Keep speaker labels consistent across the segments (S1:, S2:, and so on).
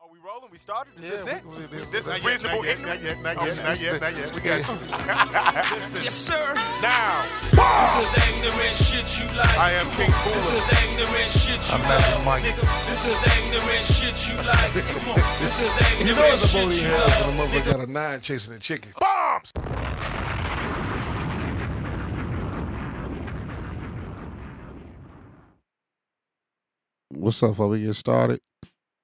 S1: when we started? Is this it?
S2: we- we- we-
S1: This
S2: not
S1: is
S2: yet,
S1: reasonable
S2: not yet,
S1: ignorance.
S2: Not yet, not yet, not yet, not yet. We got you.
S3: Yes, sir.
S2: Now,
S3: This is the ignorant shit you like.
S2: I am King
S3: This is
S2: Cooler.
S3: the ignorant shit you
S2: I'm
S3: like.
S2: Magic Mike.
S3: Nigga, This is the ignorant shit you like. Come on. This is the
S4: You
S3: ignorant
S4: know it's a booty
S3: shit you
S4: house
S3: like.
S4: when a motherfucker got a nine chasing a chicken.
S2: Bombs!
S4: What's up, before we get started?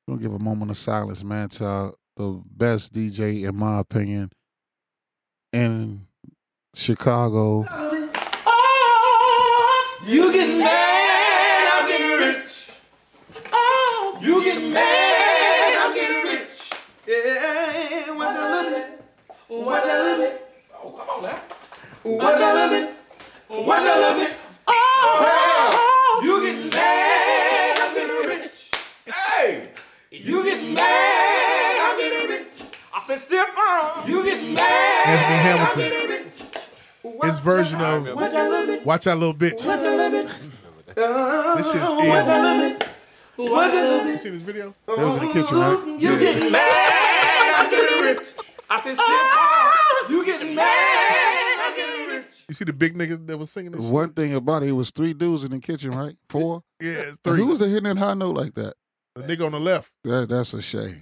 S4: We'll give a moment of silence, man, to uh, the best DJ, in my opinion, in Chicago.
S3: Oh,
S5: You get mad, I'm getting rich. Oh, you get mad, I'm getting rich. Yeah, what's the limit? What's the limit? Oh, come on now. What's the limit? What's the limit? Oh, you get mad, I'm getting rich. Hey, you get mad, I'm getting rich.
S3: I said, still firm.
S5: You get mad,
S6: Anthony
S5: I'm
S6: Hamilton,
S5: getting rich.
S6: his version of
S5: What's the limit?
S6: "Watch That Little Bitch."
S5: What's the limit?
S6: This shit is
S5: What's the
S6: ill.
S5: limit? What's the limit?
S6: You seen this video?
S4: That was in the kitchen, right?
S5: You getting mad, I'm getting rich.
S3: I said, still firm.
S5: You getting mad, I'm getting rich.
S6: You see the big nigga that was singing this? shit?
S4: One thing about it, it was three dudes in the kitchen, right? Four.
S6: Yeah, it's
S4: Who
S6: three.
S4: was that hitting that high note like that?
S6: The nigga on the left.
S4: That that's a shame.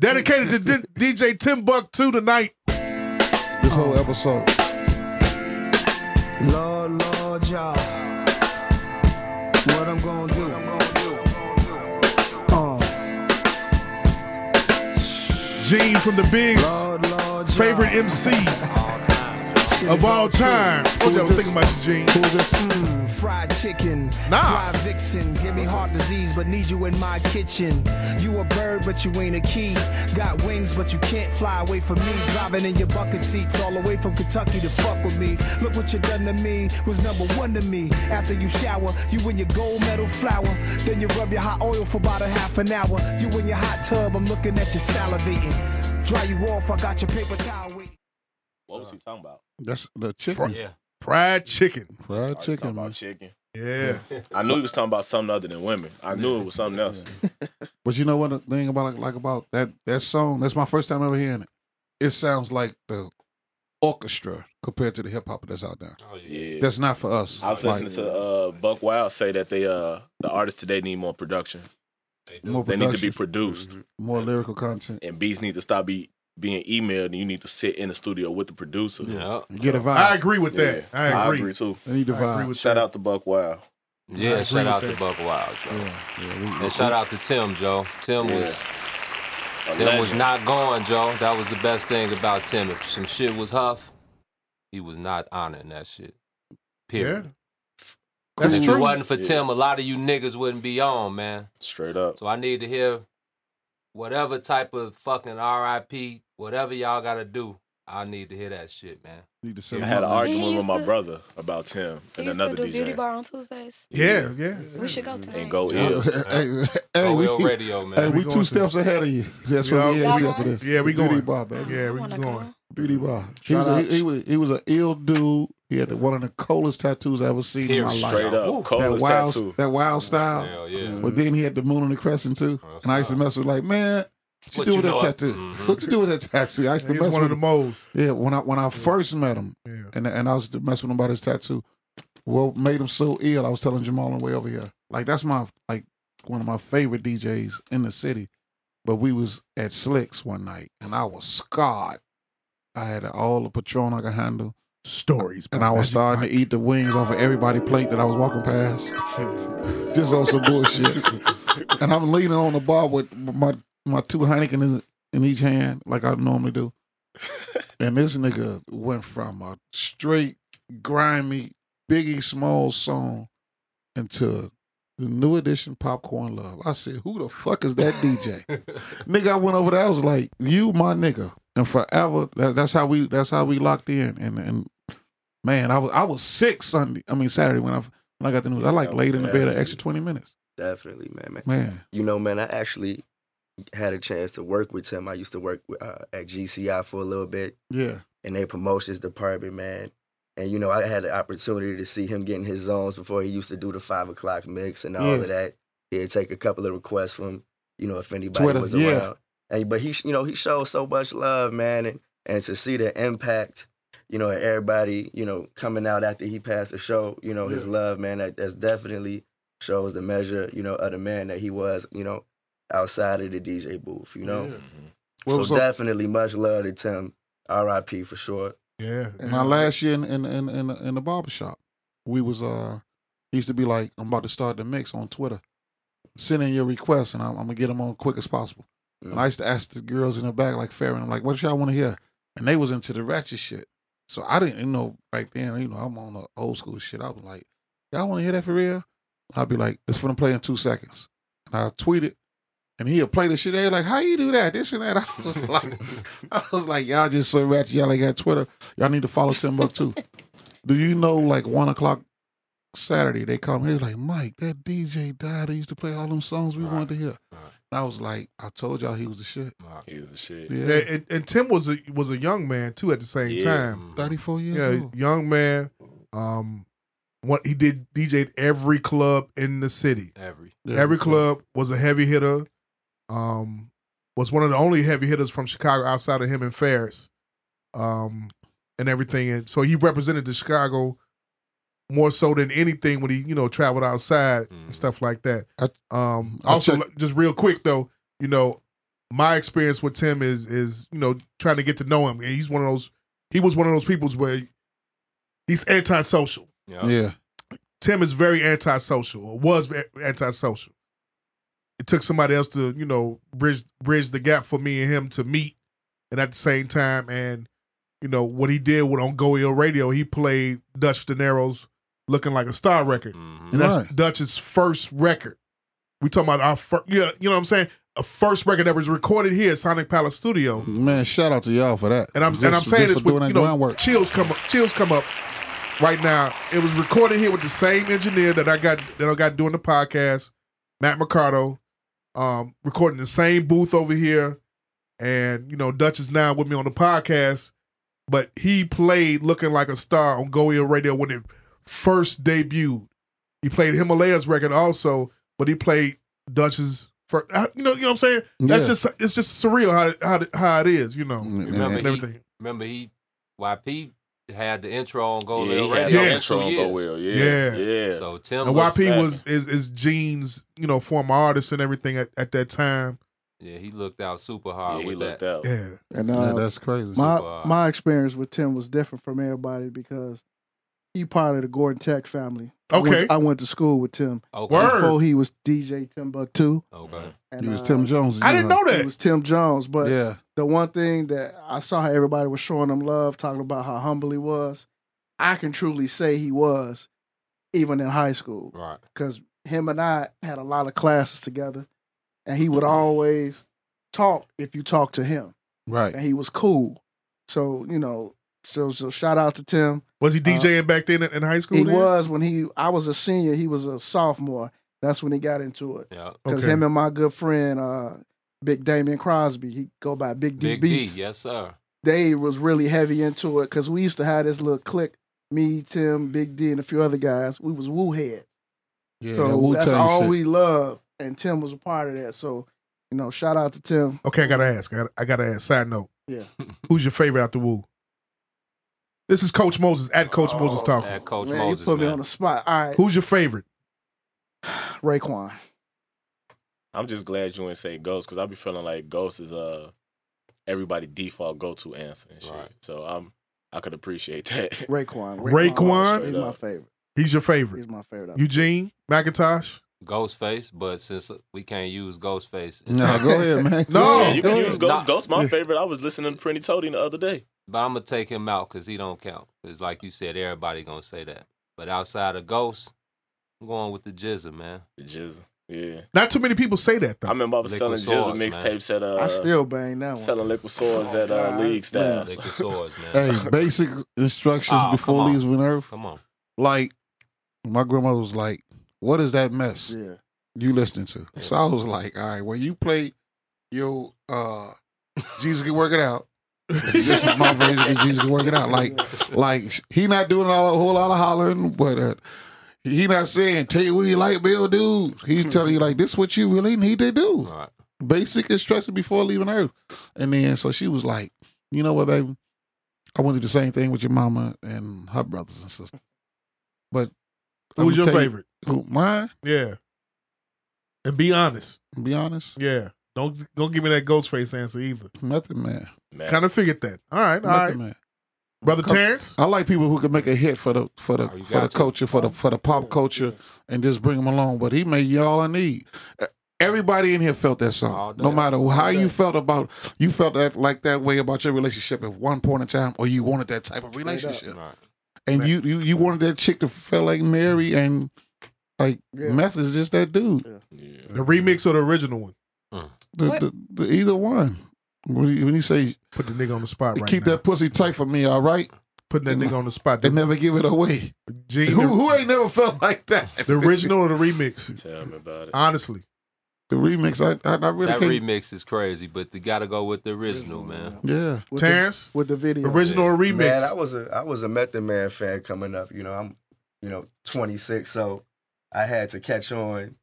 S6: Dedicated to D- DJ Timbuktu tonight.
S4: This whole episode.
S7: Lord, Lord, y'all. What I'm gonna do? Uh,
S6: Gene from the Bigs,
S7: Lord, Lord, y'all.
S6: favorite MC
S7: Shit
S6: of
S7: is
S6: all
S7: true.
S6: time. What y'all
S4: this?
S6: thinking about you, Gene?
S4: Who was this?
S7: Mm, fried chicken,
S6: Nas.
S7: fly vixen. Give me heart disease, but need you in my kitchen. You a bird, but you ain't a key. Got wings, but you can't fly away from me. Driving in your bucket seats all the way from Kentucky to fuck with me. Look what you done to me. Was number one to me. After you shower, you in your gold medal flower. Then you rub your hot oil for about a half an hour. You in your hot tub, I'm looking at you salivating. Dry you off, I got your paper towel waiting.
S8: What was he talking about?
S4: That's Uh, the chicken.
S8: Hmm.
S3: Yeah.
S6: Fried chicken.
S4: Fried
S8: Oh, he was
S4: chicken.
S8: talking
S4: man.
S8: about chicken.
S6: Yeah.
S8: I knew he was talking about something other than women. I knew it was something else.
S4: But you know what the thing about like about that that song? That's my first time ever hearing it. It sounds like the orchestra compared to the hip hop that's out there.
S8: Yeah.
S4: That's not for us.
S8: I was
S4: Like,
S8: listening to uh, Buck Wild say that they uh, the artists today need more production.
S4: more
S8: They need to be
S4: production, Mm-hmm.
S8: produced,
S4: more lyrical content.
S8: and beats need to stop be, being emailed, and you need to sit in the studio with the producer.
S3: Yeah.
S4: You get a vibe.
S6: I agree with that.
S8: Yeah,
S6: I agree.
S8: too.
S4: they need a
S6: I
S4: vibe.
S6: agree with
S8: Shout
S6: that.
S8: out to Buck Wild.
S3: Yeah, shout out
S6: that.
S3: to Buck Wild, Joe.
S4: yeah, yeah, we-
S3: And shout out to Tim, Joe. Tim
S8: Yeah.
S3: was
S8: A
S3: Tim was
S8: legend.
S3: not gone, Joe. That was the best thing about Tim. If some shit was huff, he was not honoring that shit.
S6: Yeah.
S3: Period.
S6: That's
S3: if it
S6: true.
S3: wasn't for
S8: Yeah.
S3: Tim, a lot of you niggas wouldn't be on, man.
S8: straight up.
S3: So I need to hear whatever type of fucking RIP, whatever y'all gotta do. I need to hear that shit, man.
S4: need to
S8: I
S4: send
S8: had an
S4: them out.
S8: argument
S9: He
S8: with my
S9: used to-
S8: brother about Tim
S9: They
S8: and
S9: used to
S8: another
S9: do beauty
S8: DJ.
S9: bar on Tuesdays.
S6: Yeah, yeah.
S9: We should go tonight.
S8: And go ill.
S4: Hey, hey,
S3: Oh,
S4: we,
S3: Real radio,
S4: hey,
S3: man.
S4: we
S6: We going
S4: two
S6: to-
S4: steps ahead of you. That's what we
S6: Yeah.
S4: had to after this.
S6: Yeah, we
S4: Beauty
S6: going.
S4: bar, baby.
S6: Yeah,
S9: I
S6: we
S9: wanna
S6: going.
S4: Beauty bar. He
S6: Shout
S4: was, a,
S6: out.
S4: he, he was he was an ill dude. He had one of the coolest tattoos I ever seen in
S3: Period.
S4: my life.
S8: Straight
S3: Ooh.
S8: up.
S4: that
S8: Coldest
S4: wild,
S8: tattoo.
S4: that wild style.
S3: Hell yeah.
S4: But then he had the moon and the crescent too. And I used to mess with like, man, what you Mm-hmm.
S3: What
S4: do
S3: you Mm-hmm.
S4: with that
S3: know it.
S4: tattoo? What you do with that tattoo? I used to
S6: He's
S4: mess
S6: one of
S4: with
S6: the
S4: him.
S6: moles.
S4: Yeah, when I when I first met him,
S6: Yeah.
S4: and and I was messing with him about his tattoo. What made him so ill? I was telling Jamal on the way over here. Like that's my like one of my favorite DJs in the city. But we was at Slicks one night, and I was scarred. I had all the Patron I could handle,
S6: Stories.
S4: and
S6: by
S4: I was
S6: Magic
S4: starting
S6: Mike.
S4: to eat the wings off of everybody plate that I was walking past. Just on some bullshit. and I'm leaning on the bar with my my two Heineken in, in each hand, like I normally do. and this nigga went from a straight, grimy, Biggie Small song into the new edition Popcorn Love. I said, who the fuck is that DJ? nigga, I went over there. I was like, you my nigga. And forever, that, that's how we that's how we locked in. And and man, I was I was sick Sunday. I mean Saturday when I when I got the news. I like laid in the bed an extra twenty minutes.
S10: Definitely, man, man.
S4: Man.
S10: You know, man, I actually had a chance to work with Tim. I used to work with, uh, at GCI for a little bit
S4: Yeah.
S10: in their promotions department, man. And you know, I had the opportunity to see him getting his zones before he used to do the five o'clock mix and all
S4: Yeah.
S10: of that. He'd take a couple of requests from, you know, if anybody
S4: Twitter,
S10: was around.
S4: yeah.
S10: And but he, you know, he showed so much love, man, and and to see the impact, you know, and everybody, you know, coming out after he passed the show, you know, his love, man, that that's definitely shows the measure, you know, of the man that he was, you know, outside of the DJ booth, you know.
S4: Well,
S10: so
S4: so-
S10: definitely much love to Tim, R.I.P. for sure.
S6: Yeah.
S4: And our last year in in in in, in the barber shop, we was uh he used to be like, I'm about to start the mix on Twitter. Send in your requests, and I'm, I'm gonna get them on quick as possible. And I used to ask the girls in the back, like Farron, I'm like, what y'all want to hear? And they was into the ratchet shit. So I didn't you know back then. You know, I'm on the old school shit. I was like, y'all want to hear that for real? I'd be like, it's for them play in two seconds. And I tweet it, and he'll play the shit. They like, how you do that? This and that. I was like, I was like, y'all just so ratchet. Y'all ain't got Twitter. Y'all need to follow Timbuktu. do you know, like one o'clock Saturday, they called me. They was like, Mike, that DJ died. He used to play all them songs we wanted to hear. And I was like, I told y'all he was the shit.
S8: He was the shit.
S4: Yeah,
S6: And, and- and Tim was a was a young man too at the same
S8: Yeah.
S6: time.
S4: thirty four years
S6: Yeah,
S4: old.
S6: young man. Um, what he did DJ'd every club in the city.
S3: Every.
S6: Every club was a heavy hitter. Um, was one of the only heavy hitters from Chicago outside of him and Ferris, um, and everything. And so he represented the Chicago more so than anything when he you know traveled outside
S3: Mhm.
S6: and stuff like that.
S4: I-
S6: Um,
S4: I
S6: also,
S4: check-
S6: like, just real quick though, you know, my experience with Tim is is you know trying to get to know him, and he's one of those. He was one of those people's where he's antisocial.
S3: Yeah.
S4: Yeah,
S6: Tim is very antisocial, or was ve- antisocial. It took somebody else to, you know, bridge bridge the gap for me and him to meet, and at the same time, and you know what he did with on Go Ill Radio, he played Dutch De Niro's "Looking Like a Star" record,
S3: Mhm.
S6: and that's
S4: Right.
S6: Dutch's first record. We talking about our first, yeah, you know what I'm saying? A first record that was recorded here at Sonic Palace Studio,
S4: man. Shout out to y'all for that.
S6: and I'm
S4: Just-
S6: and I'm saying
S4: just
S6: this
S4: for doing
S6: with
S4: that
S6: you know
S4: groundwork.
S6: chills come up, chills come up right now. It was recorded here with the same engineer that I got that I got doing the podcast, Matt Mercado, um, recording the same booth over here, and you know Dutch is now with me on the podcast, but he played looking like a star on Go Ill Radio when it first debuted. He played Himalayas record also, but he played Dutch's first. You know, you know what I'm saying? That's
S4: Yeah.
S6: just it's just surreal how how how it is. You know,
S4: Mm,
S3: Remember,
S6: and
S3: he-
S6: everything.
S3: Remember he YP had the intro on Go
S8: Yeah,
S3: Lil
S8: he had
S3: Radio
S8: the
S6: Yeah.
S3: for
S8: intro
S3: two
S8: on
S3: years.
S8: Go Well. Yeah,
S6: Yeah.
S8: yeah.
S3: So Tim
S6: And
S3: was,
S6: YP
S8: back.
S6: was is is Gene's you know former artist and everything at, at that time.
S3: yeah, he looked out super
S8: Yeah,
S3: hard
S8: he
S3: with that.
S8: looked out.
S6: Yeah,
S1: And
S4: Yeah,
S1: uh,
S4: that's crazy.
S3: super
S1: my
S3: hard.
S1: my experience with Tim was different from everybody because he part of the Gordon Tech family. I went-
S6: Okay.
S1: I went to school with Tim
S3: Okay.
S6: Word.
S1: before he was DJ Timbuktu.
S3: Okay.
S1: And,
S4: he was
S1: uh,
S4: Tim Jones.
S6: I didn't know
S1: He
S6: that.
S1: was Tim Jones, but
S4: Yeah,
S1: the one thing that I saw how everybody was showing him love, talking about how humble he was. I can truly say he was, even in high school,
S3: Right.
S1: because him and I had a lot of classes together, and he would always talk if you talk to him,
S4: right.
S1: and he was cool. So you know, so, so shout out to Tim. Uh,
S6: Was he DJing back then in, in high school?
S1: He
S6: then?
S1: was when he I was a senior, he was a sophomore. That's when he got into it
S3: Yeah.
S1: because
S6: Okay.
S1: him and my good friend, uh, Big Damien Crosby, he go by Big D
S3: Big
S1: Beats
S3: D. Yes, sir.
S1: they was really heavy into it because we used to have this little clique. Me, Tim, Big D, and a few other guys. We was woo head,
S4: Yeah, that
S1: so
S4: Wu-Tang
S1: that's all
S4: shit.
S1: we love. And Tim was a part of that. So, you know, shout out to Tim.
S6: Okay, I gotta ask. I gotta, I gotta ask. Side note.
S1: Yeah.
S6: Who's your favorite out the Woo? This is Coach Moses at Coach Moses talking.
S3: That Oh, Coach
S1: man,
S3: Moses.
S1: you put me
S3: man.
S1: on the spot. All right,
S6: Who's your favorite?
S1: Raekwon.
S8: I'm just glad you didn't say ghost because I be feeling like ghost is uh everybody default go to answer and shit.
S3: Right.
S8: So I'm I could appreciate that.
S1: Raekwon.
S6: Raekwon?
S1: He's my favorite.
S6: He's your favorite.
S1: He's my favorite.
S6: Eugene McIntosh.
S3: Ghostface, but since we can't use Ghostface, it's
S4: No, go ahead, man.
S6: No.
S8: Yeah, you can
S4: Go
S8: use
S4: ahead.
S8: ghost.
S3: Nah.
S8: Ghost my favorite. I was listening to Prinny Tody the other day.
S3: But I'm gonna take him out because he don't count. It's like you said, everybody gonna say that. But outside of Ghost, I'm going with the Jizza, man.
S8: The Jizz. Yeah.
S6: Not too many people say that
S8: I
S6: though.
S8: remember I was
S3: Liquid
S8: selling
S3: Swords, man.
S8: Jizz mixtapes at uh
S1: I still bang that one.
S8: selling liquid swords
S1: Oh,
S8: at uh
S1: God.
S8: League Styles.
S3: Lick the swords, man.
S4: Hey, basic instructions
S3: Oh, come
S4: before
S3: on.
S4: leaving Earth.
S3: Come on.
S4: Like, my grandmother was like, "What is that mess
S1: Yeah.
S4: you listening to?" So I was like, "All right, well, you play your uh, Jesus can work it out. this is my version of Jesus can work it out." Like, like he not doing all a whole lot of hollering, but uh, he not saying, "Tell you what you like, Bill, dude." He's telling you like, "This what you really need to do."
S3: Hmm. All right.
S4: basic instruction before leaving Earth. And then so she was like, you know what, baby? I went through the same thing with your mama and her brothers and sisters. But
S6: Who was
S4: I'ma
S6: your
S4: tell you-
S6: favorite?
S4: who mine?
S6: Yeah. And be honest.
S4: Be honest,
S6: Yeah. Don't don't give me that ghost face answer either.
S4: Method man.
S8: Man.
S6: Kind of figured that. All right, all
S4: Method
S6: right.
S4: man.
S6: Brother
S4: Come-
S6: Terrence?
S4: I like people who can make a hit for the for the
S3: Oh, you
S4: for the
S3: got to.
S4: culture for the for the pop culture and just bring them along. But he made y'all I need. E, Everybody in here felt that
S3: All
S4: song.
S3: day.
S4: No matter how you felt about you felt that like that way about your relationship at one point in time, or you wanted that type of relationship,
S3: Right.
S4: and you you you wanted that chick to feel like Mary and like
S1: Yeah.
S4: Meth is just that dude.
S8: Yeah.
S6: The remix or the original one?
S3: Mm.
S4: The,
S9: What-
S4: the, the either one. When you, when you say
S6: Put the nigga on the spot right
S4: keep
S6: now.
S4: that pussy tight for me, all right,
S6: Putting that nigga on the spot.
S4: and
S6: The,
S4: never give it away.
S6: G,
S4: Who
S6: the,
S4: who ain't never felt like that?
S6: the original or the remix?
S8: Tell me about it.
S6: Honestly.
S4: The remix, I I, I really
S3: That
S4: can't.
S3: remix is crazy, but you gotta go with the original, man.
S4: yeah,
S1: With
S6: Terrence?
S1: the, with the video.
S6: Original or remix?
S10: Man, I was a I was a Method Man fan coming up. You know, I'm you know 26, so I had to catch on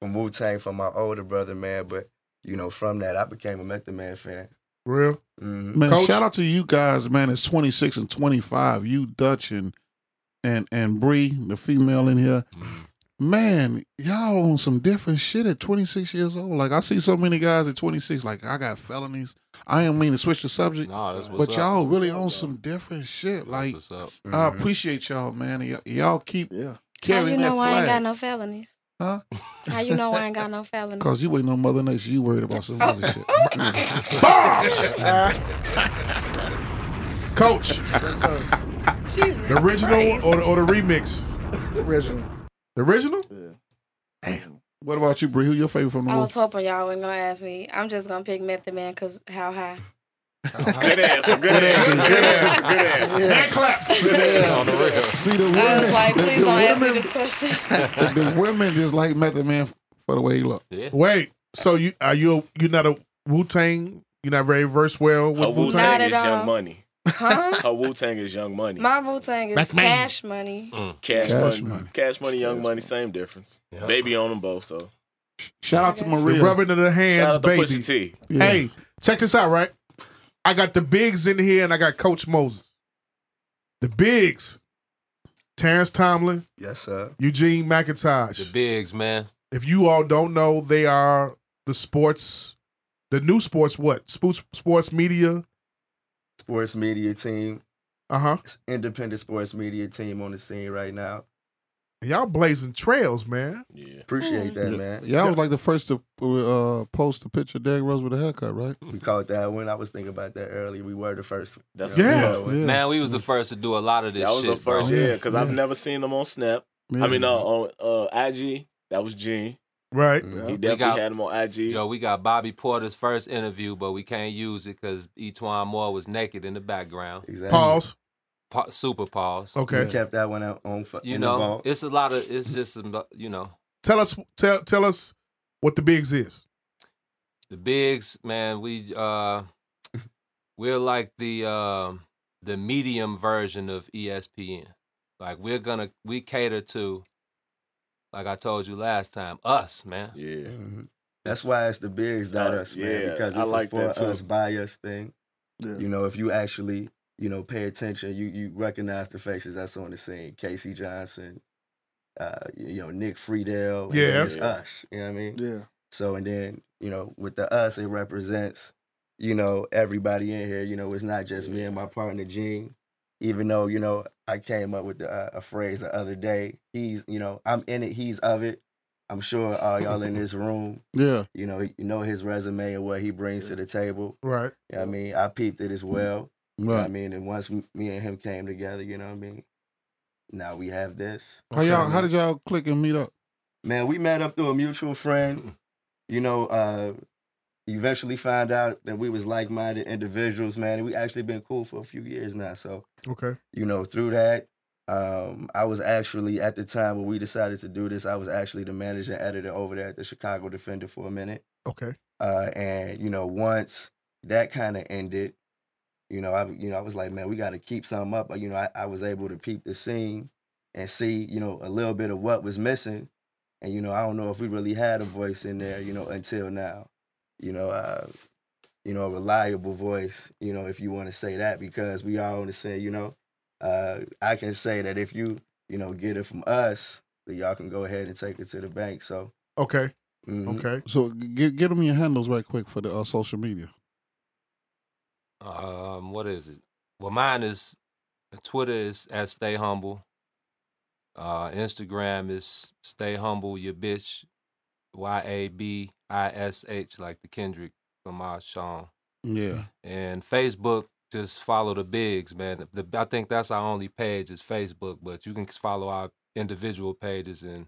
S10: from Wu Tang from my older brother, man. But you know, from that, I became a Method Man fan.
S6: Real?
S10: hmm
S4: man.
S6: Coach?
S4: Shout out to you guys, man. It's twenty six and twenty five. You Dutch and and and Bree, the female in here, man. Y'all on some different shit at twenty six years old. Like I see so many guys at twenty six. Like I got felonies. I ain't mean to switch the subject,
S3: Nah, that's what's
S4: but
S3: up.
S4: y'all really on some different shit.
S3: That's
S4: Like
S3: what's up.
S4: I
S6: Mm-hmm.
S4: appreciate y'all, man. Y- y'all keep
S1: Yeah.
S9: How you
S4: carrying that
S9: know I ain't got
S4: flag.
S9: no felonies?
S4: Huh?
S9: How you know I ain't got no felonies?
S4: Cause you ain't no mother nature, you worried about some other shit.
S6: Coach,
S9: Jesus.
S6: the original
S9: Christ.
S6: or the, or the remix?
S1: Original.
S6: The original?
S4: What about you, Bree? Who your favorite from the
S9: I was
S4: Wolf?
S9: hoping y'all wasn't gonna ask me. I'm just gonna pick Method Man because how high?
S8: Good answer. Good answer. Good answer. Good answer.
S6: Hand claps.
S3: On the real.
S4: See the
S9: I was
S4: women,
S9: like,
S4: the-
S9: please
S4: the
S9: don't ask me
S4: women-
S9: this question.
S4: the women just like Method Man for the way he look.
S3: Yeah.
S6: Wait, so you are you you're not a Wu Tang? You're not very versed well with
S8: Her
S6: Wu
S8: Wu
S6: Tang?
S9: Not
S8: Tang
S9: at
S8: is
S9: all.
S8: Young Money.
S9: huh?
S8: Her Wu Tang is Young Money.
S9: My Wu Tang is cash money.
S8: Cash,
S4: Cash
S8: money,
S4: Money.
S8: Cash Money, Young Money, same difference.
S3: Mm. Yeah.
S8: Baby on them both, so.
S4: Shout out to
S6: The
S4: Maria.
S6: rubbing of the
S8: Shout
S6: hands,
S8: out to
S6: baby.
S8: Pusha T.
S4: Yeah.
S6: Hey, check this out, right? I got the bigs in here and I got Coach Moses. The bigs, Terrence Tomlin,
S10: Yes, sir.
S6: Eugene
S3: The
S6: McIntosh.
S3: bigs, man.
S6: if you all don't know, they are the sports, the new sports, what? Sports, sports media.
S10: Sports media team,
S6: Uh huh.
S10: independent sports media team on the scene right now.
S6: Y'all blazing trails, man.
S8: Yeah.
S9: Mm.
S10: Appreciate that, man.
S4: Y'all was like the first to uh, post a picture of Derrick Rose with a haircut, right?
S10: We caught that one. I was thinking about that earlier. We were the first.
S8: That's
S10: You know,
S6: Yeah.
S10: we were the one.
S4: Yeah.
S3: Man, we was the first to do a lot of this
S8: That was
S3: shit.
S8: the first,
S4: bro.
S8: yeah, because I've
S4: Yeah.
S8: never seen them on Snap.
S4: Yeah.
S8: I mean, uh, on uh, IG, that was Gene.
S6: Right.
S8: Mm-hmm. He
S10: Mhm.
S8: definitely
S3: got-
S8: had him on IG.
S3: Yo, we got Bobby Porter's first interview, but we can't use it because Etwan Moore was naked in the background.
S10: Exactly.
S6: Pause.
S3: Pa- super pause.
S10: We
S6: Okay.
S10: kept that one out on fu-
S3: You
S10: in the
S3: know,
S10: vault.
S3: it's a lot of, it's just, some, you know,
S6: Tell us, tell tell us what the bigs is.
S3: the bigs, man, we, uh, we're like the, um the medium version of E ESPN. Like, we're gonna, we cater to, like I told you last time, us, man.
S8: yeah.
S10: Mhm. That's why it's the bigs not
S8: Uh,
S10: us, man.
S8: yeah,
S10: because
S8: I
S10: it's
S8: like
S10: a for
S8: that too.
S10: us by us thing.
S1: Yeah.
S10: You know, if you actually you know pay attention, you you recognize the faces that's on the scene. Casey Johnson, uh, you know Nick Friedel. and then
S6: Yeah.
S10: it's us. You know what I mean?
S1: Yeah.
S10: So and then you know with the us, it represents you know everybody in here. You know, it's not just me and my partner Gene. Even though you know I came up with the, uh, a phrase the other day. He's you know I'm in it. He's of it. I'm sure all y'all in this room
S4: Yeah.
S10: you know, you know his resume and what he brings to the table.
S6: Right.
S10: You know what I mean, I peeped it as well. You know what I
S4: Right.
S10: mean, and once m- me and him came together, you know what I mean. Now we have this.
S4: How y'all? How did y'all click and meet up?
S10: Man, we met up through a mutual friend. You know, uh, eventually found out that we was like minded individuals. Man, and we actually been cool for a few years now. So
S6: Okay.
S10: you know, through that, um, I was actually at the time when we decided to do this, I was actually the managing editor over there at the Chicago Defender for a minute.
S6: Okay.
S10: uh, and you know once that kind of ended you know i you know i was like man we got to keep something up you know I, I was able to peep the scene and see you know a little bit of what was missing and you know i don't know if we really had a voice in there you know until now you know, uh, you know, a reliable voice, you know, if you want to say that, because we all understand, you know, uh, I can say that if you, you know, get it from us, that y'all can go ahead and take it to the bank. So
S6: Okay.
S10: Mhm.
S6: Okay.
S4: Mm-hmm. So get get them your handles right quick for the uh, social media.
S3: Um, what is it? Well, mine is uh, Twitter is at Stay Humble. Uh, Instagram is Stay Humble Your Bitch, Y A B I S H, like the Kendrick Lamar song.
S4: Yeah.
S3: And Facebook, just follow the bigs, man. The, I think that's our only page is Facebook, but you can follow our individual pages and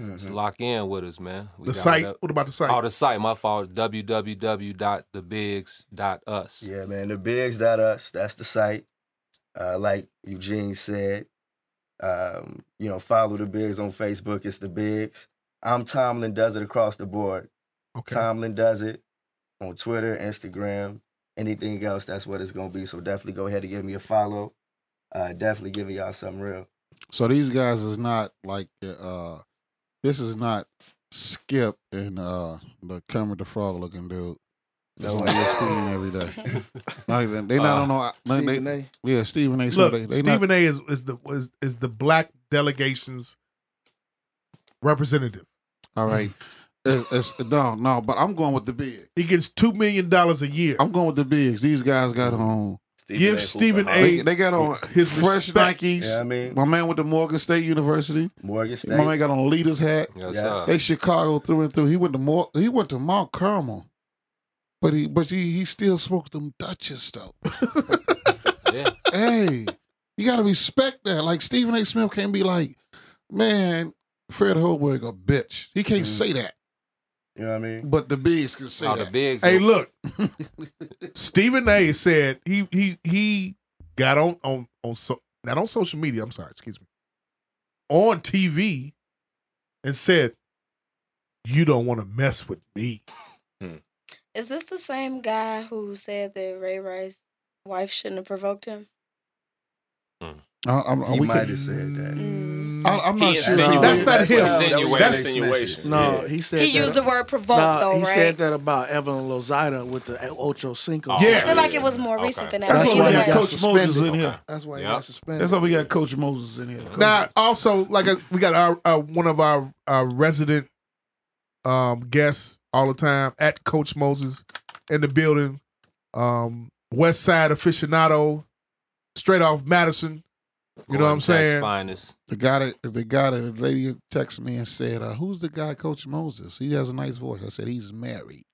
S3: just
S6: Mhm.
S3: lock in with us, man.
S6: The
S3: got it
S6: site?
S3: up.
S6: What about the site?
S3: Oh, the site. My fault. www.thebigs.us.
S10: Yeah, man. The bigs dot us. That's the site. Uh, like Eugene said, um, you know, follow the bigs on Facebook. It's the bigs. I'm Tomlin does it across the board.
S6: Okay.
S10: Tomlin does it on Twitter, Instagram, anything else. That's what it's gonna be. So definitely go ahead and give me a follow. Uh, definitely giving y'all something real.
S4: So these guys is not like uh this is not Skip and uh the Kermit the Frog looking dude. That's
S10: No
S4: on E
S10: way.
S4: ESPN every day. Not even they not
S6: Uh,
S4: on no they-
S6: Stephen
S4: they- Yeah, Stephen A. So
S6: Look,
S4: they, they not-
S6: Stephen A. is is the is, is the black delegation's representative. Mm.
S4: all right. It's, it's- no, no, but I'm going with the big.
S6: He gets two million dollars a year.
S4: I'm going with the bigs. These guys got on.
S6: Give Stephen A.
S4: They, they got on his fresh
S6: respect.
S4: Nikes.
S10: Yeah, I mean-
S4: my man with the Morgan State University.
S10: Morgan State.
S4: My man got on leader's hat.
S10: Yes, Yes. sir.
S4: They Chicago through and through. He went to more. He went to Mount Carmel, but he but he he still smoked them Dutchess though.
S3: yeah.
S4: Hey, you gotta respect that. Like Stephen A. Smith can't be like, man, Fred Holberg a bitch. He can't say that.
S10: You know what I mean?
S4: But the bigs can say
S3: Mm-hmm. Oh, the
S4: that.
S3: bigs.
S6: Hey, look, Stephen A. said he he he got on on on so not on social media. I'm sorry, excuse me, on TV, and said, "You don't want to mess with me."
S3: Hmm.
S9: Is this the same guy who said that Ray Rice's wife shouldn't have provoked him?
S4: I, I'm,
S10: He
S4: we
S10: might
S4: could-
S10: have said that.
S4: I, I'm not
S10: He
S4: sure.
S10: insinuated-
S6: That's not
S10: That's
S6: him.
S10: not- that was
S6: That's-
S10: insinuation.
S1: No,
S10: Yeah.
S1: he said
S9: He
S1: that-
S9: used the word provoke,
S1: Nah,
S9: though,
S1: He said
S9: right?
S1: that about Evan Lozada with the Ocho
S6: Oh,
S1: Cinco.
S3: Oh,
S9: I feel like it was more recent than that.
S4: That's
S9: but
S4: why
S9: either
S4: he
S9: way.
S4: got Coach Moses in here.
S1: That's why he
S3: Yep.
S1: got suspended.
S4: That's why we got Coach Moses in here.
S6: Now, also, like uh, we got our uh, one of our, our resident um, guests all the time at Coach Moses in the building, um, West Side aficionado, straight off Madison. You know what I'm saying?
S3: Finest.
S4: The guy that the guy that the lady texted me and said, uh, "Who's the guy, Coach Moses? He has a nice voice." I said, "He's married.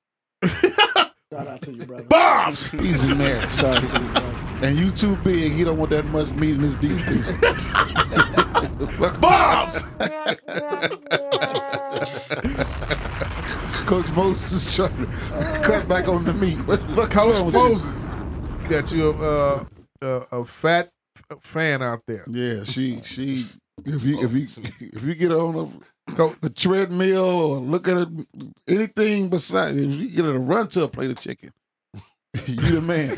S1: Shout out to you, brother.
S6: Bombs.
S4: He's married."
S1: Shout out to you, brother.
S4: And you too big. He don't want that much meat in his defense.
S6: Bombs.
S4: Coach Moses is trying to cut back on the meat. What the fuck
S6: Coach
S4: wrong with you?
S6: Moses, got you a, uh, a a fat fan out there.
S4: Yeah, she she. If you if you if you get on a, co- a treadmill or look at a, anything besides, if you get her to run to a plate of chicken, you the man.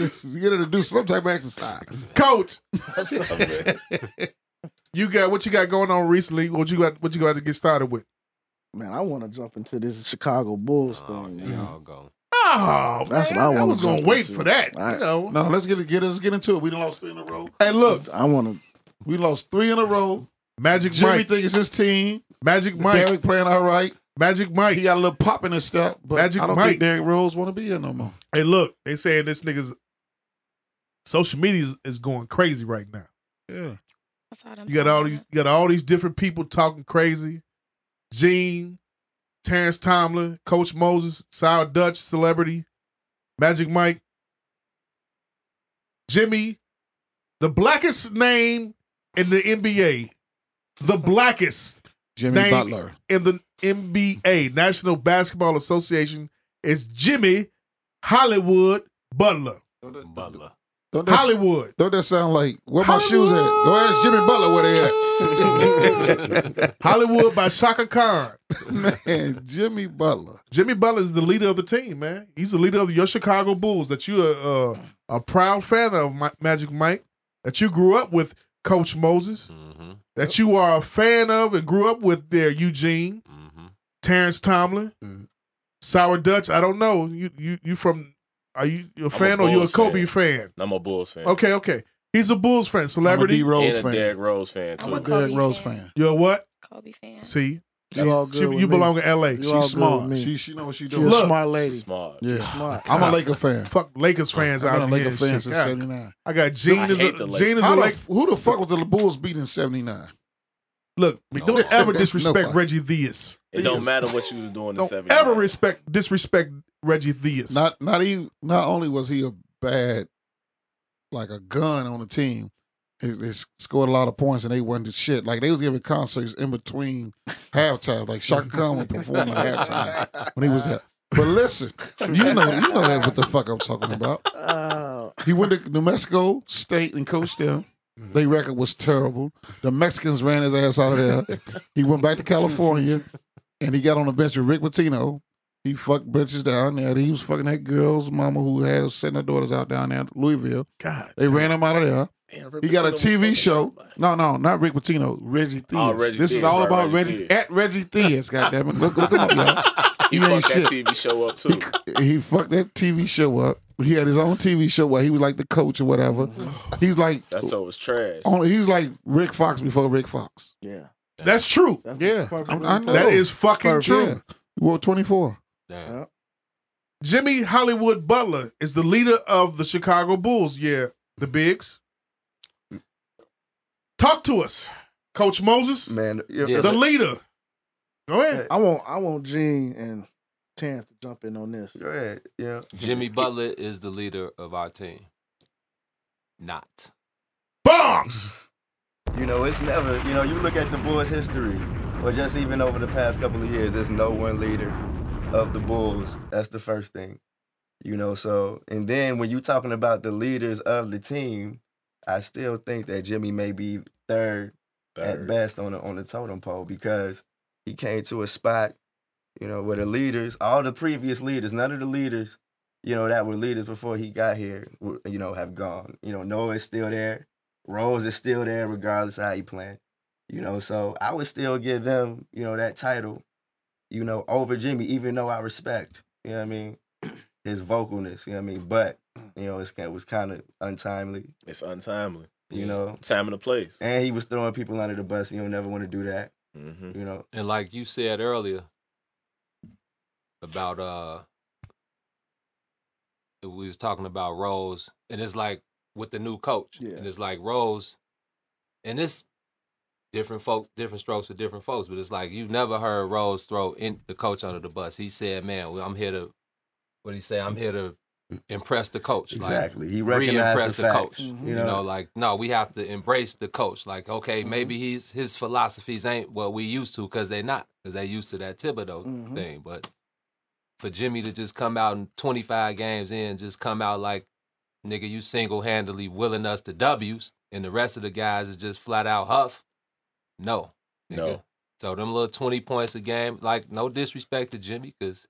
S4: her, get her to do some type of exercise.
S6: Coach,
S8: What's up, man?
S6: you got what you got going on recently? What you got? What you got to get started with?
S1: Man, I want to jump into this Chicago Bulls thing. man.
S3: Y'all go.
S6: Oh,
S1: That's
S6: man,
S1: what I wanna
S6: was gonna
S1: jump
S6: wait
S1: into.
S6: for that.
S1: I-
S6: You know.
S4: No, let's get get us get into it. We done lost three in a row.
S6: Hey, look,
S1: I want
S4: We lost three in a row.
S6: Magic
S4: Jimmy
S6: Mike,
S4: think it's his team.
S6: Magic Mike,
S4: Derek playing all right.
S6: Magic Mike.
S4: He got a little pop in his stuff, but
S6: Magic
S4: I don't
S6: Mike.
S4: think Derrick Rose want to be here no more.
S6: Hey, look, they saying this nigga's social media is, is going crazy right now.
S4: Yeah,
S9: I saw them
S6: You got all
S9: talking
S6: these, you got all these different people talking crazy. Gene, Terrence Tomlin, Coach Moses, Sour Dutch, celebrity, Magic Mike, Jimmy, the blackest name in the NBA, the blackest.
S4: Jimmy
S6: Name-
S4: Butler.
S6: in the NBA, National Basketball Association, is Jimmy Hollywood Butler.
S8: Butler.
S4: Don't that,
S6: Hollywood.
S4: don't that sound like where my shoes at? Go ask Jimmy Butler where they at.
S6: Hollywood by Shaka Khan.
S4: Man, Jimmy Butler.
S6: Jimmy Butler is the leader of the team, man. He's the leader of your Chicago Bulls that you are uh, a proud fan of, Ma- Magic Mike, that you grew up with Coach Moses,
S3: Mm-hmm.
S6: that you are a fan of and grew up with there, Eugene.
S3: Mm-hmm.
S6: Terrence Tomlin,
S8: Mm-hmm.
S6: Sour Dutch. I don't know. You you you from? Are you you a fan or you a
S8: Bulls
S6: Kobe fan?
S8: I'm a Bulls fan.
S6: Okay, okay. He's a Bulls fan, celebrity.
S8: and a Derrick Rose fan too.
S6: I'm a Derrick Rose fan. You're a what?
S9: Kobe fan.
S6: See,
S4: You all
S6: she,
S4: good with
S6: you
S4: me.
S6: belong in L.A.
S4: You
S6: She's
S4: all good with
S6: smart.
S4: me.
S6: She she knows what she
S4: She
S6: doing.
S4: a
S6: Look,
S4: smart lady.
S8: smart.
S4: Yeah.
S6: She's smart.
S4: I'm a
S6: God.
S4: Laker fan.
S6: Fuck Lakers fans
S4: I've
S6: out
S4: been a Laker
S6: here,
S4: fan
S6: shit.
S4: since
S6: God.
S4: '79.
S6: I got Gene as a Gene is
S4: How
S6: a
S4: the
S6: Laker.
S4: f- Who the fuck was the Bulls beating in '79?
S6: Look, don't ever disrespect
S4: Nobody.
S6: Reggie Theus.
S8: It don't matter what you was doing in
S6: Don't
S8: seventy.
S6: ever respect disrespect Reggie Theus.
S4: Not not he. Not only was he a bad, like a gun on the team, he, they scored a lot of points and they won the shit. Like they was giving concerts in between halftime. Like Shaka Khan would perform at halftime when he was there. But listen, you know you know that what the fuck I'm talking about. He went to New Mexico State and coached them.
S8: Mm-hmm.
S4: Their record was terrible. The Mexicans ran his ass out of there. He went back to California and he got on the bench with Rick Pitino. He fucked bitches down there. He was fucking that girl's mama who had us sending her daughters out down there in Louisville.
S6: God.
S4: They ran him out of there. he got a TV show. No, no, not Rick Pitino. Reggie Theus.
S8: Oh, Reggie
S4: this is
S8: Theus,
S4: all
S8: right,
S4: about
S8: Reggie
S4: Reggie,
S8: Theus.
S4: at Reggie Theus, goddamn it. Look, look him up, y'all.
S8: He
S4: You ain't
S8: fucked that
S4: shit
S8: TV show up too.
S4: he fucked that TV show up. He had his own TV show where he was like the coach or whatever. He's like
S8: Mm-hmm. That show was trash.
S4: only he's like Rick Fox before Rick Fox.
S1: Yeah.
S6: That's true.
S4: yeah.
S1: perfectly
S4: I know.
S6: That is fucking
S4: Perfect.
S6: true.
S4: Yeah. He wore 24.
S6: Jimmy Hollywood Butler is the leader of the Chicago Bulls. Yeah, the Bigs. Talk to us, Coach Moses,
S10: man.
S6: the leader. Go ahead.
S1: I want I want Gene and Terrence to jump in on this.
S10: Go ahead. Yeah.
S3: Jimmy Butler is the leader of our team. Not.
S6: Bombs.
S10: You know, it's never, you know, you look at the Bulls' history, or just even over the past couple of years, there's no one leader of the Bulls. That's the first thing. You know, so, and then when you're talking about the leaders of the team, I still think that Jimmy may be third, at
S8: Third.
S10: best on the, on the totem pole because he came to a spot, you know, where the leaders, all the previous leaders, none of the leaders, you know, that were leaders before he got here, were, you know, have gone. You know, Noah is still there. Rose is still there, regardless of how he playing. You know, so I would still give them, you know, that title, you know, over Jimmy, even though I respect, you know what I mean, his vocalness, you know what I mean? But, you know, it's, it was kind of untimely,
S8: It's untimely.
S10: you know.
S8: Time and a place.
S10: And he was throwing people under the bus. You don't never want to do that,
S8: hmm
S10: you know.
S3: And like you said earlier about uh we was talking about Rose and it's like with the new coach. And it's like Rose and it's different folks different strokes for different folks, but it's like you've never heard Rose throw in the coach under the bus. He said, Man, well, I'm here to what did he say? I'm here to impress the coach.
S10: Mm. Exactly.
S3: Like,
S10: He recognized
S3: re-impress
S10: the fact,
S3: coach.
S10: Mhm.
S3: You
S10: you
S3: know,
S10: know?
S3: like no, we have to embrace the coach. Like, okay, maybe he's his philosophies ain't what we used to because they're not because they used to that Thibodeau
S1: Mhm.
S3: thing. But for Jimmy to just come out in 25 games in, just come out like, nigga, you single handedly willing us to W's, and the rest of the guys is just flat out huff. No, nigga.
S8: No.
S3: So them little 20 points a game, like no disrespect to Jimmy because.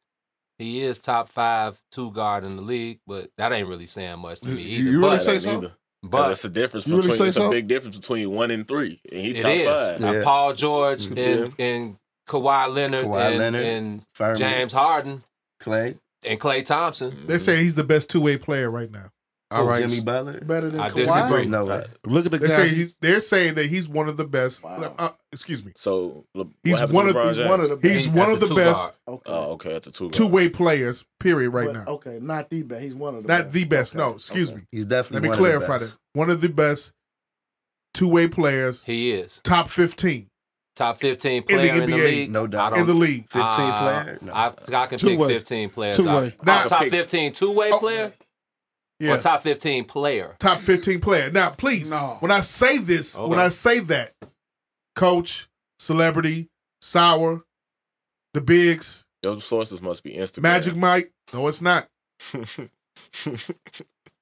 S3: He is top five two guard in the league, but that ain't really saying much to me
S4: You-
S3: either.
S4: you really
S3: but,
S4: say so?
S8: But
S3: But
S8: it's a difference
S4: You really
S8: between
S4: say
S8: it's
S4: so?
S8: a big difference between one and three. And he
S3: It
S8: top
S3: is.
S8: five.
S3: Now,
S10: Yeah.
S3: Paul George and and Kawhi Leonard,
S10: Kawhi
S3: and,
S10: Leonard,
S3: and
S10: Furman.
S3: James Harden
S10: Clay,
S3: and Clay Thompson.
S6: They say he's the best two way player right now.
S4: All right.
S10: Oh, Jimmy Butler.
S1: Better than
S3: I
S1: Kawhi.
S3: disagree.
S10: No way.
S4: Look at the
S6: They
S4: guy.
S6: say he's, they're saying that he's one of the best. uh, excuse me.
S8: So Le- what
S6: He's
S8: happened
S6: one
S8: to
S6: of-
S8: LeBron
S1: He's
S8: James?
S1: one of the
S6: He's
S1: best.
S6: one of
S3: the
S6: the
S3: two
S6: best
S3: guard.
S1: okay.
S8: Oh, okay, at the two. guard.
S6: two way players. Period. Right
S1: But-
S10: Oh,
S6: now,
S1: Okay, not the best. He's one of the
S6: not
S1: best.
S6: the best.
S1: Okay,
S6: No, excuse
S1: okay.
S6: me.
S10: He's definitely.
S6: Let me
S10: one
S6: clarify
S10: of the
S6: that. One of the best two way players,
S3: He is
S6: top fifteen
S3: top fifteen
S6: In the
S3: player in the,
S6: NBA,
S3: league.
S10: no doubt.
S3: I don't-
S6: in the league.
S10: Fifteen
S3: uh,
S10: player. No.
S3: I, I can
S4: Two-way.
S3: pick fifteen players.
S4: Two-way.
S3: out.
S6: Now-
S3: Oh, top fifteen two way player
S6: Yeah.
S3: or top fifteen player.
S6: top 15 player. Now, please,
S4: No.
S6: when I say this,
S3: Okay.
S6: when I say that, coach, celebrity, sour, the bigs,
S8: Those sources must be Instagram.
S6: Magic Mike. No, it's not.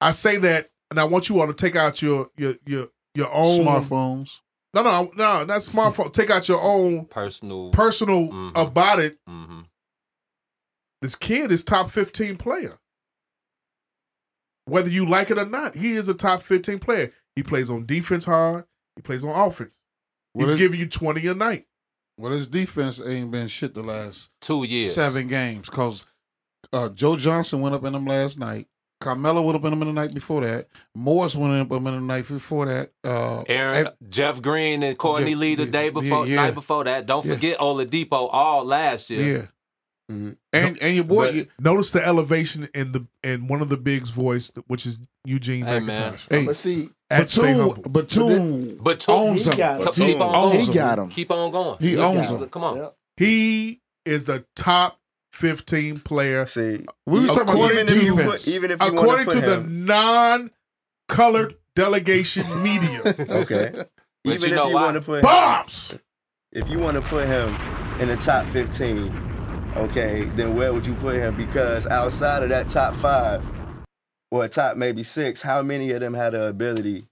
S6: I say that, and I want you all to take out your your your your own
S4: Smartphones.
S6: No, no, no, not smartphone. Take out your own
S3: Personal.
S6: personal
S3: Mhm.
S6: about it.
S3: hmm
S6: This kid is top fifteen player. Whether you like it or not, he is a top fifteen player. He plays on defense hard. He plays on offense.
S4: What
S6: He's
S4: is-
S6: giving you twenty a night.
S4: Well, his defense ain't been shit the last
S3: Two years.
S4: seven games because uh, Joe Johnson went up in them last night. Carmelo went up in them the night before that. Morris went up in them the night before that. Uh,
S3: Aaron, Jeff Green, and Courtney
S4: Jeff-
S3: Lee the
S4: yeah,
S3: day
S4: yeah,
S3: before,
S4: yeah.
S3: night before that. Don't
S4: Yeah.
S3: forget Oladipo all last
S4: yeah. Mm-hmm.
S3: year.
S4: And and your boy, you-
S6: notice the elevation in the in one of the big's voice, which is Eugene
S3: Hey, man.
S6: McIntosh.
S4: hey,
S1: But see,
S6: At Stay
S4: Batum,
S6: Humble.
S4: Batum,
S3: But two,
S4: owns him.
S1: He got-
S3: Batum
S4: He owns
S1: he
S4: him.
S1: got him.
S3: keep on going.
S4: He owns
S1: got
S4: him.
S3: Come on.
S1: Yep.
S6: He is the top fifteen player
S10: See,
S4: We was talking about
S10: even
S4: their
S10: if you put-
S4: defense.
S10: even if you
S6: according
S10: want
S6: to
S10: to
S6: the non-colored delegation media.
S10: the okay,
S3: But
S10: even if
S3: you know
S10: you
S3: why?
S10: want to put
S6: Bombs.
S10: if you want to put him in the top 15, okay, then where would you put him? Because outside of that top five or top maybe six, how many of them had the ability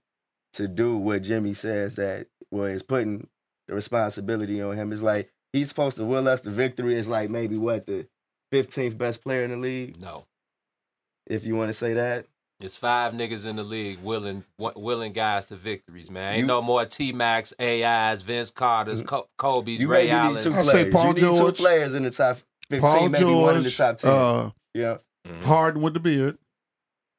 S10: to do what Jimmy says that well is putting the responsibility on him? It's like he's supposed to will us the victory. It's like maybe what the 15th best player in the league,
S3: No.
S10: if you want to say that.
S3: It's five niggas in the league willing wa- willing guys to victories, man. Ain't
S10: You-
S3: no more T Max, AIs, Vince Carter's,
S4: Mm-hmm.
S3: Co- Kobe's,
S10: You
S3: Ray
S10: maybe need
S3: Allen's.
S10: two
S4: I'll
S10: players.
S4: say Paul
S10: you need
S4: George,
S10: two players in the top 15,
S4: Paul
S10: maybe one in the
S4: George,
S10: top 10.
S4: uh,
S10: yeah.
S4: Harden with the beard,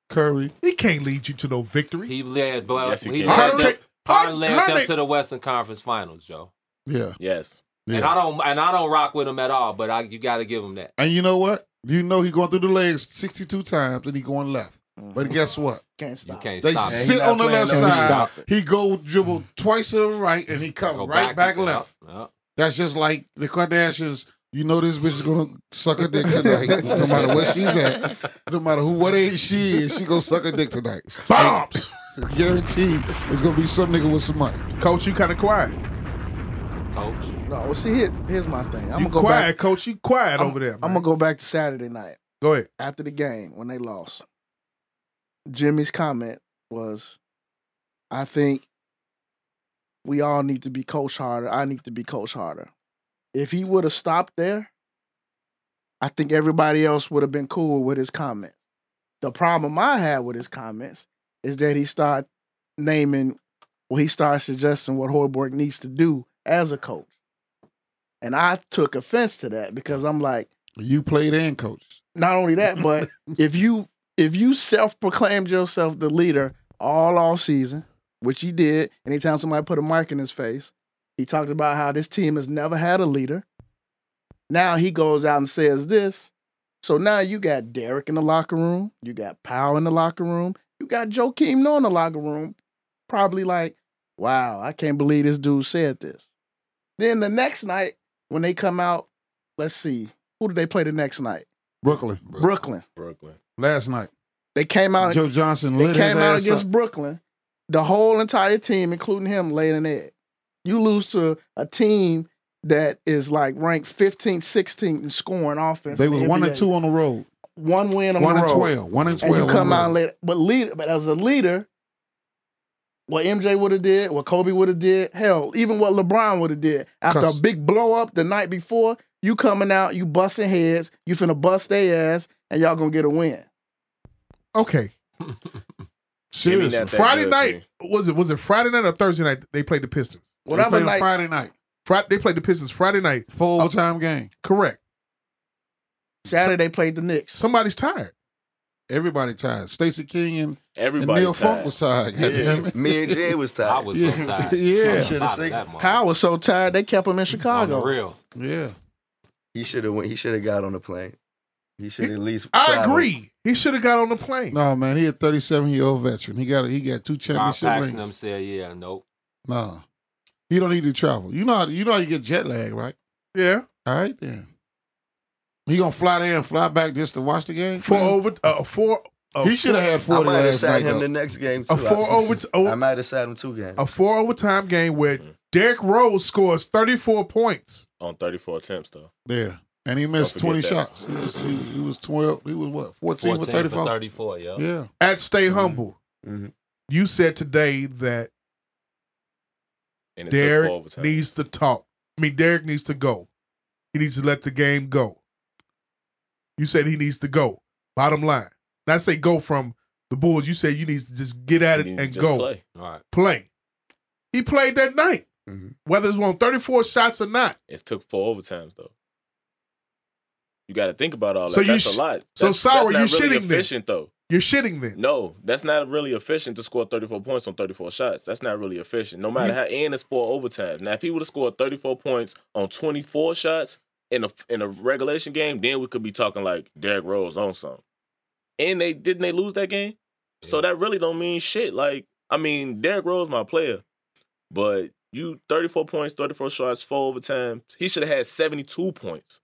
S4: Curry.
S6: He can't lead you to no victory.
S3: He led, but
S8: Yes, he
S3: he
S8: can.
S3: led them,
S6: Harden-
S3: Harden led
S6: Harden-
S3: them to the Western Conference Finals, Joe.
S4: Yeah,
S8: Yes.
S4: yeah.
S3: And I don't and I don't rock with him at all, but I, you got to give him that.
S4: And you know what? You know he going through the legs 62 times and he going left. But guess what?
S1: Mm-hmm. Can't
S3: You
S1: stop.
S3: can't
S4: They
S3: stop.
S10: s-
S3: him.
S4: sit
S10: He not
S4: on the
S10: playing
S4: left
S10: no
S4: side.
S1: stop.
S4: He go dribble twice to the right and he come
S3: Go
S4: right back,
S3: yeah.
S4: left.
S3: Yeah.
S4: That's just like the Kardashians. You know this bitch is gonna suck a dick tonight, no matter where she's at, no matter who what age she is, she gonna suck a dick tonight.
S6: Bombs.
S4: Guaranteed, it's gonna be some nigga with some money.
S6: Coach, you kind of quiet.
S3: Coach.
S1: No, well, see, here, here's my thing. I'm
S6: you
S1: gonna go
S6: quiet,
S1: back.
S6: coach. You quiet
S1: I'm-
S6: over there.
S1: I'm
S6: man.
S1: gonna go back to Saturday night
S6: Go ahead.
S1: after the game when they lost. Jimmy's comment was, "I think we all need to be coach harder. I need to be coach harder. If he would have stopped there, I think everybody else would have been cool with his comment. The problem I had with his comments is that he started naming, well, he started suggesting what Hoiberg needs to do as a coach." And I took offense to that because I'm like,
S4: You played and coached.
S1: not only that, but if you if you self proclaimed yourself the leader all all season, which he did, anytime somebody put a mic in his face, he talked about how this team has never had a leader. Now he goes out and says this. So now you got Derek in the locker room, you got Powell in the locker room, you got Joakim Noah in the locker room, probably like, wow, I can't believe this dude said this. Then the next night, when they come out, let's see, who did they play the next night?
S4: Brooklyn
S1: Brooklyn.
S8: Brooklyn.
S4: last night.
S1: They came out.
S4: Joe Johnson
S1: they
S4: lit
S1: came
S4: his
S1: out
S4: ass
S1: against
S4: up.
S1: Brooklyn. The whole entire team, including him, laid an egg. You lose to a team that is like ranked 15th, 16th in scoring offense.
S4: They
S1: in
S4: was
S1: the
S4: one and
S1: NBA.
S4: two on the road.
S1: One win on
S4: One
S1: the
S4: and
S1: road.
S4: twelve. One and
S1: And
S4: twelve.
S1: you come
S4: on
S1: out
S4: the road.
S1: later, but leader, but as a leader, what MJ would have did, what Kobe would have did, hell, even what LeBron would have did after
S4: Cuss.
S1: a big blow up the night before, you coming out, you busting heads, you finna bust their ass, and y'all gonna get a win.
S6: Okay.
S8: Jimmy
S4: Seriously.
S8: not that
S6: Friday
S8: good,
S6: night
S8: Jimmy.
S6: was it? Was it Friday night or Thursday night? They played the Pistons.
S4: They
S1: Whatever
S4: played
S1: night,
S4: Friday night.
S6: Friday, they played the Pistons Friday night. Uh,
S4: Full overtime game.
S6: Correct.
S1: Saturday they played the Knicks.
S6: Somebody's tired.
S4: Everybody tired. Stacey King and, and
S8: Everybody.
S4: Neil
S8: tired.
S4: Funk was tired. goddamn it.
S10: Me and Jay was
S3: I
S10: tired.
S3: was
S4: Yeah.
S3: so tired.
S4: Yeah.
S3: I'm
S10: Should've
S3: proud of
S10: seen-
S3: that moment.
S1: Powell was so tired they kept him in
S3: On the
S1: Chicago.
S3: real.
S4: Yeah.
S10: He should have went. He should have got on the plane. He should at least.
S6: I
S10: traveled.
S6: agree. He should have got on the plane.
S4: No man, he a 37 year old veteran. He got he got two
S3: Bob
S4: championship
S3: Paxton him
S4: rings.
S3: said, yeah, nope.
S4: Nah, he don't need to travel. You know how you know how you get jet lag, right?
S6: Yeah.
S4: All right then. He gonna fly there and fly back just to watch the game.
S6: Four
S4: Man,
S6: over. Uh, four. Uh,
S4: he should have had
S10: Oh, I
S4: forty
S10: might have
S4: last
S10: sat
S4: night.
S10: him
S4: though.
S10: the next game too.
S6: a four
S10: I,
S6: over. oh.
S10: I might have sat him two games. Mm-hmm.
S6: a four overtime game where Derrick Rose scores thirty four points.
S8: On 34 attempts, though.
S4: Yeah, and he missed
S8: Don't
S4: twenty
S8: forget that.
S4: shots. He was, he, he was twelve. He was what 14,
S3: 14
S4: with
S3: for
S4: thirty four.
S3: 34, yo.
S4: Yeah,
S6: At Stay
S8: Mm-hmm.
S6: Humble,
S10: Mhm.
S6: you said today that
S8: And it took four
S6: Derek
S8: overtime.
S6: needs to talk. I mean, Derek needs to go. He needs to let the game go. You said he needs to go. Bottom line. Not say go from the Bulls. You said you need to just get at
S8: He needs
S6: it
S8: to
S6: and
S8: just
S6: go. Play.
S8: play.
S3: All right.
S6: He played that night. whether it's on 34 shots or not.
S8: Mm-hmm. It took four overtimes though. You got to think about all that.
S6: So you
S8: that's
S6: sh-
S8: a lot.
S6: so
S8: That's-
S6: Sauer,
S8: that's not
S6: you're
S8: really
S6: shitting them.
S8: efficient though.
S6: You're shitting them.
S8: No, that's not really efficient to score 34 points on 34 shots. That's not really efficient. No matter
S6: Mhm.
S8: how, and it's four overtimes. Now, if he would have scored 34 points on 24 shots in a in a regulation game, then we could be talking like Derrick Rose on some. And they didn't they lose that game, so that really don't mean shit. Like I mean, Derrick Rose my player, but you 34 points, 34 shots, four overtimes. He should have had 72 points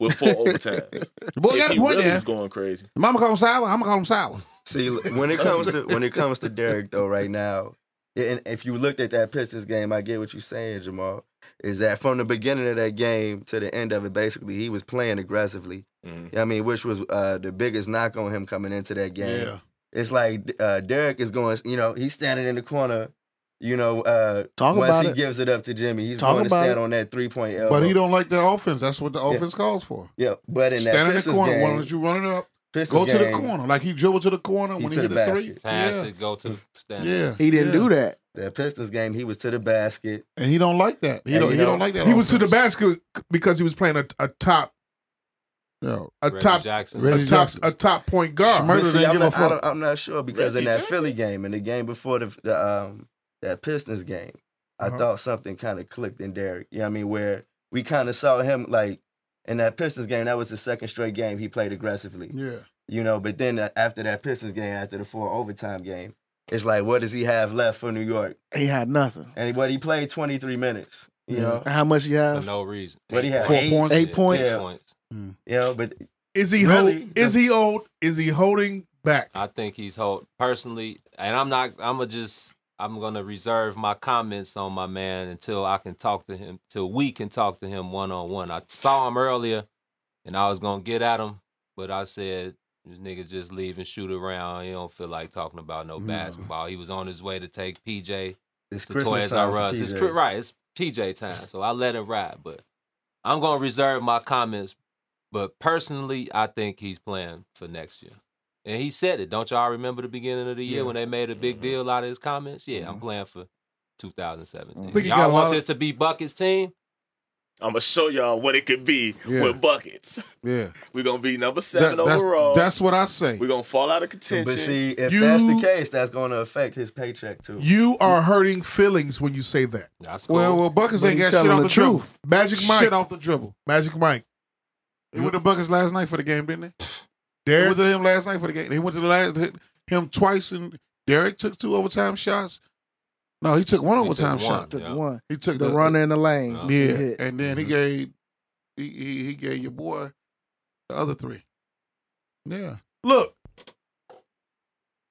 S8: with four overtimes.
S4: boy
S8: If
S4: got a
S8: he
S4: point
S8: really
S4: there.
S8: was going crazy.
S4: Mama call him sour. I'm gonna call him sour.
S10: See, when it comes to when it comes to Derek though, right now, and if you looked at that Pistons game, I get what you're saying, Jamal. Is that from the beginning of that game to the end of it, basically, he was playing aggressively.
S3: Mm-hmm.
S10: You know what I mean, which was uh, the biggest knock on him coming into that game.
S5: Yeah.
S10: It's like uh, Derek is going, you know, he's standing in the corner. You know, uh,
S4: Talk
S10: once
S4: about
S10: he
S4: it.
S10: gives it up to Jimmy, he's
S4: Talk
S10: going to
S4: about
S10: stand
S4: it.
S10: on that three point elbow.
S4: But he don't like the offense. That's what the offense calls for.
S10: Yeah, but in that
S4: Stand in the
S10: Pistons
S4: corner.
S10: game-
S4: Why don't you run it up?
S10: Pistons
S4: go to the
S10: game-
S4: corner. Like he dribbled to the corner
S10: He
S4: when he
S10: to
S4: hit
S10: the
S4: the, three.
S10: basket. Pass
S4: yeah.
S10: it,
S3: go to the stand.
S4: Yeah.
S1: He didn't do that.
S10: That Pistons game, he was to the basket.
S4: And he don't like that.
S10: And you know-
S6: He was to the basket because he was playing a, a top, a
S10: Reggie
S6: top,
S10: Jackson.
S6: a
S10: Reggie
S6: top,
S10: Jackson.
S6: a top point guard.
S10: But see, I'm, not, I don't- I'm not sure because in that Philly game and the game before the, the um that Pistons game, I
S6: Uh-huh.
S10: thought something kind of clicked in Derek. You know what I mean? Where we kind of saw him like in that Pistons game, that was the second straight game he played aggressively.
S6: Yeah.
S10: You know, but then uh, after that Pistons game, after the four overtime game, it's like, what does he have left for New York?
S1: He had nothing.
S10: And but he played 23 minutes. You know,
S1: And How much you have?
S3: no reason.
S10: What he had?
S1: Four points. Eight points.
S10: Yeah. You know, but
S6: Is he
S3: Really?
S6: hold, Is he old? Is he holding back?
S3: I think he's hold personally, and I'm not. I'm gonna just. I'm gonna reserve my comments on my man until I can talk to him. Till we can talk to him one on one. I saw him earlier, and I was gonna get at him, but I said this nigga just leave and shoot around. He don't feel like talking about no
S8: No.
S3: basketball. He was on his way to take PJ
S10: Mm. It's
S3: to
S10: Christmas
S3: Toys
S10: time
S3: R
S10: for
S3: Us. It's
S10: PJ.
S3: cri- right. It's PJ time, so I let it ride. But I'm gonna reserve my comments. But personally, I think he's playing for next year. And he said it. Don't y'all remember the beginning of the year
S5: Yeah.
S3: when they made a big deal out of his comments? Yeah, I'm playing for 2017.
S8: Think he
S3: Y'all
S8: got a
S3: want
S8: lot of-
S3: this to be Buckets team?
S8: I'm gonna show y'all what it could be
S3: Yeah.
S8: with buckets.
S4: Yeah.
S8: We're gonna be number seven
S4: That- that's-
S8: overall.
S4: that's what I say.
S8: We're gonna fall out of contention.
S10: But see, if that's the case, that's going to affect his paycheck too.
S6: You are hurting feelings when you say that.
S3: That's
S4: Well, well, Buckets ain't got shit off the, dribble.
S6: Magic Mike.
S4: Shit off the dribble.
S6: Magic Mike.
S4: He went to
S10: Mm-hmm.
S4: Buckets last night for the game, didn't he?
S6: Derek?
S4: He went to him last night for the game. He went to the last him twice, and Derek took two overtime shots. No, he took one
S1: He took
S4: overtime
S1: one,
S4: shot.
S1: Took yeah. one.
S4: He took Uh,
S1: The runner in the lane.
S4: Yeah,
S1: he hit.
S4: and then he
S1: Mhm.
S4: gave he, he he gave your boy the other three. Yeah,
S6: Look,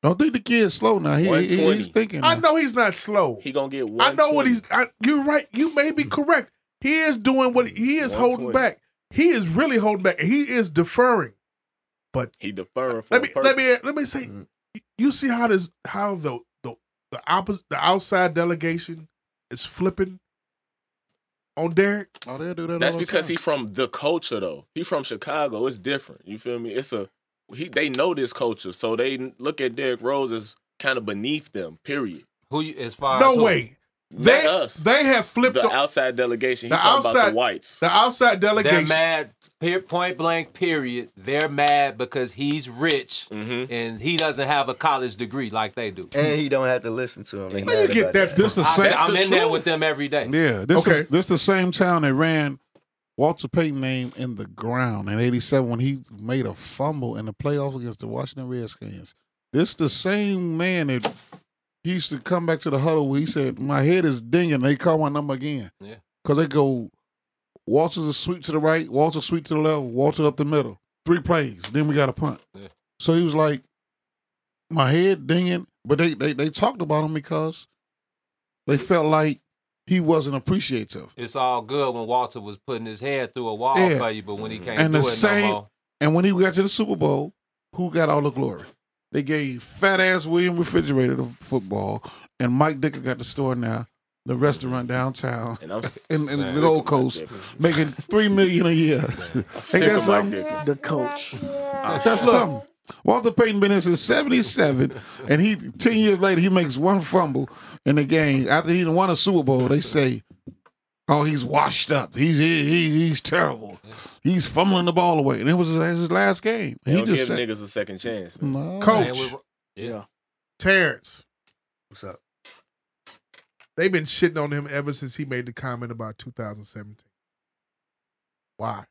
S4: don't think the kid's slow now. He, he- he's
S6: 120.
S4: thinking.
S6: I
S4: now.
S6: know he's not slow.
S8: He gonna get
S6: I know what he's. I, you're right. You may
S4: Mm-hmm.
S6: be correct. He is doing what he is holding
S8: 120.
S6: back. He is really holding back. He is deferring. But
S8: he deferring for
S6: Let
S8: a
S6: me
S8: purpose.
S6: let me let me say.
S4: Mm-hmm.
S6: You see how this how the the the opposite the outside delegation is flipping on Derek.
S4: Oh, they'll do that.
S8: That's because he from the culture though. He from Chicago. It's different. You feel me? It's a he. They know this culture, so they look at Derrick Rose as kind of beneath them. Period.
S3: Who you- as far
S6: No
S3: as who?
S6: way. They
S8: Not us.
S6: they have flipped
S8: the
S6: on-
S8: outside delegation. He's
S6: The
S8: talking about
S6: outside-
S8: the whites.
S6: the outside
S3: They're
S6: delegation.
S3: mad. pe- Point blank. Period. They're mad because he's rich and he doesn't have a college degree like they do.
S10: and he don't have to listen to him.
S4: Where you get that from? This the
S3: I-
S4: same-
S3: I'm in
S4: That's the
S3: there
S4: truth.
S3: with them every day.
S4: Yeah, this is this the same town that ran Walter Payton name in the ground in '87 when he made a fumble in the playoffs against the Washington Redskins. This the same man that he used to come back to the huddle where he said, "My head is dinging." They call my number again.
S3: Yeah.
S4: Cause they go, Walter's a sweep to the right, Walter sweep to the left, Walter up the middle. Three plays, then we got a punt.
S3: Yeah.
S4: So he was like, my head dinging, but they they they talked about him because they felt like he wasn't appreciative.
S3: It's all good when Walter was putting his head through a wall
S4: Yeah.
S3: for you, but when he can't
S4: and
S3: do
S4: the
S3: it
S4: same,
S3: no more,
S4: and when he got to the Super Bowl, who got all the glory? They gave fat ass William Refrigerator the football, and Mike Dicker got the store now, the restaurant downtown,
S8: and I'm s-
S4: in, in
S8: sick
S4: the
S8: of
S4: Gold
S8: Mike
S4: Coast,
S8: Dicker.
S4: making three million a year.
S8: sick of
S4: Ain't that
S8: Mike
S4: something?
S8: Dicker.
S1: The coach.
S4: That's something. Walter Payton been in since '77, and he ten years later he makes one fumble in the game after he done won a Super Bowl. They say Oh, he's washed up. He's he, he, he's terrible. He's fumbling the ball away. And it was his, his last game.
S8: They
S4: he
S8: don't give
S4: said-
S8: niggas a second chance.
S4: No.
S6: Coach.
S1: Yeah.
S6: Terrence.
S10: What's up?
S6: They've been shitting on him ever since he made the comment about 2017. Why?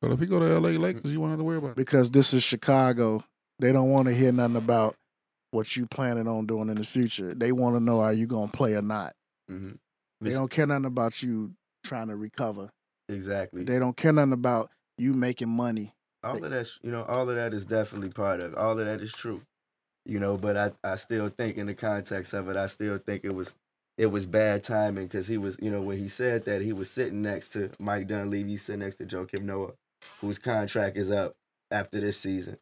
S4: But if he go to L.A.
S10: Mm.
S4: Lakers, you won't have to worry about it.
S1: because this is Chicago. They don't want to hear nothing about what you planning on doing in the future. They want to know are you gonna play or not.
S10: Mhm.
S1: They
S10: This-
S1: don't care nothing about you trying to recover.
S10: Exactly.
S1: They don't care nothing about you making money.
S10: all of that, you know, all of that is definitely part of. it. All of that is true, you know. But I, I still think in the context of it, I still think it was, it was bad timing because he was, you know, when he said that he was sitting next to Mike Dunleavy, sitting next to Joe Kim Noah, whose contract is up after this season,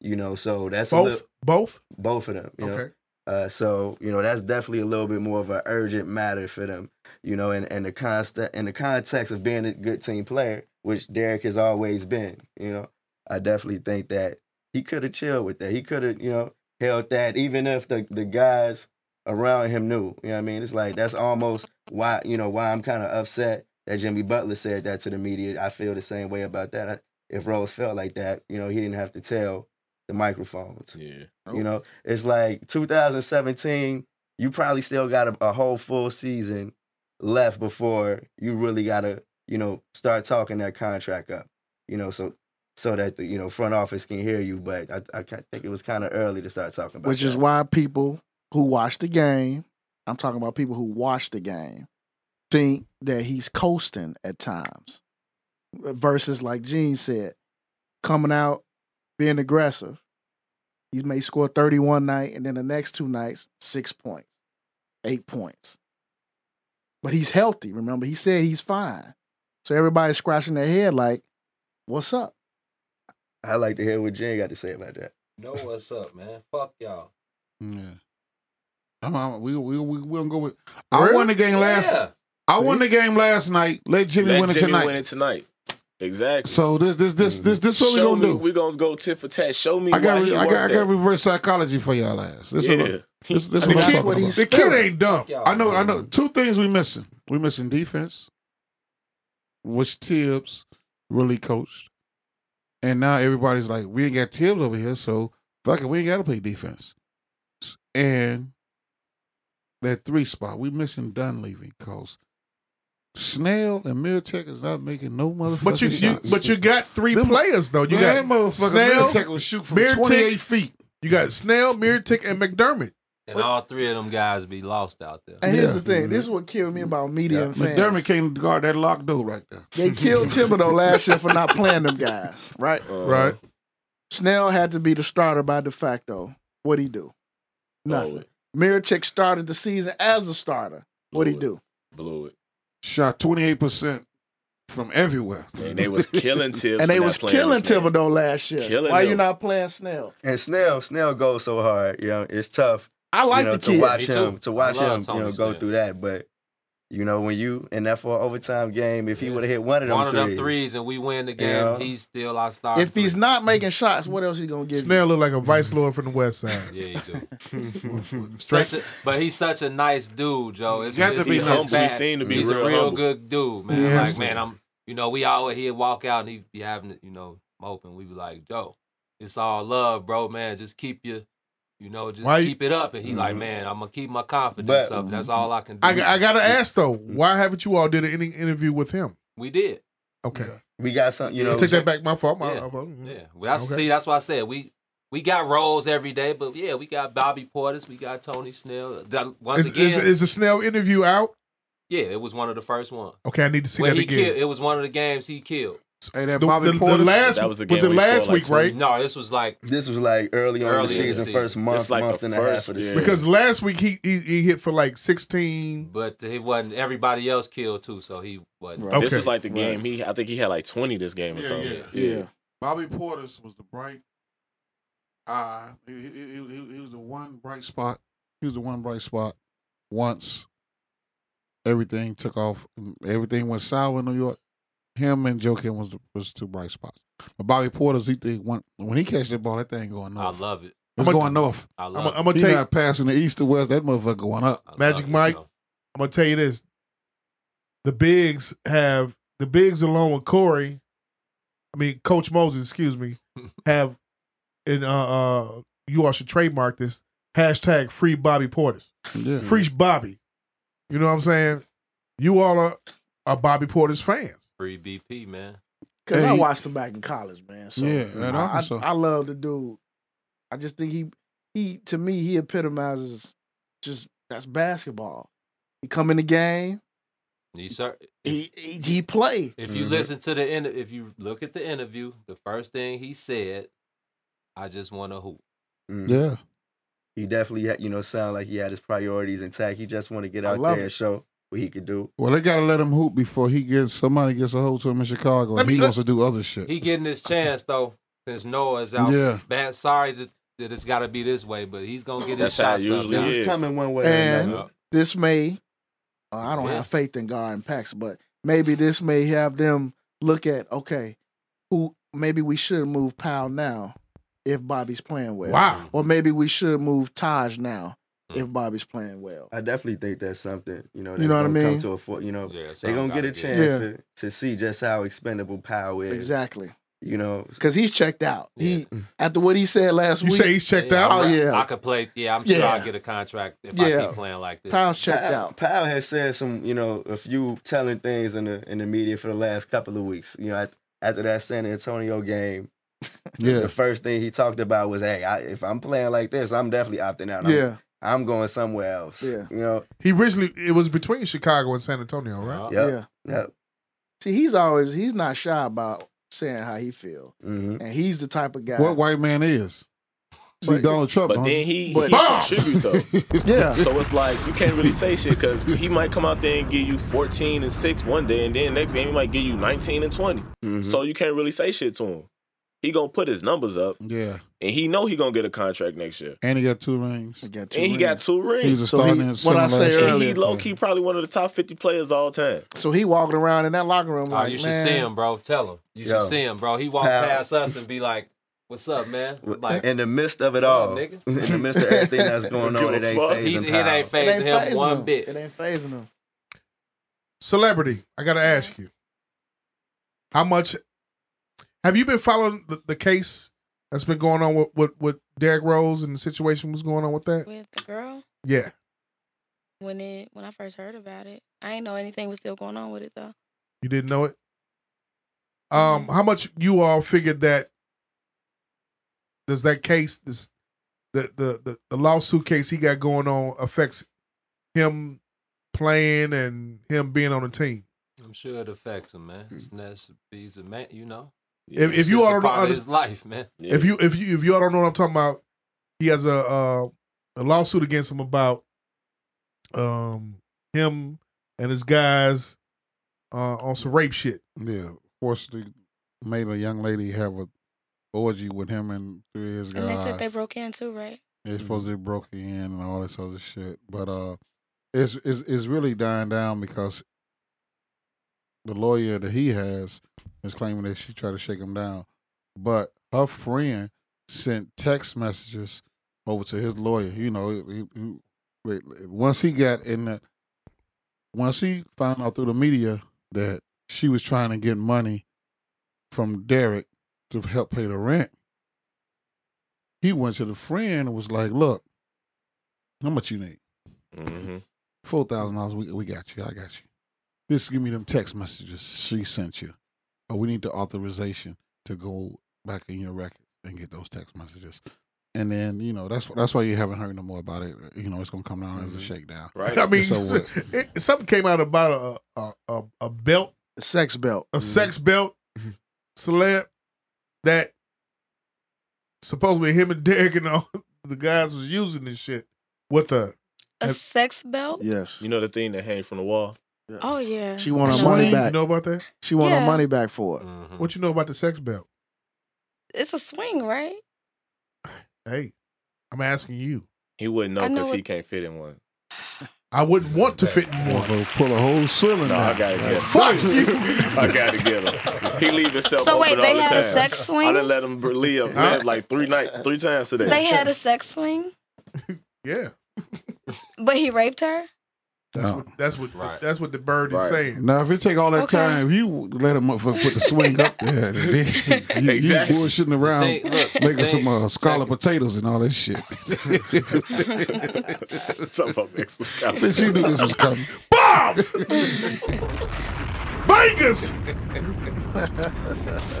S10: you know. So that's a
S6: Both?
S10: little-
S6: Both?
S10: both of them, you know.
S6: Okay.
S10: Uh, so you know that's definitely a little bit more of an urgent matter for them, you know, and, and the constant in the context of being a good team player, which Derek has always been, you know, I definitely think that he could have chilled with that. He could have, you know, held that even if the, the guys around him knew. You know what I mean? It's like that's almost why you know why I'm kind of upset that Jimmy Butler said that to the media. I feel the same way about that. I, if Rose felt like that, you know, he didn't have to tell the microphones.
S8: Yeah.
S10: You know, it's like 2017, you probably still got a, a whole full season left before you really got to, you know, start talking that contract up, you know, so so that the, you know, front office can hear you. But I, I ca- think it was kind of early to start talking about
S1: Which is
S10: that.
S1: why people who watch the game, I'm talking about people who watch the game, think that he's coasting at times. uh, Versus, like Gene said, coming out, being aggressive. He may score 31 night, and then the next two nights, six points, eight points. But he's healthy. Remember, he said he's fine. So everybody's scratching their head like, what's up?
S10: I like to hear what Jen got to say about that.
S3: Know what's up, man? Fuck y'all.
S4: Yeah. I'm, I'm, "Uh-huh, we we we we gonna go with. I
S6: Really?
S4: won the game last.
S3: Yeah.
S4: I won the game last night. Let Jimmy
S8: Let
S4: win it
S8: Jimmy
S4: tonight.
S8: win it tonight. Exactly.
S4: So this this this this this what we
S8: Show
S4: gonna
S8: me,
S4: do.
S8: We're gonna go tit for tat. Show me.
S4: I got
S8: why
S4: re-
S8: he
S4: I
S8: worth
S4: got I got
S8: that.
S4: reverse psychology for y'all ass. This is
S8: Yeah.
S4: what, this, this
S1: I
S4: what
S1: mean,
S4: I'm
S1: that's
S4: talking
S1: what
S4: about.
S1: he's-
S6: The kid ain't dumb.
S3: Y'all,
S4: I know, I
S3: man.
S4: know. Two things we missing. We missing defense, which Tibbs really coached, and now everybody's like, we ain't got Tibbs over here, so fuck it, we ain't got to play defense. S- And that three spot, we missing Dunleavy because Snell and Militech is not making no motherfucking
S6: But you, you
S4: shots.
S6: but you got three
S4: Them-
S6: players though. You got
S4: that motherfucker
S6: Snell,
S4: Militech will shoot from
S6: Milicic-
S4: twenty eight feet.
S6: you got Snell, Mirtic, and McDermott.
S3: And all three of them guys be lost out there.
S1: And here's
S4: Yeah.
S1: the thing. This is
S6: Mm-hmm.
S1: what killed me about media and fans.
S4: McDermott can't guard that locked door right there.
S1: They killed Thibodeau last year for not playing them guys, right? uh,
S6: right.
S1: Snell had to be the starter by de facto. What'd he do?
S8: Blew
S1: Nothing.
S8: it.
S1: Miracek started the season as a starter. What'd he
S8: Blew
S1: do?
S8: Blew it.
S4: shot 28% from everywhere.
S8: And they was killing Tibbs.
S1: And they
S8: for not
S1: was
S8: playing
S1: killing
S8: this man.
S1: Thibodeau last year.
S8: Killing
S1: Why
S8: him.
S1: you not playing Snell?
S10: And Snell, Snell goes so hard, you know, it's tough.
S1: I
S10: you
S1: like
S10: know,
S1: the
S10: to
S1: kid.
S10: watch
S3: Me
S10: him
S3: too.
S10: to watch
S3: I love
S10: him you
S3: Tony
S10: know go
S3: Snell.
S10: through that. But you know when you in that for an overtime game, if he would have hit one of them
S3: One of
S10: threes,
S3: them threes, and we win the game.
S10: Yeah.
S3: He's still our
S8: Ah,
S3: star.
S1: If he's not making shots, what else he gonna give
S6: Snell look like a vice lord from the West Side.
S3: yeah, he do.
S6: Straight-
S3: Such a, but he's such a nice dude, Joe. It's,
S4: You got to
S3: it's
S4: be
S3: not
S4: nice.
S3: bad.
S8: He seem to be
S3: he's
S8: real
S3: a real
S8: humble.
S3: good dude, man.
S4: Yeah.
S3: Like, man, I'm. You know, we all here walk out and he be having, it, you know, moping. We be like, Joe, it's all love, bro, man. Just keep your, you know, just
S6: Why you-
S3: keep it up. And he like, man, I'm gonna keep my confidence
S10: But-
S3: up. That's all I can do.
S6: I, I gotta ask though,
S10: Mm-hmm.
S6: why haven't you all did any interview with him?
S3: we did.
S6: Okay,
S10: we got something. You know,
S6: I take that back. My fault. My,
S3: Yeah.
S6: my-
S3: Yeah. Well, that's,
S6: Okay.
S3: See, that's why I said we we got roles every day, but yeah, we got Bobby Portis, we got Tony Snell. That- once
S6: Is,
S3: again,
S6: is, is the Snell interview out?
S3: yeah, it was one of the first ones.
S6: Okay, I need to see
S3: When
S6: that
S3: he
S6: again.
S3: killed, it was one of the games he killed.
S4: Hey, that
S6: The,
S4: Bobby
S6: the, the
S4: Portis.
S6: last
S8: That was the
S6: was
S8: game
S6: it
S8: where he
S6: last
S8: scored, like,
S6: week, right?
S3: No, this was like
S10: this was like early on in
S3: Early
S10: the season, first
S8: It's
S10: month,
S8: like
S10: month
S8: the
S10: and a
S8: first,
S10: half of the
S8: yeah.
S10: season.
S6: Because last week he, he he hit for like sixteen.
S3: But it wasn't everybody else killed too, so he wasn't.
S1: Right.
S8: This
S6: Okay.
S8: is like the game he. I think he had like twenty this game or
S4: Yeah,
S8: something.
S4: yeah.
S1: you? Yeah.
S4: Bobby Portis was the bright eye. He, he, he- he- he was the one bright spot. He was the one bright spot. Once everything took off, everything went sour in New York. Him and Joe Kim was the, was two bright spots. But Bobby Porter's he think when when he catch that ball, that thing going
S3: I
S4: north.
S3: love it.
S4: It's
S6: I'm gonna-
S4: going north.
S3: I
S6: I'm
S3: love
S6: gonna- I'm
S3: it.
S6: gonna
S4: He
S6: tell you, I'm
S4: not passing the east to west. That motherfucker going up.
S3: I love
S6: Magic
S3: it,
S6: Mike.
S3: Joe.
S6: gonna tell you this. the bigs have the bigs along with Corey. I mean, Coach Moses, excuse me, have and uh, uh you all should trademark this hashtag free Bobby Portis,
S4: Yeah.
S6: free Bobby. You know what I'm saying? You all are, are Bobby Portis fans.
S3: Free BP, man.
S1: Because
S6: Hey,
S1: I
S6: he-
S1: watched him back in college, man. So
S4: Yeah, at
S1: I, I-
S4: Arkansas.
S1: I love the dude. I just think he he to me he epitomizes just that's basketball. He come in the game,
S3: You sir,
S1: he he, he play.
S3: If you
S6: Mm-hmm.
S3: listen to the inter- if you look at the interview, the first thing he said, "I just want to hoop."
S10: Mm.
S4: Yeah.
S10: He definitely, had- you know, sound like he had his priorities intact. He just want to get
S1: I
S10: out
S1: love
S10: there
S1: it.
S10: and show what he could do.
S4: Well, they gotta let him hoop before he gets somebody gets a hold to him in Chicago.
S6: Let
S4: and
S6: me-
S4: he
S6: let-
S4: wants to do other shit.
S3: He getting his chance though, since Noah's out.
S4: Yeah.
S3: Bad. Sorry that, that it's got to be this way, but he's gonna get his
S8: That's how it
S3: shots
S8: usually
S3: up.
S8: is.
S10: It's coming one way or
S1: And
S10: another.
S3: another.
S1: this may uh, I don't
S3: Yeah.
S1: have faith in Gar and Pax, but maybe this may have them look at okay, who maybe we should move Powell now if Bobby's playing well.
S6: Wow.
S1: Or maybe we should move Taj now if Bobby's playing well.
S10: I definitely think that's something, you know, that's
S1: You know what I
S10: gonna
S1: mean?
S10: come to a fore, you know,
S3: Yeah,
S10: they're
S3: something
S10: gonna get
S3: gotta
S10: a
S1: Yeah.
S10: chance to, to see just how expendable power is.
S1: Exactly.
S10: You know,
S1: Because he's checked out. He after what he said last
S6: You
S1: week,
S6: say he's checked
S3: Yeah,
S6: out?
S1: Oh,
S3: I'm-
S1: yeah.
S3: I could play. Yeah, I'm sure
S1: Yeah.
S3: I'll get a contract if I
S1: Yeah.
S3: keep playing like this.
S1: Powell's checked
S10: Powell,
S1: out.
S10: Powell has said some, you know, a few telling things in the in the media for the last couple of weeks. You know, at, after that San Antonio game,
S4: Yeah.
S10: the first thing he talked about was, "Hey, I, if I'm playing like this, I'm definitely opting out. I'm,
S1: Yeah.
S10: I'm going somewhere else."
S1: Yeah.
S10: you know,
S6: He originally it was between Chicago and San Antonio, right?
S3: Uh,
S10: yeah,
S1: Yeah.
S10: yeah.
S1: See, he's always he's not shy about saying how he feel.
S4: Mm-hmm.
S10: hmm
S1: And he's the type of guy.
S4: What white man is? See
S1: But-
S4: Donald Trump.
S8: But
S4: huh?
S8: then he,
S1: But-
S8: he
S6: Bomb!
S8: contributes though.
S1: yeah.
S8: So it's like you can't really say shit because he might come out there and give you 14 and 6 one day, and then next game he might give you 19 and 20.
S4: Mm-hmm.
S8: So you can't really say shit to him. He gonna put his numbers up,
S4: yeah.
S8: and he know he gonna get a contract next year.
S4: And he got two rings.
S1: I got two
S8: And he got
S1: rings.
S8: two
S4: He was
S8: rings.
S4: a
S1: So
S4: starting
S1: he-
S4: in
S1: what
S4: center
S1: I say
S4: last year.
S8: And
S1: earlier.
S8: he low key probably one of the top 50 players all time.
S1: so he walking around in that locker room
S3: Oh,
S1: like,
S3: you should
S1: man,
S3: see him, bro. Tell him. You
S10: Yo.
S3: should see him, bro. He walked
S10: Powell.
S3: past us and be like, "What's up, man?" I'm Like,
S10: in the midst of it
S3: Come
S10: all,
S3: on,
S10: in
S3: nigga.
S10: the midst of everything that's going
S8: Give
S10: on,
S8: a
S10: it ain't
S8: fuck.
S3: he,
S10: phasing
S3: it
S10: Powell.
S3: ain't
S1: it
S3: phasing
S1: ain't
S3: him
S1: phasing
S3: one
S1: him.
S3: bit.
S1: It ain't phasing him.
S6: Celebrity, I gotta ask you, how much have you been following the, the case that's been going on with, with with Derrick Rose and the situation was going on with that?
S9: with the girl
S6: Yeah,
S9: when it when I first heard about it. I ain't know anything was still going on with it though.
S6: you didn't know it. Um, how much you all figured that? Does that case this the the the, the lawsuit case he got going on affects him playing and him being on the team?
S3: I'm sure it affects him, man. That's he's a man, you know.
S6: Hmm. If- if
S3: It's
S6: you
S3: just
S6: all
S3: a
S6: don't
S3: part of
S6: under-
S3: his life, man.
S8: Yeah.
S6: If you if you if y'all don't know what I'm talking about, he has a uh, a lawsuit against him about um him and his guys uh, on some rape shit.
S4: Yeah, forcibly made a young lady have a orgy with him and three of his guys.
S9: And they said they broke in too, right?
S4: They
S3: Mm.
S4: supposed to broke the end and all this other shit, but uh, it's it's it's really dying down because the lawyer that he has is claiming that she tried to shake him down, but her friend sent text messages over to his lawyer. You know, he- he- he- once he got in that, once he found out through the media that she was trying to get money from Derek to help pay the rent, he went to the friend and was like, "Look, how much you need?
S8: Mhm.
S4: Four thousand dollars. We we got you. I got you. Just give me them text messages she sent you. Oh, we need the authorization to go back in your record and get those text messages." And then you know that's that's why you haven't heard no more about it. You know it's gonna come down as a shakedown.
S8: Right.
S6: I mean,
S4: So what?
S6: it, something came out about a a, a, a belt,
S1: The sex belt.
S6: a sex belt, celeb that supposedly him and Derek and all the guys was using this shit with a
S9: A
S6: Have-
S9: sex belt?
S1: Yes.
S8: You know the thing that hang from the wall?
S9: Oh yeah.
S1: She want
S9: I
S1: her
S9: know
S1: money
S9: that.
S1: back.
S6: You know about that?
S1: She want her
S9: Yeah.
S1: money back for it.
S4: Mm-hmm.
S3: Mhm.
S6: What you know about the sex belt?
S9: It's a swing, right?
S6: Hey, I'm asking you.
S8: He wouldn't know
S9: I know
S8: because he
S9: what-
S8: can't fit in one.
S6: I wouldn't want to fit in one.
S4: Gonna pull a whole ceiling.
S8: No, I
S4: out.
S8: gotta get him.
S6: Fuck you.
S8: I gotta get him. He leave himself
S9: So
S8: open
S9: wait,
S8: all
S9: they
S8: the
S9: had
S8: time.
S9: a sex
S8: I
S9: swing?
S8: done let him live, live like three night, three times today.
S9: They had a sex swing,
S6: Yeah.
S9: but he raped her?
S6: That's
S4: No.
S6: what that's what that's what the bird is
S4: Right.
S6: saying.
S4: Now, if it take all that
S6: Okay.
S4: time, if you let a motherfucker put the swing up there, then you,
S6: Exactly.
S4: you bullshitting around,
S6: They- look,
S4: making
S6: they-
S4: some uh, scalloped potatoes and all that shit.
S8: Something about Mexican scallops.
S4: Bitch, you knew this was coming.
S6: Bombs!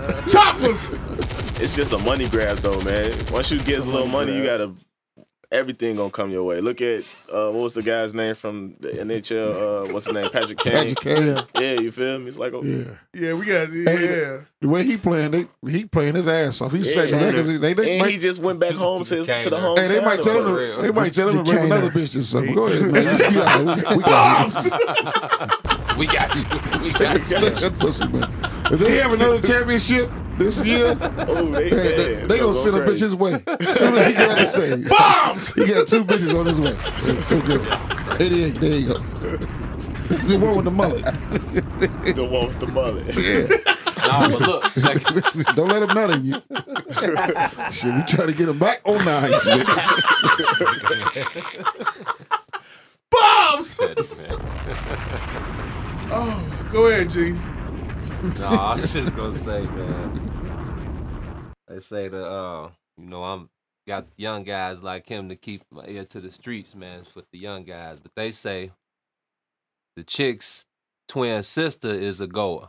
S6: Bakers! Choppers!
S8: It's just a money grab though, man. Once you get a little money, you gotta everything gonna come your way. Look at uh, what was the guy's name from the NHL? Uh, what's his name? Patrick Kane.
S4: Patrick Kane.
S8: Yeah, you feel me? It's like oh. okay.
S4: Yeah.
S6: Yeah, we got yeah.
S4: Hey, The way he playing, they, he playing his ass off. He's setting records. They, they,
S8: and
S4: might-
S8: he just went back home to his, to the home.
S4: Hey, they might tell him. They might tell him to rape another bitch or something. Go ahead, man. You- you got it. We- We got
S3: We
S4: it.
S3: got you. We
S4: Take
S3: got you.
S4: that pussy, man. If they have another championship this year,
S6: Oh,
S8: they,
S4: they, they gonna send a bitch his way. As soon as he get on the stage,
S6: bombs.
S4: He got two bitches on his way. Okay. Eighty-eight. There you go. The one with the mullet.
S8: the one with the mullet.
S4: Yeah.
S3: No, but look.
S4: Don't let him nut in you. Shit, we try to get him back on the ice, bitch.
S6: Bombs!
S3: man.
S6: Oh, go ahead, G.
S3: no, I was just gonna say, man. They say that uh, you know, I'm got young guys like him to keep my ear to the streets, man, for the young guys. But they say the chick's twin sister is a goer,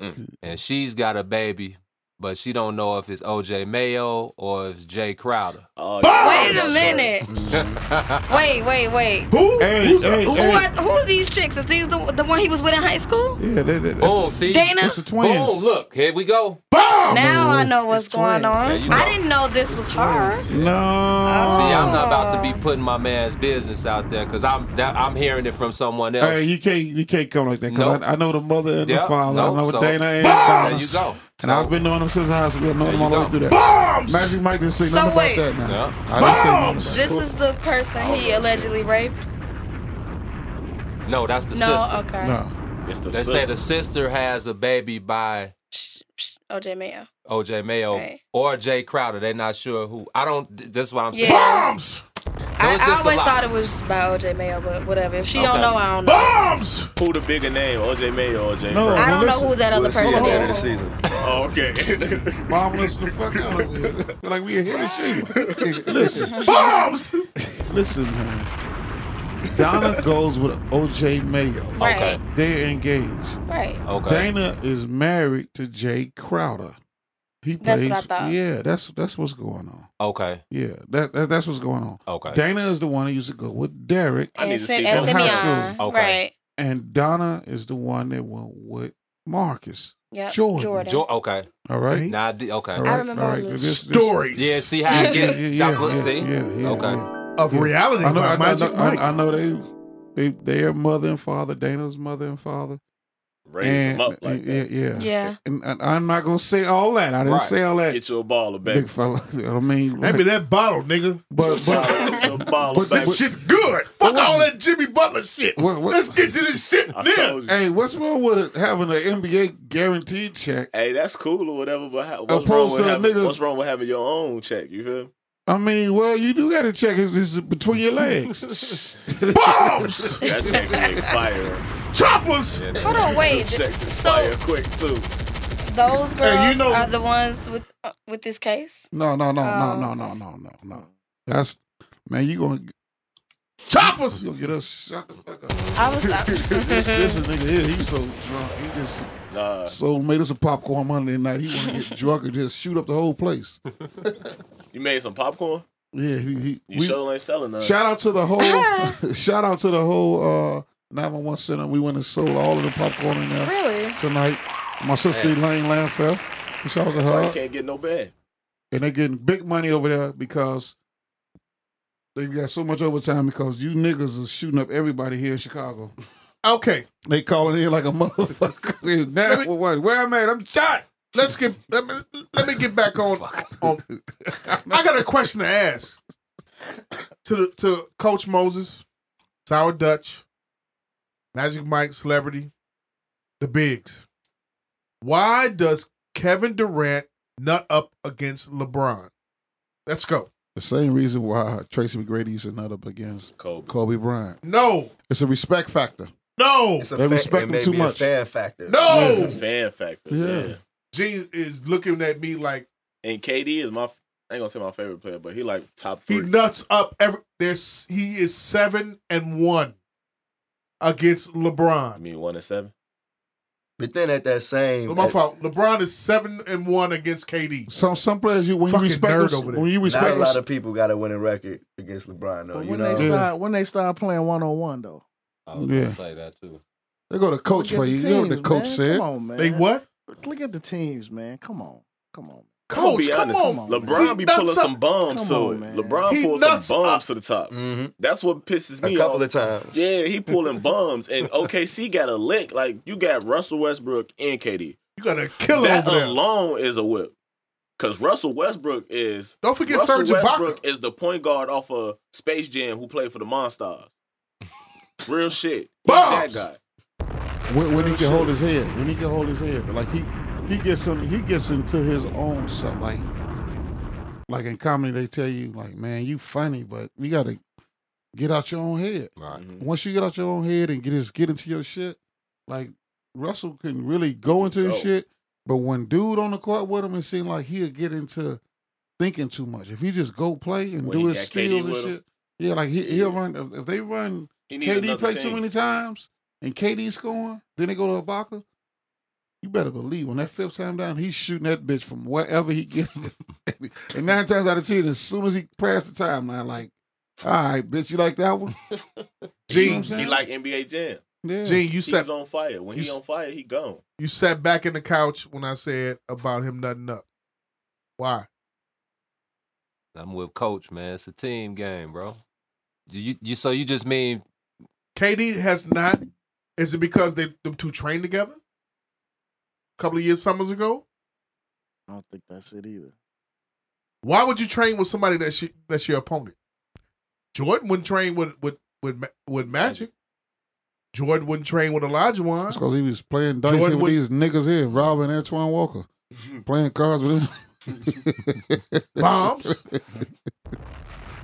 S6: Hmm.
S3: and she's got a baby, but she don't know if it's OJ Mayo or if it's Jay Crowder.
S4: Oh,
S9: Wait a minute. Wait, wait, wait.
S6: Who?
S9: Who's- who, Are, who are these chicks? Is these the, the one he was with in high school?
S4: Yeah, they, they,
S3: Boom, Oh, see?
S9: Dana? It's the twins.
S3: Boom, look, here we go.
S9: Now I know what's going on.
S3: Yeah, you know.
S9: I didn't know this was her.
S4: No.
S3: See, I'm not about to be putting my man's business out there because I'm that, I'm hearing it from someone else.
S4: Hey, you can't you can't come like that because
S3: Nope.
S4: I, I know the mother and
S3: Yeah,
S4: the father.
S3: nope,
S4: I know
S3: so-
S4: Dana and
S3: Boom!
S4: Donna.
S3: There you go.
S4: And I've been knowing them since high school. I've known them all the way through that.
S6: Bombs!
S4: Magic Mike didn't say nothing
S9: wait.
S4: about that now.
S9: This is the person
S3: Oh,
S9: he allegedly raped.
S3: no, that's the
S9: No,
S3: sister.
S9: okay. No.
S8: It's the
S3: they say the sister has a baby by
S9: OJ Mayo.
S3: OJ Mayo
S9: Right.
S3: or Jay Crowder. They're not sure who. I don't. th- This is what I'm saying.
S9: Yeah.
S6: Bombs.
S9: I,
S3: it's just
S9: I
S3: a
S9: always
S3: lie.
S9: thought it was by OJ Mayo, but whatever. If she don't
S8: Okay.
S9: know, I don't know.
S6: Bombs!
S8: Who the bigger name, OJ May or OJ?
S9: No,
S8: Brown?
S9: I don't know listen. who that other
S8: We'll see
S9: person
S8: at the
S9: is.
S8: end of the season. Oh, okay.
S4: Mom, listen the fuck out of it. Like we a hidden shit. Listen,
S6: bombs.
S4: Listen, man. Donna goes with OJ Mayo.
S9: Right.
S4: They're engaged.
S9: Right.
S4: Dana is married to Jay Crowder. He
S9: That's
S4: plays.
S9: what I thought.
S4: Yeah, that's that's what's going on.
S3: Okay.
S4: Yeah, that, that that's what's going on.
S3: Okay.
S4: Dana is the one who used to go with Derek.
S9: I need And to see Sim-
S4: in
S9: and
S4: high
S9: Simeon,
S4: school.
S9: Okay. right.
S4: And Donna is the one that went with Marcus.
S9: Yep,
S4: Jordan.
S9: Jordan.
S3: Jo- okay.
S4: All right.
S3: Now, I did- okay.
S4: All right, I remember all all right. this. This- this- Stories.
S3: Yeah. See how I get.
S4: Yeah, yeah,
S3: got put-
S4: yeah,
S3: see.
S4: yeah, yeah,
S3: okay.
S6: Of reality
S4: I know,
S6: by
S4: I, know- I
S6: Magic
S4: know- I-
S6: Mike.
S4: I know they, they, their mother and father, Dana's mother and father.
S8: Raised them up like
S4: yeah,
S8: that.
S4: yeah,
S8: Yeah.
S4: And, and I'm not gonna say all that. I didn't
S8: Right.
S4: say all that.
S8: Get you a baller, baby.
S4: Big fella. I mean,
S6: Hand me that bottle, nigga.
S4: But
S8: but,
S6: but this shit good. Fuck all that Jimmy Butler shit.
S4: What- what-
S6: Let's get to this shit now.
S4: Hey, what's wrong with it, having an NBA guaranteed check?
S8: Hey, that's cool or whatever, but how, what's, wrong
S4: Opposed
S8: with
S4: to
S8: having,
S4: niggas-
S8: what's wrong with having your own check? You feel me?
S4: I mean, well, you do got to check. It's, it's between your legs.
S6: Bombs!
S8: That check is expiring.
S6: Choppers!
S9: Hold on, wait.
S8: Them checks
S9: So-
S8: expire quick, too.
S9: Those
S8: Hey,
S9: girls
S8: you know-
S9: are the ones with uh, with this case.
S4: No, no, no, no,
S9: Oh,
S4: no, no, no, no, no. That's man, you gonna
S6: choppers.
S4: You gonna get us shut the fuck up.
S9: I was.
S4: this, this is nigga here. He's so drunk. He just
S8: Nah.
S4: so made us a popcorn Monday night. He wanna get drunk and just shoot up the whole place.
S8: You made some popcorn?
S4: Yeah, he. he
S8: You
S4: we-
S8: sure ain't selling none.
S4: Shout out to the whole. shout out to the whole uh, 911 center. We went and sold all of the popcorn in there.
S9: Really?
S4: Tonight, my sister
S8: Man.
S4: Elaine Lanfell. Shout out to
S8: That's why you
S4: her.
S8: can't get no bag.
S4: and they're getting big money over there because they got so much overtime because you niggas are shooting up everybody here in Chicago.
S6: Okay.
S4: They calling in like a motherfucker. They Now, what, where I'm at, I'm shot.
S6: Let's get let me, let me get back on, on. I got a question to ask to the, to Coach Moses, Sour Dutch, Magic Mike, celebrity, the bigs. Why does Kevin Durant nut up against LeBron? Let's go.
S4: The same reason why Tracy McGrady used to nut up against
S8: Kobe,
S4: Bryant.
S6: No,
S4: it's a respect factor.
S6: No,
S4: they respect him too much.
S6: No,
S8: fan factor.
S4: Yeah.
S8: Yeah.
S6: Gene is looking at me like
S8: and KD is my. I ain't gonna say my favorite player, but he like top
S6: he
S8: three.
S6: nuts up every. There's he is seven and one against LeBron.
S8: I mean, one and seven.
S10: But then at that same,
S6: No, my fault. LeBron is seven and one against KD.
S4: Some some players you when
S6: Fucking
S4: you respect
S6: nerd
S4: us-
S6: over there.
S4: when you respect
S10: not a
S4: us-
S10: lot of people got a winning record against LeBron though.
S1: But
S10: You
S1: when
S10: know,
S1: they start when they start playing one on one though.
S3: I was gonna
S4: Yeah.
S3: say that too.
S4: they go to coach
S1: Look at
S4: for
S1: the
S4: you. You know what the
S1: teams,
S4: coach
S1: man.
S4: said.
S1: Come on, man.
S6: They what?
S1: Look at the teams, man. Come on, come on.
S8: I'm gonna
S6: Coach,
S8: be
S6: come
S8: honest.
S6: on.
S1: man.
S8: LeBron
S6: He
S8: be
S6: nuts
S8: pulling
S6: up.
S8: some bombs
S1: Come
S8: to
S1: on,
S8: it.
S1: man.
S8: LeBron
S6: He
S8: pulls some
S6: nuts
S8: bombs
S6: up.
S8: to the top.
S4: Mm-hmm.
S10: Mhm.
S8: That's what pisses
S10: a
S8: me
S10: couple
S8: off.
S10: of times.
S8: Yeah, he pulling bombs, and OKC got a lick. Like you got Russell Westbrook and KD.
S6: You got a killer
S8: that
S6: over there.
S8: alone is a whip. Cause Russell Westbrook is
S6: Don't forget
S8: Russell
S6: Serge
S8: Westbrook
S6: Ibaka.
S8: is the point guard off of Space Jam who played for the Monstars. Real shit. He's that
S6: Bombs.
S8: guy.
S4: When, when he can hold his head, when he can hold his head, but like he he gets in, he gets into his own stuff. Like like in comedy, they tell you like, man, you funny, but you got to get out your own head.
S3: Right.
S8: Mm-hmm.
S4: Once you get out your own head and get his, get into your shit, like Russell can really go into his
S8: Go.
S4: shit. But when dude on the court with him, it seemed like he'll get into thinking too much. If he just go play and
S8: When
S4: do
S8: he got KD
S4: his steals and
S8: with him?
S4: shit, yeah, like he, he'll
S8: Yeah.
S4: run. If, if they run
S8: He needs
S4: KD
S8: another
S4: play
S8: team.
S4: too many times and KD scoring, then they go to Ibaka. You better believe when that fifth time down, he's shooting that bitch from wherever he gets. and nine times out of ten, as soon as he passed the time line, like, all right, bitch, you like that one? You know what
S6: Gene,
S4: I'm saying?
S8: He like NBA Jam.
S4: yeah.
S6: Gene, you
S8: He's
S6: sat
S8: on fire. When
S6: you
S8: he's
S6: s-
S8: on fire, he gone.
S6: you sat back in the couch when I said about him nutting up. Why?
S3: I'm with coach, man. It's a team game, bro. You, you, you so you just mean
S6: KD has not. Is it because they them two trained together? A couple of years, summers ago.
S1: I don't think that's it either.
S6: Why would you train with somebody that's your, that's your opponent? Jordan wouldn't train with with with Ma- with Magic. Jordan wouldn't train with Elijah Wan.
S4: That's because he was playing dice
S6: Jordan
S4: here with
S6: would-
S4: these niggas here, Robin Antoine Walker, playing cards with him.
S6: Bombs.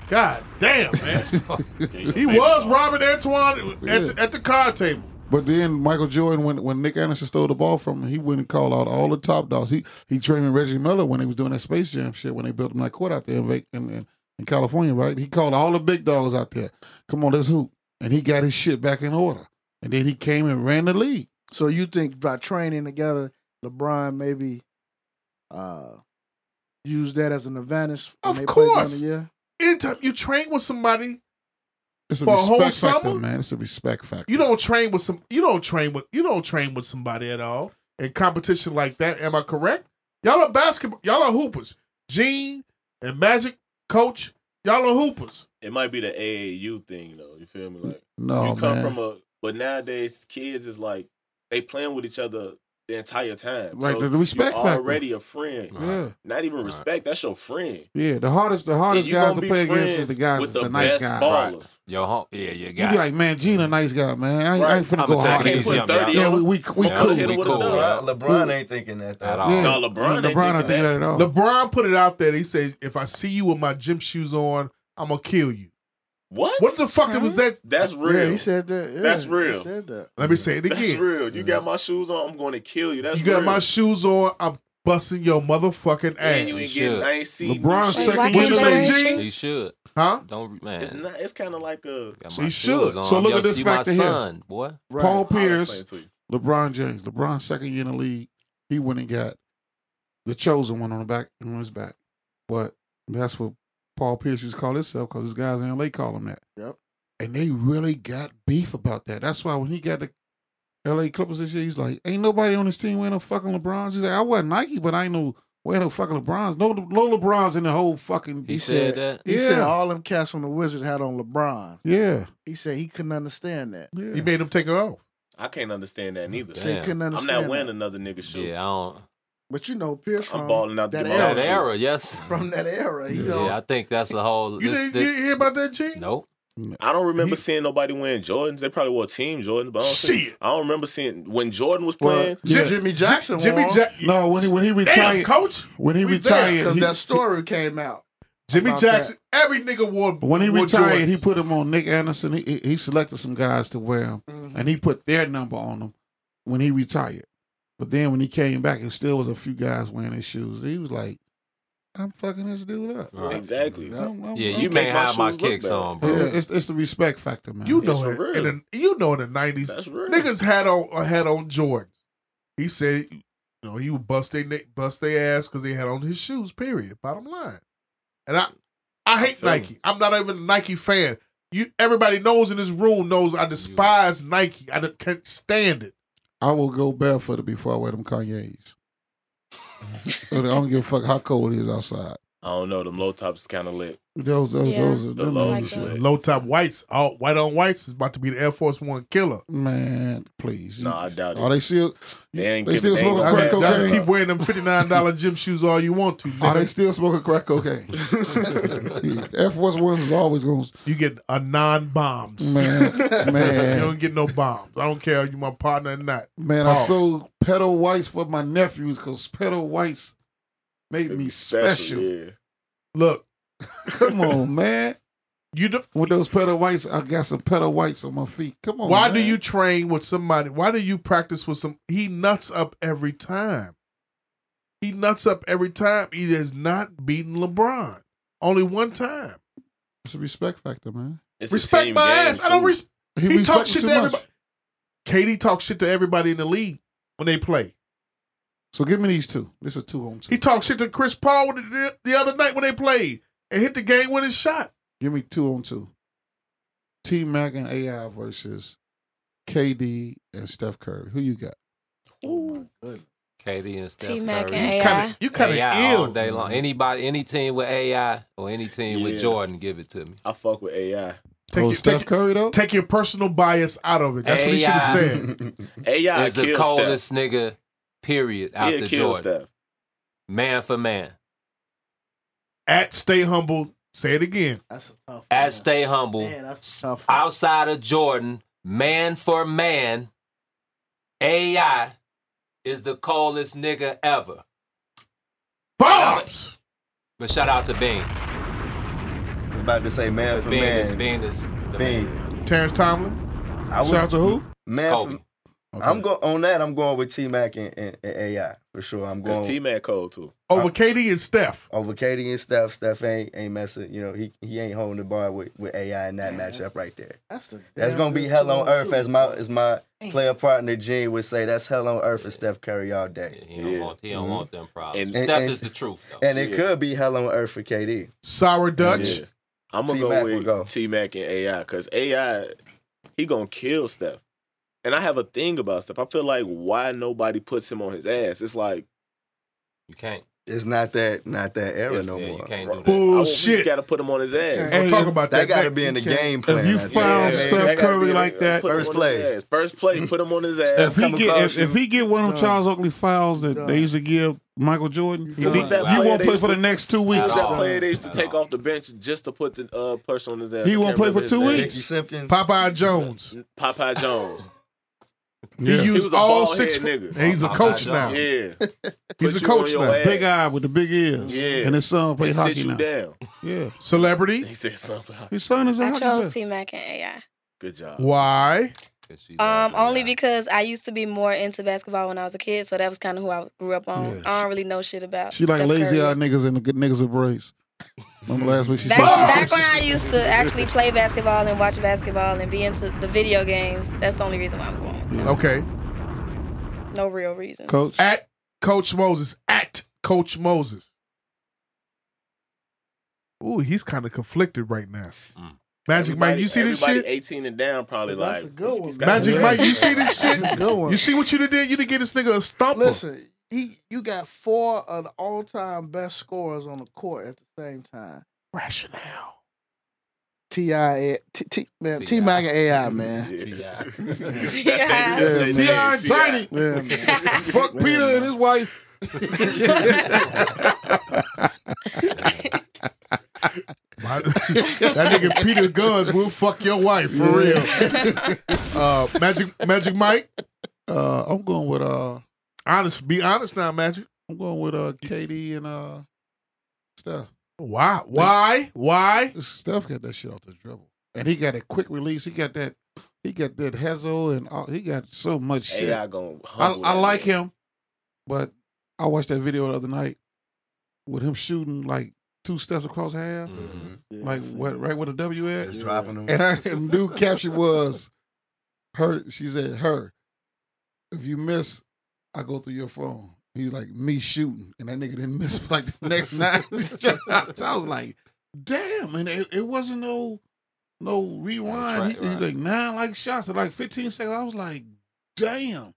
S6: God damn, man. He
S8: He
S6: was Robert Antoine at the, at the card table.
S4: But then Michael Jordan, when, when Nick Anderson stole the ball from him, he wouldn't call out all the top dogs. He he trained with Reggie Miller when they was doing that Space Jam shit when they built him that court out there in, Vac- in, in, in California, right? He called all the big dogs out there. Come on, let's hoop, and he got his shit back in order. And then he came and ran the league.
S1: So you think by training together, LeBron maybe uh use that as an advantage? when
S6: Of
S1: they play during
S6: course.
S1: the year?
S6: Anytime you train with somebody,
S4: It's a
S6: For a
S4: respect
S6: whole
S4: factor,
S6: summer?
S4: man. It's a respect factor.
S6: you don't train with some. You don't train with. You don't train with somebody at all in competition like that. Am I correct? Y'all are basketball. Y'all are hoopers. Gene and Magic, Coach. Y'all are hoopers.
S8: It might be the AAU thing though. You feel me? Like
S4: no
S8: you come
S4: man.
S8: from a but nowadays kids is like they playing with each other the entire time.
S4: Right,
S8: so
S4: the- the respect
S8: you
S4: factor.
S8: already a friend.
S4: yeah,
S8: Not even
S3: Right.
S8: respect, that's your friend.
S4: yeah. The hardest the
S8: And
S4: hardest
S8: you
S4: guys
S8: gonna
S4: to
S8: be
S4: play against
S8: friends
S4: is the guys
S8: with
S4: that's the
S8: the
S4: nice
S8: best
S4: guys.
S8: ballers.
S3: your home. Yeah, you
S4: You
S3: got.
S4: be
S3: it.
S4: like, man, Gene a nice guy, man. I, ain't I ain't finna
S3: I'ma
S4: go
S3: take
S4: hard.
S3: it
S4: with
S3: easy
S8: Put
S4: him.
S3: on
S8: 30
S3: y'all.
S4: Yeah,
S8: on
S4: we
S8: him.
S4: we, we
S3: Yeah,
S4: cool.
S8: hit him
S3: we
S8: with a
S3: cool.
S8: dub.
S10: LeBron, LeBron
S4: Who-
S10: ain't thinking that though.
S3: At all.
S4: Yeah.
S8: No, LeBron ain't
S4: LeBron
S8: thinking that.
S4: at all.
S6: LeBron put it out there. He says, "If I see you with my gym shoes on, I'm gonna kill you."
S8: What?
S6: What the fuck was that?
S8: That's real.
S1: Yeah, he said that. yeah,
S8: That's
S1: he
S8: real.
S1: said that.
S6: Let me say it
S8: That's
S6: again.
S8: real. You got my shoes on. I'm going to kill you. That's
S6: You got
S8: real.
S6: my shoes on. I'm busting your motherfucking
S8: and you
S6: ass.
S8: ain't getting. I ain't seen.
S4: LeBron
S8: shit.
S4: second-
S9: why
S4: What'd you
S9: can't
S4: say,
S9: they-
S6: Gene?
S3: He should.
S6: Huh?
S3: Don't man.
S8: It's not. It's kind of like a.
S3: Got
S4: So
S3: my
S4: you
S3: shoes
S4: should.
S3: on.
S4: So look
S3: Yo,
S4: at this
S3: you my
S4: factor here.
S3: son, boy.
S1: Right.
S4: Paul
S8: I'll
S4: Pierce,
S8: explain it to you.
S4: LeBron James. LeBron second year in the league. He went and got the chosen one on the back on his back. But that's what Paul Pierce used to call himself because his guys in LA call him that.
S1: Yep.
S4: And they really got beef about that. That's why when he got the LA Clippers this year, he's like, ain't nobody on this team wearing no fucking LeBrons. He's like, I wasn't Nike, but I ain't no wearing no fucking LeBrons. No, no LeBrons in the whole fucking.
S3: He said that.
S1: He said
S4: Yeah.
S1: all them cats from the Wizards had on LeBron.
S4: yeah,
S1: He said he couldn't understand that.
S4: yeah.
S6: He made him take her off.
S8: I can't understand that neither.
S1: He said he
S3: Damn.
S1: couldn't
S8: I'm
S1: understand.
S8: not
S1: that.
S8: wearing another nigga's shoe.
S3: Yeah, I don't.
S1: But you know, Pierce
S8: I'm
S1: from
S8: balling out to
S1: that
S8: get my
S1: era.
S3: That era, yes.
S1: from that era. You know,
S3: Yeah, I think that's the whole.
S6: You,
S3: this-
S6: didn't, you
S3: this-
S6: didn't hear about that, Gene?
S3: Nope.
S8: I don't remember
S6: He-
S8: seeing nobody wearing Jordans. They probably wore Team Jordan, but I don't, see,
S6: Shit.
S8: I don't remember seeing when Jordan was
S1: Well,
S8: playing.
S1: Jim-
S4: Yeah.
S1: Jimmy Jackson.
S6: Jimmy
S1: won.
S6: Jack.
S4: No, when he when he
S6: Damn,
S4: retired,
S6: coach.
S4: when he
S6: we there,
S4: retired,
S1: because
S4: he-
S1: that story came out.
S6: Jimmy
S4: about
S6: Jackson,
S4: that.
S6: every nigga wore.
S4: But when he
S6: wore
S4: retired,
S6: Jordans.
S4: he put him on Nick Anderson. He, he- he selected some guys to wear them,
S8: Mm-hmm.
S4: and he put their number on them when he retired. But then when he came back, it still was a few guys wearing his shoes. He was like, "I'm fucking this dude up."
S8: Exactly.
S3: Yeah,
S8: I'm-
S3: you
S8: you make
S3: can't
S8: my
S3: have my
S8: shoes look
S3: kicks um.
S8: better.
S3: on, bro.
S4: Yeah, it's, it's the respect factor, man.
S6: You
S8: It's
S6: know, it.
S8: real.
S6: In the, you know, in the nineties,
S8: That's real.
S6: niggas had on uh, had on Jordans. He said, you know, he would bust their neck- bust their ass because they had on his shoes. Period. Bottom line. And I, I hate
S8: feel
S6: Nike. I'm not even a Nike fan. You, everybody knows in this room knows I despise Nike. I don't- can't stand it.
S4: I will go barefooted before I wear them Kanye's. I don't give a fuck how cold it is outside.
S8: I don't know. Them low tops kind of lit.
S4: Those, those,
S9: Yeah.
S4: those, are
S8: The
S4: them
S8: lows
S4: is-
S8: is lit.
S6: Low top whites, all white on whites is about to be the Air Force One killer.
S4: man. Please,
S8: No, I doubt
S4: Are
S8: it.
S4: they still?
S8: They ain't
S4: they still
S8: giving- they
S4: smoking
S8: ain't
S4: crack
S8: gonna
S6: Y'all
S8: pass
S4: cocaine.
S8: that
S6: keep wearing them fifty nine dollar gym shoes all you want to.
S4: Are they
S6: nigga.
S4: still smoking crack cocaine? Air Force Ones is always going to,
S6: You get a non bombs.
S4: man,
S6: You
S4: man,
S6: don't get no bombs. I don't care if you my partner or not.
S4: man. I
S6: Pause.
S4: sold pedal whites for my nephews because pedal whites made me special.
S8: Yeah.
S6: Look,
S4: Come on, man.
S6: you do,
S4: With those pedal whites, I got some pedal whites on my feet. Come on.
S6: why
S4: man.
S6: do you train with somebody? Why do you practice with some? He nuts up every time. He nuts up every time. He has not beaten LeBron. Only one time.
S4: It's a respect factor, man.
S8: It's a
S6: Respect
S8: team
S6: my
S8: game,
S6: ass. I don't
S8: too.
S6: respect. He,
S4: respect
S6: talks shit
S4: me too
S6: to
S4: much.
S6: everybody. KD talks shit to everybody in the league when they play.
S4: So give me these two. This is a two on two.
S6: He talks shit to Chris Paul with the, the other night when they played and hit the game winning shot.
S4: Give me two on two. T Mac and AI versus KD and Steph Curry. Who you got?
S3: KD and Steph
S9: T-Mac
S3: Curry.
S9: and
S6: You
S9: AI.
S6: kinda- You kind of
S3: AI all
S6: ill.
S3: day long. Anybody, any team with AI or any team with
S8: Yeah.
S3: Jordan, give it to me.
S8: I fuck with AI.
S6: Take
S4: oh,
S6: your-
S4: Steph
S6: take
S4: Curry though.
S6: Take your personal bias out of it. That's what he should have
S3: AI.
S6: said.
S8: AI
S3: Is the
S8: kills
S3: coldest nigga, period,
S8: Steph.
S3: after
S8: Yeah,
S3: Jordan.
S8: kills Steph.
S3: Man for man.
S6: At stay humble. Say it again.
S1: That's a tough.
S3: At
S1: one.
S3: Stay Humble,
S1: Man, that's a tough. one.
S3: outside of Jordan, man for man, AI is the coldest nigga ever.
S6: Bombs.
S3: But shout out to Bean.
S10: I was about to say man
S3: Because
S10: for
S3: Bean is
S10: man.
S3: Bean is the
S10: Bean.
S3: man.
S6: Terrence Tomlin.
S10: I would-
S4: Shout out to who?
S10: Man for-
S3: Kobe.
S10: I'm going on that. I'm going with T Mac and, and, and AI for sure. I'm going Uh,
S8: Because T Man cold too.
S6: Over KD and Steph.
S10: over Katie and Steph. Steph ain't ain't messing. You know he he ain't holding the bar with, with AI in that
S1: Man,
S10: matchup right there.
S1: That's, the
S10: That's
S1: damn
S10: gonna be
S1: good
S10: hell on
S1: two-on-two.
S10: earth as my as my player partner Gene would say. That's hell on earth for Steph Curry all day.
S3: He don't,
S8: Yeah.
S3: want, he don't want them problems.
S8: And-
S3: Steph
S10: and-
S3: is the truth, though.
S10: And it could be hell on earth for KD.
S6: Sour Dutch.
S8: Yeah. I'm gonna
S10: T-Mac
S8: go
S10: will go.
S8: with T Mac and AI because AI he gonna kill Steph. And I have a thing about Steph. I feel like why nobody puts him on his ass. It's like
S3: you can't.
S10: It's not that not that era
S3: Yes,
S10: no
S3: yeah, you
S10: more.
S3: can't do that.
S8: I, you
S6: Bullshit.
S8: gotta put him on his ass.
S6: We'll
S4: Hey,
S6: talk
S4: if-
S6: about
S10: That
S6: that.
S10: gotta
S6: next.
S10: be in the
S4: can't-
S10: game plan.
S4: if you
S10: I think.
S4: found
S10: Yeah,
S4: Steph
S8: that gotta
S4: Curry
S8: be-
S4: like that-
S8: put him
S10: First
S8: on
S10: play.
S8: his ass. First play, put him on his ass.
S4: If he
S10: Come
S4: get
S10: across
S4: if, if he get one of them
S1: Done.
S4: Charles Oakley fouls that
S1: Done.
S4: they used to give Michael Jordan,
S1: Done.
S4: you,
S1: He's that
S4: you
S8: player
S4: won't
S8: they
S4: play
S8: used
S4: for
S8: to-
S4: the next two
S8: He was
S4: weeks.
S3: At
S8: that
S3: all.
S8: player they used to
S3: At
S8: take
S3: all.
S8: off the bench just to put the uh, person on his ass.
S4: He
S8: I
S4: won't
S8: can't
S4: play
S8: remember
S4: for
S8: his
S4: two
S8: name.
S4: weeks.
S10: Ricky Simpkins.
S6: Popeye Jones.
S8: Popeye Jones.
S4: Yeah.
S6: He
S8: He
S6: used
S8: was a
S6: all
S8: bald-headed
S6: six.
S8: nigga.
S6: and he's a
S3: Popeye
S6: coach
S3: Jones.
S6: now.
S8: yeah,
S6: He's
S8: Put
S6: a
S8: you on
S6: coach
S8: your
S6: now.
S8: ass.
S4: Big eye with the big ears.
S8: Yeah.
S4: And his son play
S8: they sit
S4: hockey
S8: you
S4: now.
S8: down.
S4: Yeah.
S6: Celebrity.
S8: He said something.
S4: His son is a
S9: I
S4: hockey
S9: chose T
S4: player.
S9: Mac and AI.
S8: Good job.
S6: Why?
S3: 'Cause she
S9: Um,
S3: loved
S9: only
S3: AI.
S9: because I used to be more into basketball when I was a kid, so that was kind of who I grew up on.
S4: Yeah.
S9: I don't really know shit about.
S4: She like
S9: Steph
S4: lazy
S9: Curry.
S4: eyed niggas and the good niggas with braids. Remember last week she
S9: Back,
S4: said
S9: back
S4: she
S9: when I used to actually play basketball and watch basketball and be into the video games, that's the only reason why I'm going.
S6: Okay.
S9: No real reasons.
S4: coach.
S6: At Coach Moses. At Coach Moses. Ooh, he's kind of conflicted right now. Magic Mike, you see this
S8: Everybody
S6: shit?
S8: 18 and down probably
S1: That's a
S8: like.
S1: good one.
S8: these guys-
S6: Magic
S4: Yeah.
S6: Mike, you see this shit?
S1: That's a good one.
S6: You see what you done did? You done get this nigga a stumper.
S1: Listen, he you got four of the all time best scorers on the court at the same time.
S6: rationale.
S1: Ti A- T T man
S3: T.I.
S1: T Mac and AI man.
S8: Yeah.
S9: Yeah.
S8: That's
S1: Yeah,
S8: they
S1: man.
S8: name,
S4: T.I. Tiny.
S1: Yeah, man.
S4: Fuck Peter and his wife.
S6: My- that nigga Peter Guns will fuck your wife for real. Uh, Magic Magic Mike,
S4: Uh, I'm going with uh
S6: honest, be honest now, Magic.
S4: I'm going with uh KD and uh Steph.
S6: Why? Why? Why?
S4: Steph got that shit off the dribble, and he got a quick release. He got that. He got that Hezzo, and all, he got so much shit.
S8: AI gonna
S4: I,
S8: humble
S4: I
S8: that
S4: like
S8: nigga.
S4: him, but I watched that video the other night with him shooting like two steps across half,
S3: Mm-hmm.
S8: Mm-hmm.
S4: like what right where the W at,
S10: Just dropping them.
S4: And I and new caption was her. She said her. If you miss, I go through your phone. He's like me shooting, and that nigga didn't miss for like the next nine shots. I was like, damn, and it, it wasn't no no rewind.
S3: Right,
S4: he, he
S3: right.
S4: like nine like shots in like fifteen seconds. I was like, damn,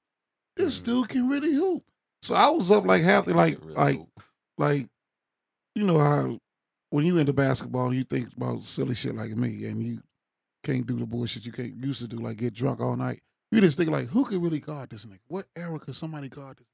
S4: this
S3: Mm-hmm.
S4: dude can really hoop. So I was up like half the like
S3: Really
S4: like
S3: cool.
S4: like you know how when you into basketball you think about silly shit like me and you can't do the bullshit you can't used to do like get drunk all night you just think like who could really guard this nigga what era could somebody guard this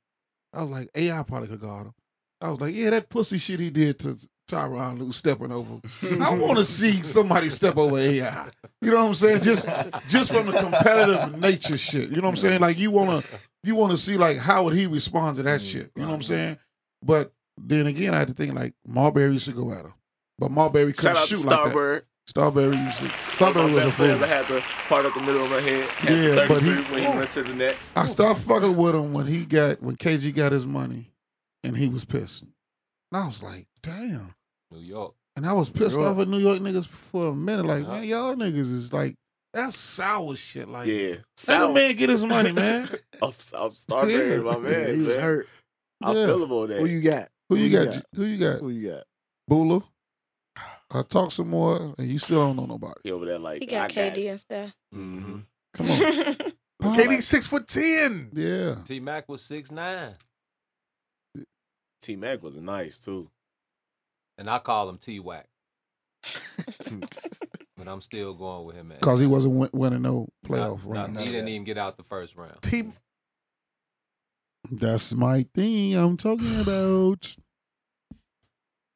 S4: i was like ai probably could guard him i was like yeah that pussy shit he did to Tyron Lue stepping over. him. I want to see somebody step over AI. You know what I'm saying? Just just from the competitive nature shit. You know what I'm saying? Like you wanna you wanna see like how would he respond to that shit. You know what I'm saying? But then again, I had to think like Marbury used to go at him, but Marbury couldn't
S8: Shout out to
S4: shoot like that.
S8: Starbird.
S4: Starberry used to.
S8: One of
S4: Starberry
S8: my
S4: was a
S8: best players. I
S4: fool.
S8: had the part up the middle of my head. Had
S4: Yeah,
S8: the
S4: but
S8: 33
S4: he-
S8: when he went to the next.
S4: I stopped fucking with him when he got when KG got his money, and he was pissed. And I was like, damn.
S3: New York.
S4: And I was pissed
S1: York.
S4: off at New York niggas for a minute. Like,
S3: Yeah.
S4: man, y'all niggas is like that's sour shit. Like,
S8: Yeah.
S4: let the
S8: Sound
S4: man get his money, man.
S8: I'm, I'm Starberry, my man.
S1: Yeah, he was
S8: man.
S1: hurt.
S8: I
S4: Yeah.
S8: feel about that.
S1: Who you got?
S4: Who you got?
S1: got?
S4: G- Who you got?
S1: Who you got?
S4: Bula. I talk some more, and you still don't know nobody.
S8: He over there like
S9: He got
S8: I got
S9: KD and stuff.
S8: Mm-hmm.
S4: Come on, Paul.
S6: KD six foot ten.
S4: Yeah.
S3: T Mac was six nine,
S8: T Mac was nice too.
S3: and I call him T Wack. but I'm still going with him. at-
S4: Because he wasn't win- winning no
S3: No,
S4: playoff
S3: no,
S4: round.
S3: he didn't e-, even get out the first round.
S6: T
S4: That's my thing I'm talking about.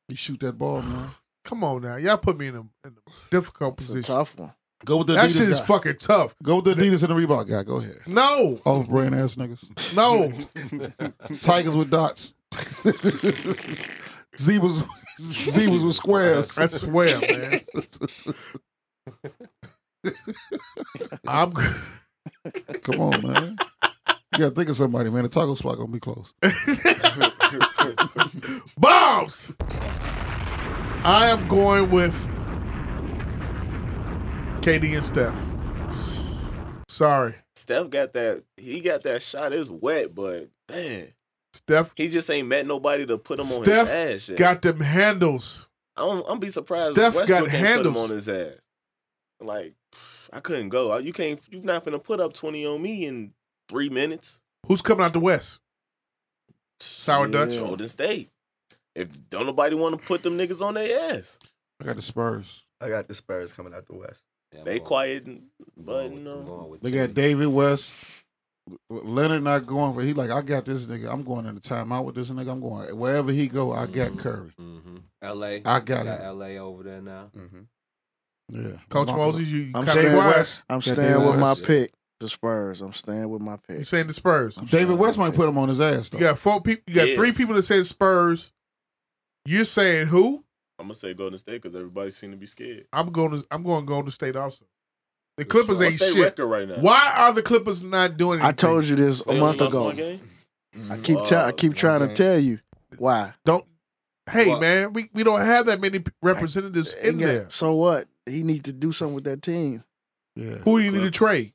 S4: You shoot that ball, man.
S6: Come on now, y'all put me in a, in a difficult
S1: It's a
S6: position.
S1: tough one.
S4: Go with the
S6: That
S4: Adidas
S6: shit is
S4: guy.
S6: fucking tough.
S4: Go with the Adidas and the Reebok guy. Go ahead.
S6: No,
S4: Off brand ass niggas.
S6: no,
S4: Tigers with dots. Zebras, zebras with squares.
S6: I swear, man. I'm
S4: Come on, man. You gotta think of somebody, man. The taco spot gonna be close.
S6: bombs. I am going with KD and Steph. Sorry,
S8: Steph got that. He got that shot. It's wet, but man,
S6: Steph
S8: he just ain't met nobody to put him on
S6: Steph
S8: his ass. Yet.
S6: got them handles.
S8: I'm, I'm be surprised.
S6: Steph
S8: Steph
S6: got
S8: Westbrook got handles
S6: handles.
S8: put him on his ass. Like I couldn't go. You can't. You're not gonna put up twenty on me in three minutes.
S6: Who's coming out the West? Sour
S1: Yeah.
S6: Dutch.
S8: Golden State. If don't nobody want to put them niggas on their ass,
S4: I got the Spurs.
S10: I got the Spurs coming out the West.
S3: Yeah, I'm
S8: they
S3: going-
S8: quiet. uh,
S3: I'm
S8: But
S3: going with-
S8: you
S3: I'm
S8: know,
S3: going with
S4: They
S3: T.
S4: got David West. Leonard not going for he like I got this nigga. I'm going in the timeout with this nigga. I'm going wherever he go. I got
S3: Mhm.
S4: Curry.
S3: Mhm. L.A.
S4: I got
S3: got
S4: it.
S3: L.A. over there now.
S10: Mm-hmm.
S4: Yeah,
S6: Coach
S4: Lock
S6: Moses, you, you
S1: I'm
S6: kind
S1: staying
S6: of wise.
S1: with. I'm
S4: Gotta
S1: staying
S4: be
S1: with my
S4: wise.
S1: pick. The Spurs. I'm staying with my
S6: You
S1: pick.
S6: saying the Spurs?
S1: I'm
S4: David
S1: staying with
S4: West might
S1: my
S4: put him on his ass though.
S6: You got four people. You got
S8: Yeah.
S6: three people that said Spurs. You're saying who?
S8: I'm gonna say Golden State because everybody seem to be scared.
S6: I'm going to. I'm going to Golden State also. The
S3: Good
S6: Clippers
S3: choice.
S6: ain't
S8: What's their
S6: shit.
S8: record right now?
S6: Why are the Clippers not doing
S1: pick.
S6: it?
S1: I told you this a
S8: They only
S1: month
S8: lost
S1: ago.
S8: one game? Mm-hmm. Uh,
S1: I keep te- I keep
S10: Wow.
S1: trying to
S10: Okay.
S1: tell you why.
S6: Don't. Hey
S3: What?
S6: man, we, we don't have that many p- representatives in
S1: He got-
S6: there.
S1: So what? He need to do something with that team.
S4: Yeah,
S6: Who do you need to trade?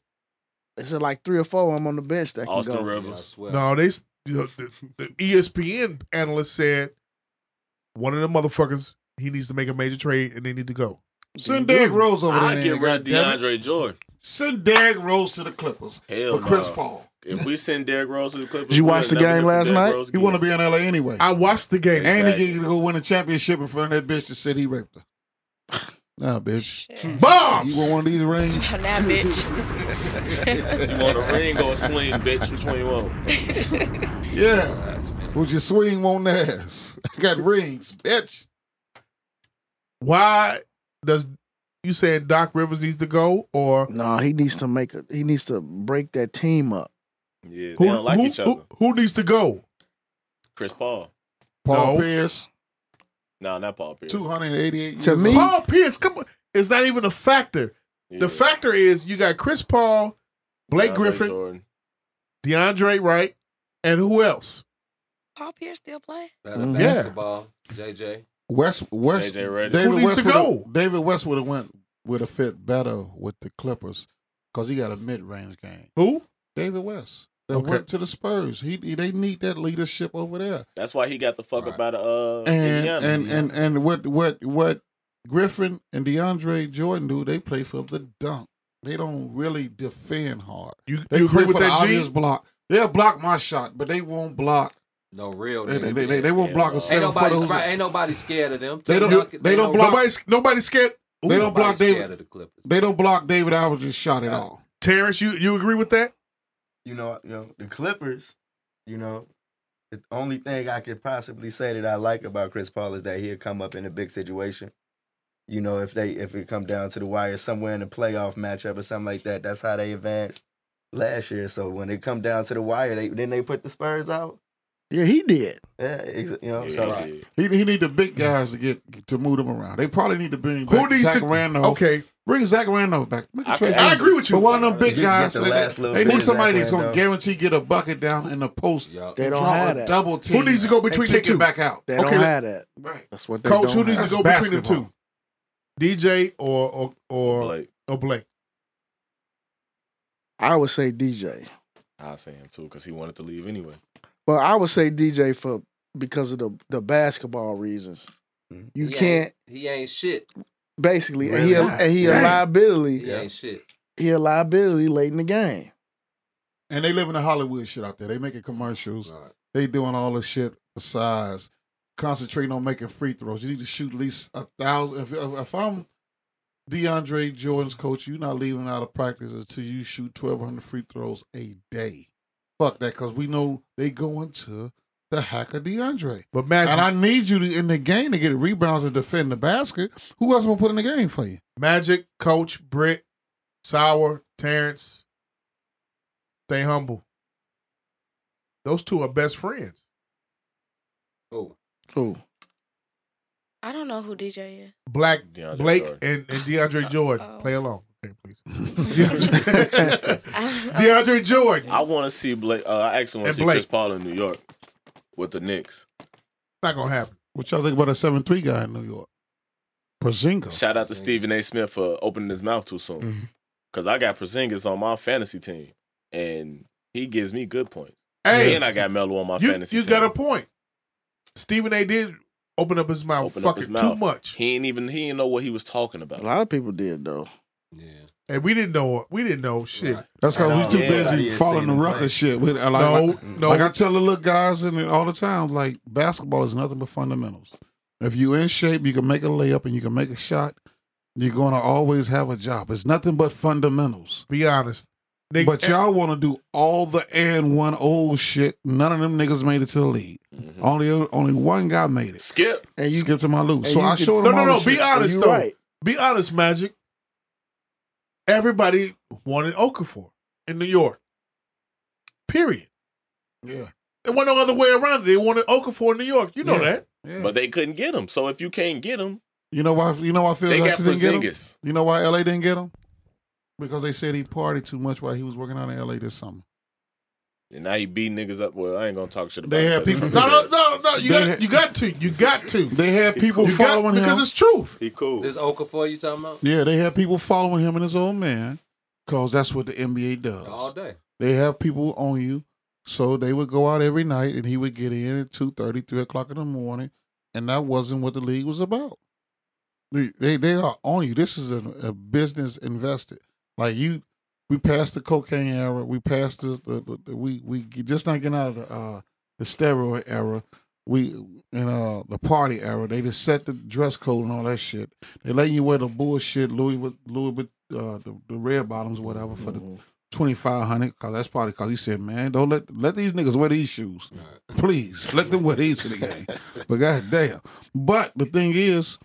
S1: It's like three or four. I'm on the bench. That can
S8: Austin
S1: go.
S3: Yeah, I
S8: Rivers.
S3: swear.
S6: No, they. s- You know, the, the E ESPN analyst said one of the motherfuckers. He needs to make a major trade, and they need to go.
S4: send Derrick Rose over there.
S8: I get
S4: nigga,
S8: rid of
S4: goddammit.
S8: DeAndre Jordan.
S4: Send Derrick Rose to the Clippers
S8: Hell
S4: for Chris
S8: no.
S4: Paul.
S8: If we send Derrick Rose to the Clippers,
S1: Did you
S8: we'll
S1: watch the
S8: never
S1: game
S8: get from
S1: last
S8: Derrick
S1: night?
S8: Rose
S4: He
S8: again.
S4: want to be in LA anyway,
S6: I watched the game.
S4: and he
S8: Exactly.
S4: get to go win a championship in front of that bitch that said he raped her. Nah, bitch.
S9: Shit.
S4: You
S6: Bombs.
S4: want one of these rings?
S9: Now, bitch.
S8: You want a ring or a sling, bitch? Which one you want?
S4: Yeah.
S3: That's been-
S4: Would you swing on the ass? I got rings, bitch.
S6: Why does you saying Doc Rivers needs to go or
S1: No, he needs to make a. He needs to break that team up.
S8: Yeah, they
S6: who,
S8: don't like
S6: who-
S8: each other.
S6: who- who needs to go?
S8: Chris Paul.
S4: Paul
S6: No.
S4: Pierce.
S8: No, not Paul Pierce.
S4: 288
S6: To
S4: years
S6: me,
S4: old.
S6: Paul Pierce, come on, it's not even a factor.
S8: Yeah.
S6: The factor is you got Chris Paul, Blake
S8: DeAndre
S6: Griffin,
S8: Jordan.
S6: DeAndre Wright, and who else?
S9: Paul Pierce still play?
S3: Better
S6: Mm. Yeah.
S3: basketball, JJ.
S4: West West
S8: JJ Redick.
S4: David
S6: Who needs
S4: West
S6: to
S4: would've-
S6: go?
S4: David West would have went would have fit better with the Clippers because he got a mid range game.
S6: Who?
S4: David West that
S6: Okay.
S4: went to the Spurs. He, he- they need that leadership over there.
S8: That's why he got the fuck
S3: Right.
S8: up out of uh,
S4: And
S8: Indiana.
S4: and, and and what what what Griffin and DeAndre Jordan do? They play for the dunk. They don't really defend hard.
S6: You,
S4: They
S6: you agree
S4: play
S6: with
S4: for the
S6: that,
S4: obvious
S6: G?
S4: block. They'll block my shot, but they won't block.
S3: No real.
S4: They, they,
S3: nigga.
S4: they, they won't
S8: Yeah.
S4: block
S8: Ain't
S4: a
S3: Ain't
S4: seven
S3: nobody,
S4: footer who's-
S3: ain't nobody scared of them.
S4: They don't-
S3: Tuck-
S4: they don't block-
S6: Nobody's, nobody's scared. Ooh,
S4: They don't block
S3: nobody's
S4: David.
S3: scared of the Clippers.
S4: They don't block David Alvarez's shot at all.
S6: Uh, Terrence, you, you agree with that?
S10: you know, you know, the Clippers, you know, the only thing I could possibly say that I like about Chris Paul is that he'll come up in a big situation. You know, if they if it come down to the wire somewhere in the playoff matchup or something like that, that's how they advanced last year. So when it come down to the wire, they then they put the Spurs out.
S1: Yeah, he did.
S10: Yeah, ex- you know.
S8: yeah,
S10: so
S8: right.
S4: He, he need the big guys to get to move them around. They probably need to bring
S6: Who
S4: back
S6: needs
S4: Zach
S6: to-
S4: Randolph.
S6: Okay.
S4: Bring Zach Randolph back. Make a
S8: I
S4: trade
S8: can- I
S4: for him.
S8: agree with you.
S4: But one of them big
S10: Get- get
S4: guys,
S10: the
S4: they-
S10: last
S4: they,
S10: little
S4: they
S10: bit
S4: need
S10: of
S4: somebody
S10: Zach
S4: that's going to
S10: Randolph.
S4: guarantee get a bucket down in the post.
S3: Yup.
S1: They don't
S4: Draw
S1: have
S4: a
S1: that.
S4: double team.
S6: needs to go
S4: and
S6: between the
S4: kick it
S6: two?
S4: back out.
S1: They
S6: Okay,
S1: don't
S6: let-
S1: have that.
S4: Right.
S1: That's what they
S6: Coach,
S1: don't
S6: who needs
S1: have.
S6: to
S4: That's
S6: go between the two?
S4: basketball.
S6: DJ or or or
S8: Blake.
S6: or Blake?
S1: I would say DJ.
S8: I'll say him too because he wanted to leave anyway.
S1: Well, I would say DJ for because of the the basketball reasons.
S6: Mm-hmm.
S10: Mhm.
S1: You
S3: He
S1: can't
S3: Ain't, he ain't shit.
S1: basically, and he a,
S4: Really?
S1: and he a
S4: Dang.
S1: liability.
S3: He ain't shit.
S1: He a liability late in the game.
S4: And they live in the Hollywood shit out there. They making commercials. They doing all this shit besides concentrating on making free throws. You need to shoot at least a thousand. If, if if I'm DeAndre Jordan's coach, you're not leaving out of practice until you shoot 1,200 free throws a day. Fuck that, because we know they going to the hack of DeAndre.
S6: But imagine,
S4: And I need you to, in the game to get rebounds and defend the basket. Who else gonna put in the game for you?
S6: Magic, Coach, Britt, Sour, Terrence. Stay humble. Those two are best friends.
S3: Oh,
S1: Ooh.
S9: I don't know who DJ is.
S6: Black,
S8: DeAndre
S6: Blake,
S8: Jordan.
S6: and, and DeAndre Jordan.
S9: Oh.
S6: Play along. Okay, please. DeAndre,
S9: I-
S6: DeAndre Jordan.
S8: I want to see Blake. Uh, I actually want
S6: And
S8: to see
S6: Blake.
S8: Chris Paul in New York with the Knicks.
S6: Not gonna happen.
S4: What y'all think about a seven three guy in New York? Porzingis.
S8: Shout out to Stephen A. Smith for opening his mouth too
S4: Mm-hmm.
S8: soon. Because I got Porzingis on my fantasy team, and he gives me good points.
S6: Hey,
S8: and I got Melo on my
S6: you,
S8: fantasy
S6: you
S8: team.
S6: got a point. Stephen A. did open up his mouth
S8: Open up
S6: fucking
S8: his mouth.
S6: too much,
S8: He ain't even he ain't know what he was talking
S1: A
S8: about.
S1: lot of people did though.
S3: yeah.
S6: and we didn't know. We didn't know shit.
S4: That's because we
S10: Nah,
S4: too
S8: yeah,
S10: nobody
S4: busy
S10: has
S4: following
S10: seen
S4: the
S10: him
S4: ruckus
S10: play.
S4: shit. We- I like-
S6: No,
S4: like-
S6: no.
S4: Like I tell the little guys in it all the time, like basketball is nothing but fundamentals. If you in shape, you can make a layup and you can make a shot. You're gonna always have a job. It's nothing but fundamentals.
S6: be honest. eh Nigga,
S4: But y'all want to do all the and one old shit. None of them niggas made it to the league.
S6: Mm-hmm.
S8: Mhm.
S4: Only only one guy made it.
S8: Skip.
S1: And you
S4: Skip to my loop.
S1: and
S4: So
S1: you
S4: I
S1: can-
S4: showed
S6: No,
S4: him
S6: no,
S4: all
S6: no.
S4: the
S6: Be
S4: shit. Oh,
S6: honest
S1: you
S6: though.
S1: right.
S6: Be honest, Magic. Everybody wanted Okafor in New York. Period.
S4: Yeah.
S6: There wasn't no other way around it. They wanted Okafor in New York. You know
S4: Yeah.
S6: that.
S4: yeah.
S8: But they couldn't get him. So if you can't get him,
S4: you know why? You know why Phil
S8: they got
S4: Jackson didn't get him?
S8: Porzingis.
S4: You know why LA didn't get him? Because they said he partied too much while he was working out in LA this summer.
S8: And now he beat niggas up. Well, I ain't gonna talk shit about
S4: They
S8: him
S4: had
S8: 'cause
S4: people-
S8: he-
S6: No, no, no, no. You
S4: They
S6: got,
S4: had-
S6: you got to. You got to.
S4: They had people
S6: You got
S4: following
S6: because
S4: him.
S6: it's truth.
S8: He cool.
S3: This Okafor you talking about?
S4: Yeah, they had people following him and his old man because that's what the NBA
S3: All
S4: does.
S3: day.
S4: They have people on you. So they would go out every night and he would get in at 2.30, 3 o'clock in the morning. And that wasn't what the league was about. They, they, they are on you. This is a, a business invested. Like you, we passed the cocaine era. We passed the, the, the, the- we we just not getting out of the uh, the steroid era. We in uh the party era. They just set the dress code and all that shit. They letting you wear the bullshit Louis with Louis with uh, the, the red bottoms whatever for the twenty five hundred. Cause that's probably cause he said, man, don't let let these niggas wear these shoes. Please let them wear these in the game. but goddamn. But the thing is,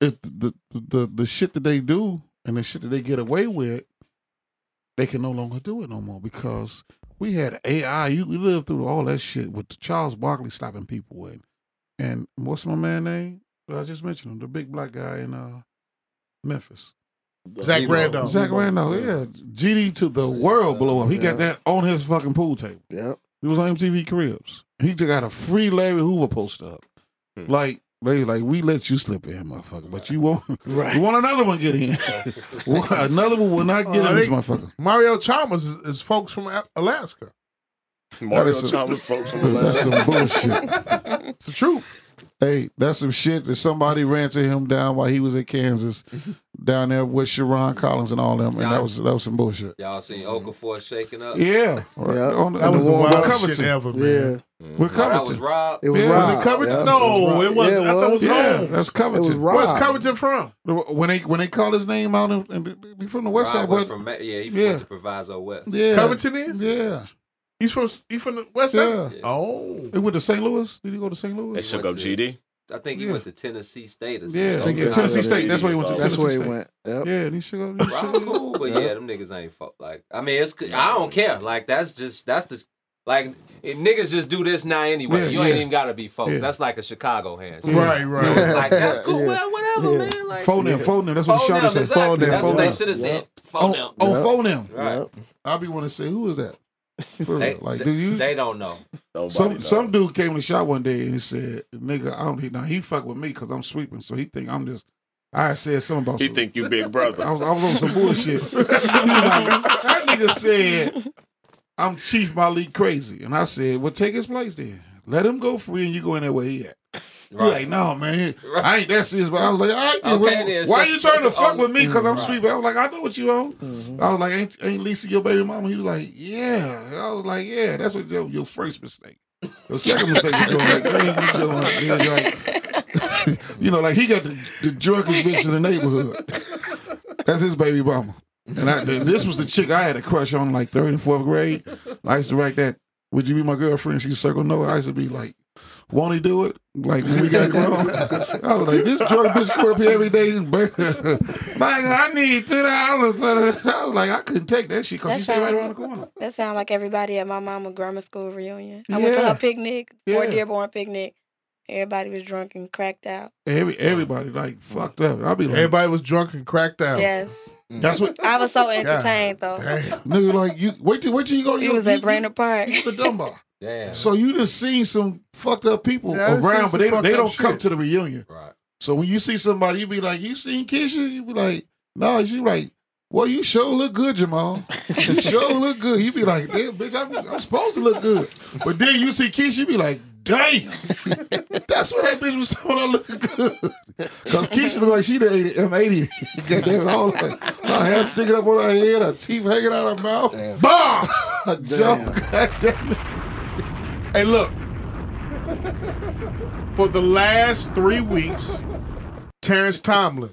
S4: if the, the the the shit that they do and the shit that they get away with, they can no longer do it no more because we had AI. You we lived through all that shit with the Charles Barkley slapping people in, and what's my man name? I just mentioned him, the big black guy in uh, Memphis.
S6: Zach Zemo. Randolph.
S4: Zach
S6: Zemo,
S4: Randolph,
S6: yeah.
S4: yeah. GD to the world blew up. He got that on his fucking pool table.
S1: Yep.
S4: It was on MTV Cribs. He just got a free Larry Hoover poster up. Like, they like, we let you slip in, motherfucker, but you won't.
S6: Right.
S4: You want another one get in. Well, another one will not get
S6: Uh,
S4: in this
S6: they-
S4: motherfucker.
S6: Mario Chalmers is, is folks from A- Alaska.
S4: Mario That is some- Chalmers folks from that's some Alaska.
S6: it's the truth.
S4: Hey, that's some shit that somebody ran to him down while he was at Kansas, down there with Sharon Collins and all them, and that was that was some bullshit.
S3: Y'all seen
S8: Mm-hmm.
S3: Okafor shaking up?
S4: Uh, Yeah, right. On- on the one with Covington. Yeah, with
S3: Oh, that
S4: Covington.
S3: was Rob.
S4: It was Yeah. Rob.
S6: Was it Covington?
S4: Yeah,
S6: no, it was.
S4: Yeah,
S6: I thought it was
S4: yeah,
S6: home.
S4: that's Covington.
S6: Where's Covington from?
S4: When they when they call his name out, in, in- he from the West
S3: Rob
S4: Side.
S3: was
S4: but-
S3: from Ma- yeah, he
S4: yeah.
S3: went to Proviso West.
S4: Yeah.
S6: Covington is.
S4: Yeah,
S6: he's from he's from the West Side.
S4: Yeah.
S6: Oh,
S4: He went to St. Louis. Did he go to St. Louis?
S8: They shook up GD.
S3: I think he
S4: Yeah.
S3: went to Tennessee State. Or something.
S4: Yeah, yeah, Tennessee State. That's where he went to.
S1: That's
S4: Tennessee
S1: where he
S4: State.
S1: went. Yep.
S4: Yeah, and he shook up.
S3: Rob cool, but yeah, them niggas ain't fuck. Like, I mean, it's I don't care. Like, that's just that's the like if niggas just do this now anyway.
S4: Yeah,
S3: you ain't
S4: yeah.
S3: even gotta be focused.
S4: Yeah.
S3: That's like a Chicago hand.
S4: Yeah. Right, right.
S3: It's like that's cool.
S4: Yeah.
S3: Well, whatever, man. Like,
S4: Phone them, phone them. That's what
S3: Phone
S4: Shonda
S3: them,
S4: said.
S3: exactly.
S4: Phone them.
S3: That's
S4: phone
S3: what they
S4: them.
S3: should have said. Phone
S4: Oh,
S3: them.
S4: oh, phone them.
S3: Right.
S4: I'll be wanting to say, who is that? For
S3: They,
S4: real. Like,
S3: they,
S4: do you?
S3: they don't know.
S4: some some dude came in the shop one day and he said, "Nigga, I don't. Now he fuck with me because I'm sweeping, so he think I'm just." I said something about.
S8: He
S4: some-
S8: think you big brother.
S4: I was, I was on some bullshit. He like, that nigga said, "I'm Chief Malik Crazy," and I said, "Well, take his place then. Let him go free, and you go in there where he at." You
S5: Right.
S4: like, no, man, I ain't that serious. But I was like, all right, then,
S5: Okay,
S4: well,
S5: then,
S4: why
S5: so-
S4: you trying to fuck
S5: oh,
S4: with me? Because I'm
S5: right.
S4: sweeping. I was like, I know what you on.
S5: Mm-hmm.
S4: I was like, ain't, ain't Lisa your baby mama? He was like, yeah. I was like, yeah, that's what your, your first mistake. The second mistake was doing like, that ain't you doing. You know, like, you know, like, he got the, the drunkest bitch in the neighborhood. That's his baby mama. And I, and this was the chick I had a crush on in like third and fourth grade. I used to write that, would you be my girlfriend? She circled no. I used to be like, won't he do it? Like when we got grown. I was like, this drunk bitch caught up here every day. Like, I need two dollars. I was like, I couldn't take that shit because you stay right around the corner.
S9: That sound like everybody at my mama grammar school reunion. I went to
S4: Yeah.
S9: her picnic, Fort
S4: Yeah.
S9: Dearborn picnic. Everybody was drunk and cracked out.
S4: Every everybody like fucked
S5: Mm-hmm.
S4: up. I'll be like,
S6: everybody was drunk and cracked out.
S9: Yes.
S4: Oh.
S8: Mm.
S4: That's what
S9: I was so
S4: God
S9: entertained though.
S4: nigga like you. Wait till wait till you go to
S9: He
S4: your-
S9: was
S4: you-
S9: at Brainerd Park.
S4: the Dunbar.
S3: Damn.
S4: So you just seen some fucked up people
S9: Yeah, I done seen
S4: around,
S9: some
S4: but they
S9: fucked
S4: they
S9: up
S4: don't
S9: shit.
S4: come to the reunion.
S3: Right.
S4: So when you see somebody, you be like, "You seen Keisha?" You be like, "No." She like, "Well, you sure look good, Jamal. You sure look good." You be like, "Damn, bitch, I'm, I'm supposed to look good." But then you see Keisha, you be like, "Damn, that's what that bitch was telling her look good." Because Keisha look like she the 80, M80. Goddamn um, it, all like, her hair sticking up on her head, her teeth hanging out her mouth. Bombs! a joke. Goddamn it.
S6: Hey, look. For the last three weeks, Terrence Tomlin.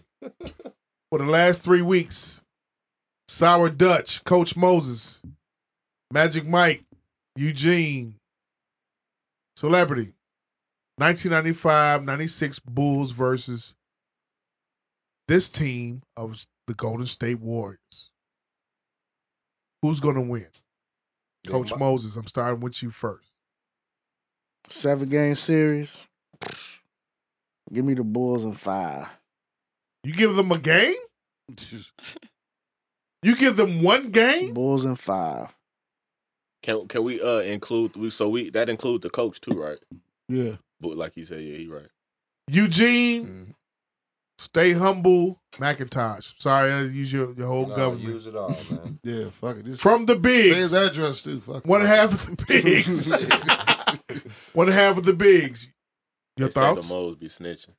S6: For the last three weeks, Sour Dutch, Coach Moses, Magic Mike, Eugene, Celebrity, 1995-96 Bulls versus this team of the Golden State Warriors. Who's gonna win? Coach
S1: Yeah, my-
S6: Moses, I'm starting with you first.
S1: Seven game series. Give me the Bulls in five.
S6: You give them a game? You give them one game?
S1: Bulls in five.
S8: Can can we uh include we so we that include the coach too, right?
S4: Yeah.
S8: But like he said, yeah, he right.
S6: Eugene, stay humble, Macintosh. Sorry, I use your, your whole
S4: No,
S6: government.
S4: use it all,
S3: man.
S4: Yeah, fuck it. Just
S6: From the bigs.
S4: Say his address too. Fuck
S6: One
S4: it.
S6: half of the bigs. one half of the bigs. Your
S8: They said
S6: thoughts?
S8: The Moles be snitching.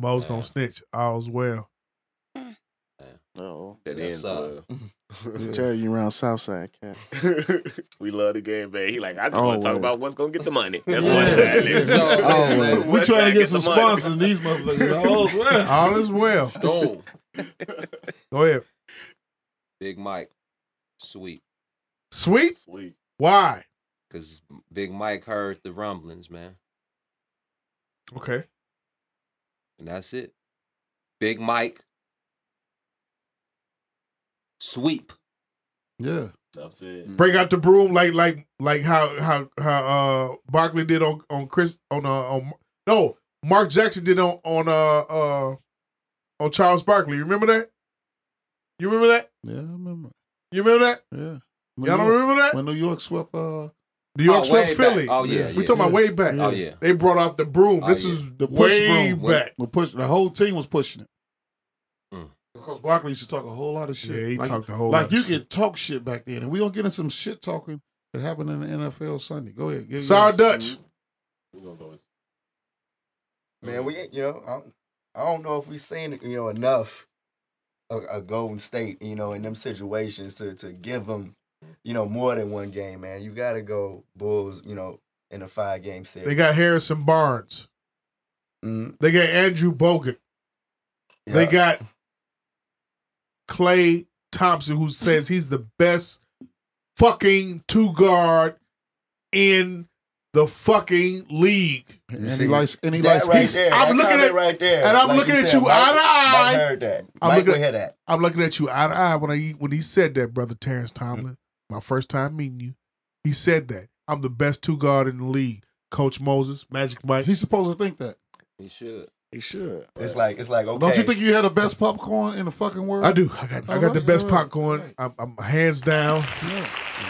S6: Mo's don't snitch. All's well.
S8: No, that ends well.
S1: Tell you around Southside, cat.
S8: we love the game, babe. He like, I just
S1: Oh,
S8: want to talk
S1: well.
S8: about what's gonna get the money. That's
S4: Yeah.
S8: one side. nigga.
S4: So, oh, well. We
S8: West
S4: trying to
S8: side
S4: get some
S8: the money.
S4: sponsors, these motherfuckers. All is well.
S6: All is well.
S3: Storm.
S6: Go ahead.
S3: Big Mike. Sweet.
S6: Sweet?
S8: Sweet.
S6: Why?
S3: Cause Big Mike heard the rumblings, man.
S6: Okay.
S3: And that's it. Big Mike. Sweep.
S4: Yeah.
S8: That's
S4: Mm.
S8: it.
S6: Break out the broom like like like how how how uh Barkley did on on Chris on uh on no Mark Jackson did on on uh uh on Charles Barkley. You remember that? You remember that?
S4: Yeah, I remember.
S6: You remember that?
S4: Yeah.
S6: Y'all don't remember that?
S4: When New York swept uh
S6: New York
S4: Oh,
S6: swept
S4: way
S6: Philly.
S4: back. Oh, yeah,
S6: we
S4: yeah.
S6: talking about way back.
S4: Oh, yeah. Oh,
S6: they brought out the broom. this is
S4: the push
S6: way
S4: broom.
S6: back.
S4: The push the whole team was pushing it.
S3: Mm.
S4: Because Barkley used to talk a whole lot of shit.
S6: Yeah, he
S4: like,
S6: talked a whole lot of
S4: Like you could talk shit back then. And we gonna get into some shit talking that happened in the NFL Sunday. Go ahead. Get
S6: Sour
S4: yours.
S6: Dutch.
S3: Mm-hmm.
S10: Man, we ain't- you know I, I don't know if we seen you know enough of a Golden State you know in them situations to to give them you know more than one game. Man, you got to go Bulls. You know in a five game series.
S6: They got Harrison Barnes.
S10: Mhm.
S6: They got Andrew Bogut. They
S10: Yeah.
S6: got Clay Thompson, who says he's the best fucking two guard in the fucking league.
S4: And he likes and he
S10: That
S4: likes
S10: right
S4: he's-
S10: there,
S6: I'm
S10: that
S6: looking
S10: comment
S6: at
S10: right there,
S6: and I'm
S10: like
S6: looking
S10: you
S6: at
S10: said,
S6: you
S10: Mike-
S6: eye to eye.
S10: Mike heard that.
S6: I'm
S10: Mike
S6: looking,
S10: will hear that.
S6: I'm looking at you eye to eye when I when he said that, brother Terrence Tomlin. My first time meeting you, he said that I'm the best two guard in the league. Coach Moses, Magic Mike.
S4: he's supposed to think that.
S3: He should.
S1: He should.
S10: It's like it's like okay.
S4: Don't you think you had the best popcorn in the fucking world?
S6: I do. I got I got the best popcorn. I'm, I'm hands down.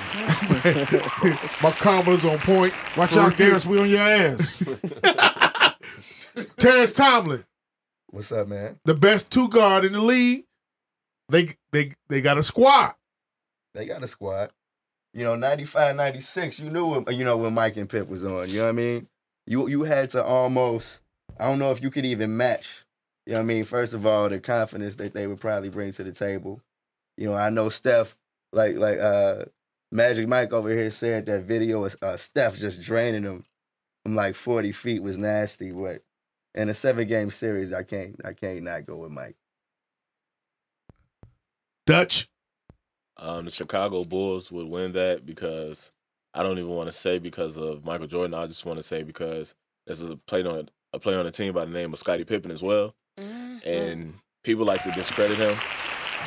S6: My karma's on point.
S4: Watch
S6: For
S4: out,
S6: real.
S4: Garris, we on your ass.
S6: Terrence Tomlin,
S10: What's up, man?
S6: the best two guard in the league. They they they got a squad.
S10: They got a squad. You know, 95, 96, you knew when, you know when Mike and Pip was on, you know what I mean? You you had to almost I don't know if you could even match. You know what I mean? First of all, the confidence that they would probably bring to the table. You know, I know Steph like like uh Magic Mike over here said that video is uh Steph just draining him from like 40 feet was nasty, but in a seven game series, I can't I can't not go with Mike.
S6: Dutch.
S8: Um, the Chicago Bulls would win that because I don't even want to say because of Michael Jordan. I just want to say because this is a play on a player on the team by the name of Scottie Pippen as well, and people like to discredit him,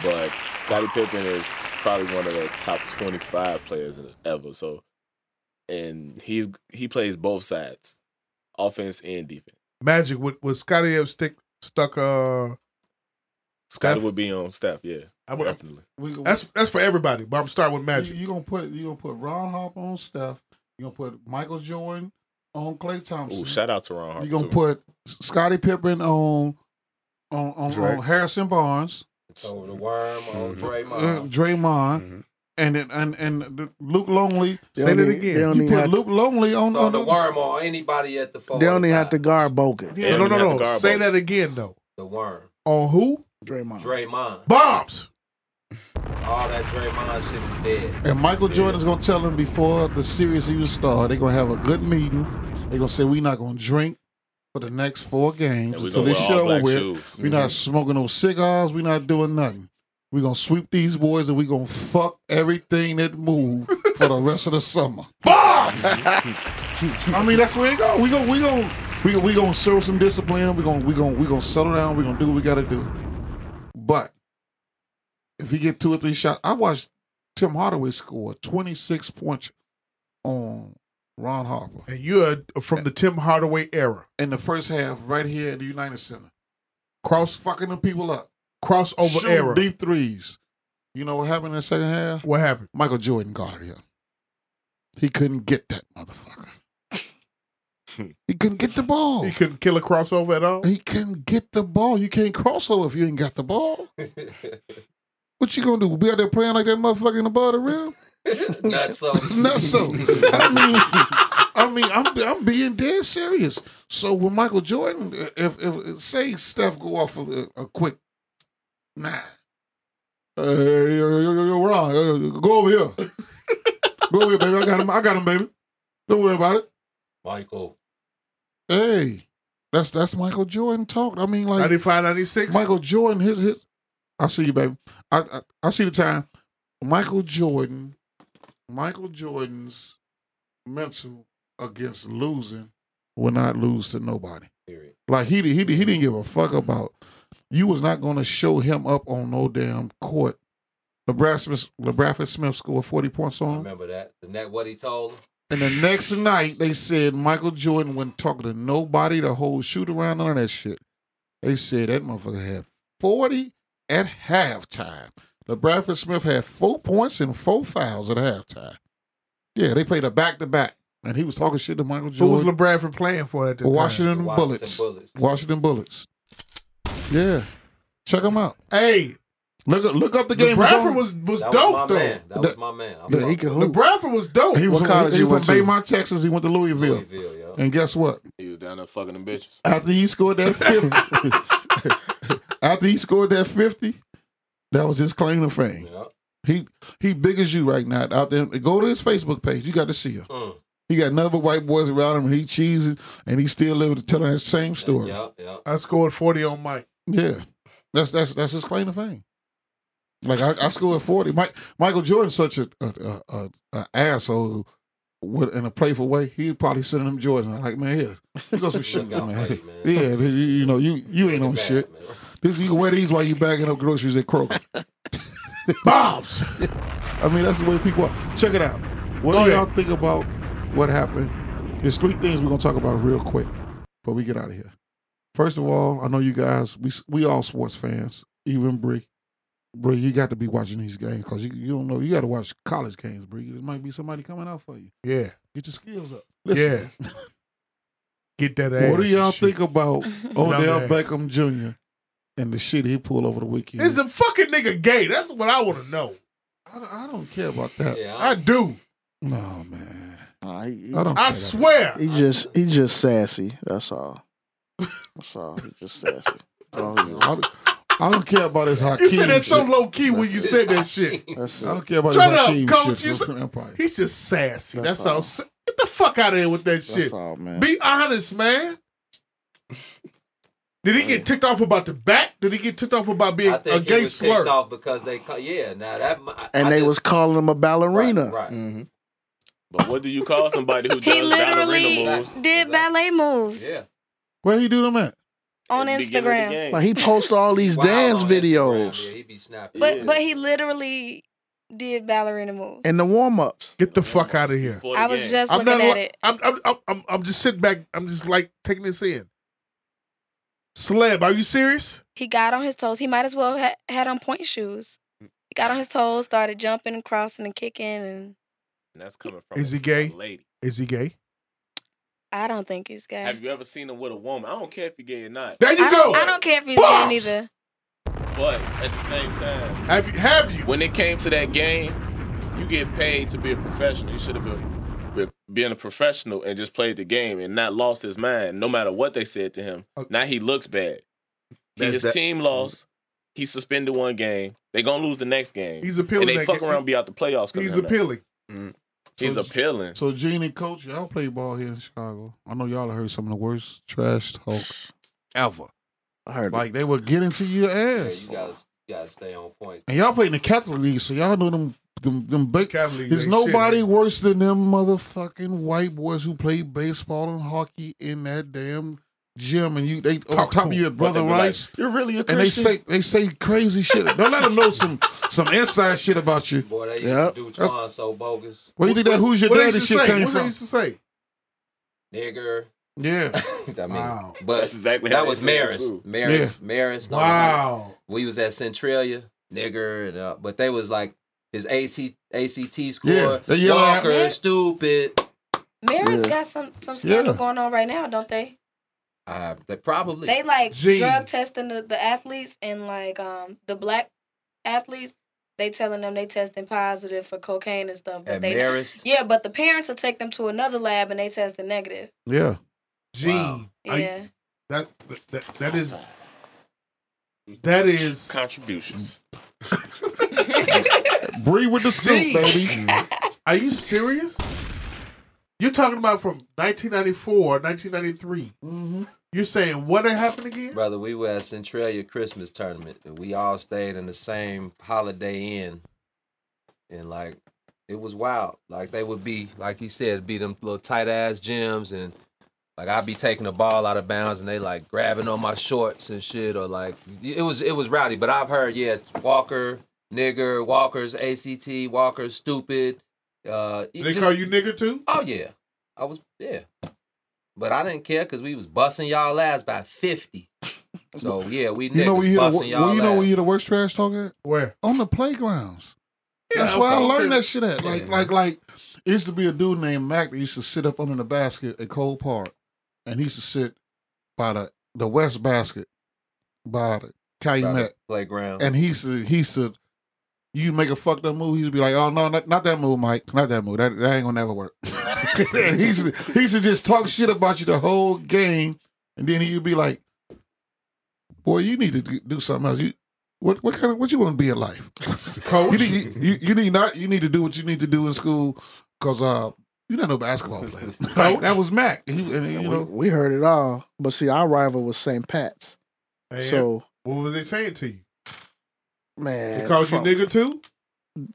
S8: but Scottie Pippen is probably one of the top twenty-five players in- ever. So, and he's he plays both sides, offense and defense.
S6: Magic would would Scotty have stick stuck uh
S8: Scottie
S6: Steph?
S8: would be on staff, yeah,
S6: I would-
S8: definitely.
S4: We- we-
S6: That's that's for everybody, but I'm starting with Magic.
S4: You, are gonna put you gonna put Ron Hop on Steph. You are gonna put Michael Jordan on Clay Thompson.
S8: Ooh, shout out to Ron Harper.
S4: you gonna
S8: too.
S4: put Scottie Pippen on on on,
S10: Drake.
S4: on Harrison Barnes,
S3: So Oh, the worm on
S4: uh,
S3: Draymond.
S4: Draymond,
S10: Mhm.
S4: and then and and Luke Longley.
S1: They
S6: Say
S1: don't
S6: that
S1: even-
S6: again.
S1: They don't
S4: You
S1: even
S4: put
S1: have to-
S4: Luke Longley on
S3: So
S4: on
S3: the
S4: the,
S3: worm on anybody at the four.
S1: they don't even have to guard Bogut.
S6: No, no,
S8: And you
S6: no,
S8: have to
S6: no.
S8: guard
S6: Say
S8: both.
S6: that again though.
S3: The worm.
S6: On who?
S1: Draymond.
S3: Draymond.
S6: Bombs.
S3: All that Draymond shit is dead.
S4: and Michael Jordan's gonna tell him before the series even start. They're gonna have a good meeting. They're gonna say we're not gonna drink for the next four games
S8: And we
S4: until
S8: gonna
S4: this
S8: wear
S4: shit
S8: all
S4: over
S8: black Mm-hmm.
S4: with.
S8: shoes.
S4: We're not smoking no cigars. We're not doing nothing. We're gonna sweep these boys and we're gonna fuck everything that move for the rest of the summer.
S6: Bombs.
S4: I mean, that's where it go. We going we going we we gonna show some discipline. We gonna we gonna we gonna settle down. We gonna do what we gotta do. But if he get two or three shots, I watched Tim Hardaway score twenty six points on Ron Harper
S6: and you're from the Tim Hardaway era.
S4: in the first half, right here at the United Center,
S6: Cross
S4: fucking them people up,
S6: crossover
S4: Shooting
S6: era.
S4: deep threes. You know what happened in the second half?
S6: What happened?
S4: Michael Jordan guarded him. He couldn't get that motherfucker. he couldn't get the ball.
S6: He couldn't kill a crossover at all.
S4: He can get the ball. You can't cross over if you ain't got the ball. What you gonna do? Be out there playing like that motherfucker above the rim?
S3: Not so.
S4: Not so. I mean, I mean, I'm I'm being dead serious. So when Michael Jordan, uh, if if say Steph go off for the- a quick nine, hey, yo, yo, yo, yo, Ron, yo, yo, go over here, go over here, baby. I got him. I got him, baby. Don't worry about it.
S3: Michael.
S4: Hey, that's that's Michael Jordan talk. I mean, like
S6: 95, 96.
S4: Michael Jordan, his his. I see you, baby. I, I I see the time. Michael Jordan, Michael Jordan's mental against losing will not lose to nobody.
S3: Period.
S4: Like he he he didn't give a fuck about. You was not going to show him up on no damn court. LeBron Smith, LeBron Smith scored forty points on him.
S3: Remember that. Isn't that what he told him?
S4: And the next night, they said Michael Jordan wasn't talking to nobody the whole shoot around, none of that shit. They said that motherfucker had 40 at halftime. The Bradford Smith had four points and four fouls at halftime. Yeah, they played a back to back. And he was talking shit to Michael
S6: Who was
S4: Jordan.
S6: LeBradford playing for at the
S4: Washington,
S6: time?
S4: Bullets. Washington Bullets. Yeah. Check them out.
S6: Hey,
S4: Look up, look up the game.
S6: LeBradford was was
S3: That
S6: dope
S3: was my
S6: though.
S3: man. That was my man. I'm
S4: Yeah,
S3: fucking
S4: he
S1: could hoop.
S6: LeBradford was dope.
S4: He was,
S1: What
S4: from,
S1: college
S4: he
S1: you
S4: was
S1: went
S4: from
S1: to?
S4: Baymont, Texas. He went to Louisville.
S3: Louisville, yo.
S4: And guess what?
S8: He was down there fucking them bitches.
S4: After he scored that 50, after he scored that 50, that was his claim to fame.
S3: Yeah.
S4: He he big as you right now. Out there, go to his Facebook page. You got to see him.
S3: Mm.
S4: He got another white boys around him, and he cheesing, and he still living to telling that same story.
S3: Yeah, yeah.
S6: I scored forty on Mike.
S4: Yeah, that's that's that's his claim to fame. Like I, I scored forty. Mike, Michael Jordan's such a a, a, a, a asshole. With, in a playful way, he'd probably send him Jordan. I'm like, man, here, you got some shit,
S3: Look out
S4: man.
S3: for you, man.
S4: Yeah, you, you know, you you ain't on
S3: Bad,
S4: shit.
S3: man.
S4: This you can wear these while you bagging up groceries at Kroger.
S6: Bombs.
S4: I mean, that's the way people are. Check it out. What
S6: Go
S4: do
S6: ahead.
S4: y'all think about what happened? There's three things we're gonna talk about real quick before we get out of here. First of all, I know you guys. We we all sports fans, even Bree. Bree, you got to be watching these games because you, you don't know. You got to watch college games, Bree. There might be somebody coming out for you.
S6: Yeah.
S4: Get your skills up.
S6: Yeah.
S4: Listen,
S6: Get that ass.
S4: what do
S6: and
S4: y'all
S6: shit.
S4: think about
S6: ass.
S4: Odell Beckham Jr. and the shit he pulled over the weekend?
S6: Is a fucking nigga gay? That's what I want to know.
S4: I, don't- I don't care about that.
S3: Yeah,
S6: I do.
S4: No man,
S1: Nah, he, he-
S4: I don't. care
S6: I
S4: about
S6: swear.
S1: he just he just sassy. That's all. That's all. Oh, He just sassy. That's all he is.
S4: I don't, I don't care about his Hakeem
S6: You said that so
S4: shit.
S6: low key when you said that shit.
S1: That's
S4: I
S1: it.
S4: don't care about
S6: Shut
S4: his
S6: up,
S4: Hakeem
S6: coach.
S4: shit.
S6: You
S4: from Empire.
S6: He's just sassy.
S1: That's
S6: That's, all.
S1: all.
S6: Sa- Get the fuck out of here with that
S1: That's
S6: shit.
S1: all, man.
S6: Be honest, man. Did he get ticked off about the bat? Did he get ticked off about being
S3: I
S6: a
S3: think he
S6: gay
S3: was ticked
S6: slur?
S3: off because they, ca- yeah, now that I,
S1: and
S3: I
S1: they
S3: just-
S1: was calling him a
S3: right,
S1: ballerina.
S3: right?
S10: Mhm.
S8: But what do you call somebody who
S9: He
S8: does
S9: literally
S8: ballerina moves?
S9: did ballet moves
S3: Yeah,
S4: Where he do them at?
S9: on
S8: at the beginning of the
S9: Instagram.
S8: game?
S1: Like he posts all these
S3: Wild
S1: dance
S3: on
S1: videos
S3: Instagram. Yeah, he be snapping.
S9: But
S8: Yeah.
S9: but he literally did ballerina moves.
S1: and the warm ups.
S6: Get the fuck out of here.
S8: Before the
S9: I was
S8: game.
S9: just
S6: I'm
S9: looking at
S6: not. wa-
S9: it.
S6: I'm, I'm, I'm, I'm, I'm just sitting back. I'm just like taking this in. Celeb, are you serious?
S9: He got on his toes. He might as well have had on point shoes. He got on his toes, started jumping and crossing and kicking, and
S8: And that's coming from
S6: Is
S8: a
S6: he gay?
S8: Lady.
S6: Is he gay?
S9: I don't think he's gay.
S8: Have you ever seen him with a woman? I don't care if he gay or not.
S6: There you
S9: I,
S6: go.
S9: don't, I don't care if he's gay
S6: Bombs!
S9: neither.
S8: But at the same time,
S6: Have you? Have you?
S8: when it came to that game, you get paid to be a professional. He should have been be- being a professional and just played the game and not lost his mind, no matter what they said to him.
S6: Okay.
S8: Now he looks bad. He-
S10: That's
S8: his
S10: that-
S8: team lost. He suspended one game. They gonna lose the next game.
S6: He's
S8: and
S6: appealing.
S8: they
S6: that
S8: fuck
S6: game.
S8: around, and be out the playoffs. 'cause
S6: He's
S8: of him now.
S6: appealing.
S8: Mm. He's appealing.
S4: So Gene and Coach, y'all play ball here in Chicago. I know y'all heard some of the worst trash talk ever.
S1: I heard
S4: Like they were getting to your
S3: yeah,
S4: ass,
S3: you gotta, you gotta stay on point.
S4: and y'all play in the Catholic League, so y'all know them them them. Ba-
S6: Cavaliers
S4: There's
S6: ain't
S4: nobody
S6: shit.
S4: worse than them motherfucking white boys who play baseball and hockey in that damn gym, and you they on
S6: Talk to
S4: top of you at
S6: them.
S8: But they
S4: Brother
S8: be like,
S4: Rice.
S8: You're really a
S4: and
S8: Christian.
S4: they say they say crazy shit. Don't let them know some some inside shit about you.
S3: Boy, they used
S1: Yep.
S3: to do Tron so bogus,
S4: Where you think that who's your
S6: What they
S4: daddy
S6: used to
S4: shit
S6: say?
S4: came
S6: What they
S4: from?
S6: used to say?
S3: nigger.
S4: Yeah,
S3: I mean,
S6: Wow.
S3: but
S8: That's exactly
S3: that
S8: how they
S3: was
S8: say it,
S3: Maris,
S8: too.
S3: Maris, Maris. no,
S6: Wow.
S3: we was at Centralia, nigger, and, uh, but they was like his AC, ACT score,
S4: Yeah, they yell at-
S3: Walker, stupid.
S9: Mary's
S1: Yeah.
S9: got some some scandal
S4: Yeah.
S9: going on right now, don't they?
S3: Uh, they probably
S9: They like
S6: Gee.
S9: drug testing the, the athletes and like um the black athletes. They telling them they testing positive for cocaine and stuff. But
S3: at
S9: they,
S3: Marist.
S9: yeah, but the parents will take them to another lab and they testing negative.
S4: yeah.
S6: Gene.
S3: Wow.
S6: I-
S9: Yeah.
S6: that, that that is that is
S8: contributions.
S4: Bree with the
S6: Gee.
S4: scoop, baby.
S6: Are you serious? You're talking about from 1994, 1993.
S8: Mm-hmm.
S4: Mhm.
S6: You're saying what had happened again?
S3: Brother, we were at Centralia Christmas tournament, and we all stayed in the same Holiday Inn, and like it was wild. Like they would be, like he said, be them little tight ass gyms, and like I'd be taking the ball out of bounds, and they like grabbing on my shorts and shit, or like it was it was rowdy. But I've heard, yeah, Walker, nigger, Walker's ACT, Walker's stupid. Uh,
S6: Did they call you nigga too?
S3: Oh yeah, I was yeah, but I didn't care because we was busting y'all ass by fifty. So yeah, we
S4: You know
S3: niggas
S4: we hear the,
S3: busting y'all
S4: well, you know
S3: ass.
S4: where you the worst trash talk at?
S6: Where?
S4: On the playgrounds.
S6: Yeah,
S4: That's where I
S6: okay.
S4: learned that shit at. Like like like it used to be a dude named Mac that used to sit up under the basket at Cole Park and he used to sit by the, the West basket by the Calumet.
S3: playground.
S4: And he said, he said, you make a fucked up move. He'd be like, oh no, not, not that move, Mike, not that move. That, that ain't gonna never work. and he used to- he used to just talk shit about you the whole game, and then he'd be like, boy, you need to do do something else. You what what kind of what you want to be in life?
S6: Coach,
S4: you need you, you need not you need to do what you need to do in school because uh you're not no basketball player. Like, that was Mac. He, and, he, you
S1: we,
S4: know,
S1: we heard it all, but see, our rival was St. Pat's.
S6: Man,
S1: So
S6: what was they saying to you?
S1: man,
S6: They called you
S1: fuck.
S6: nigga too?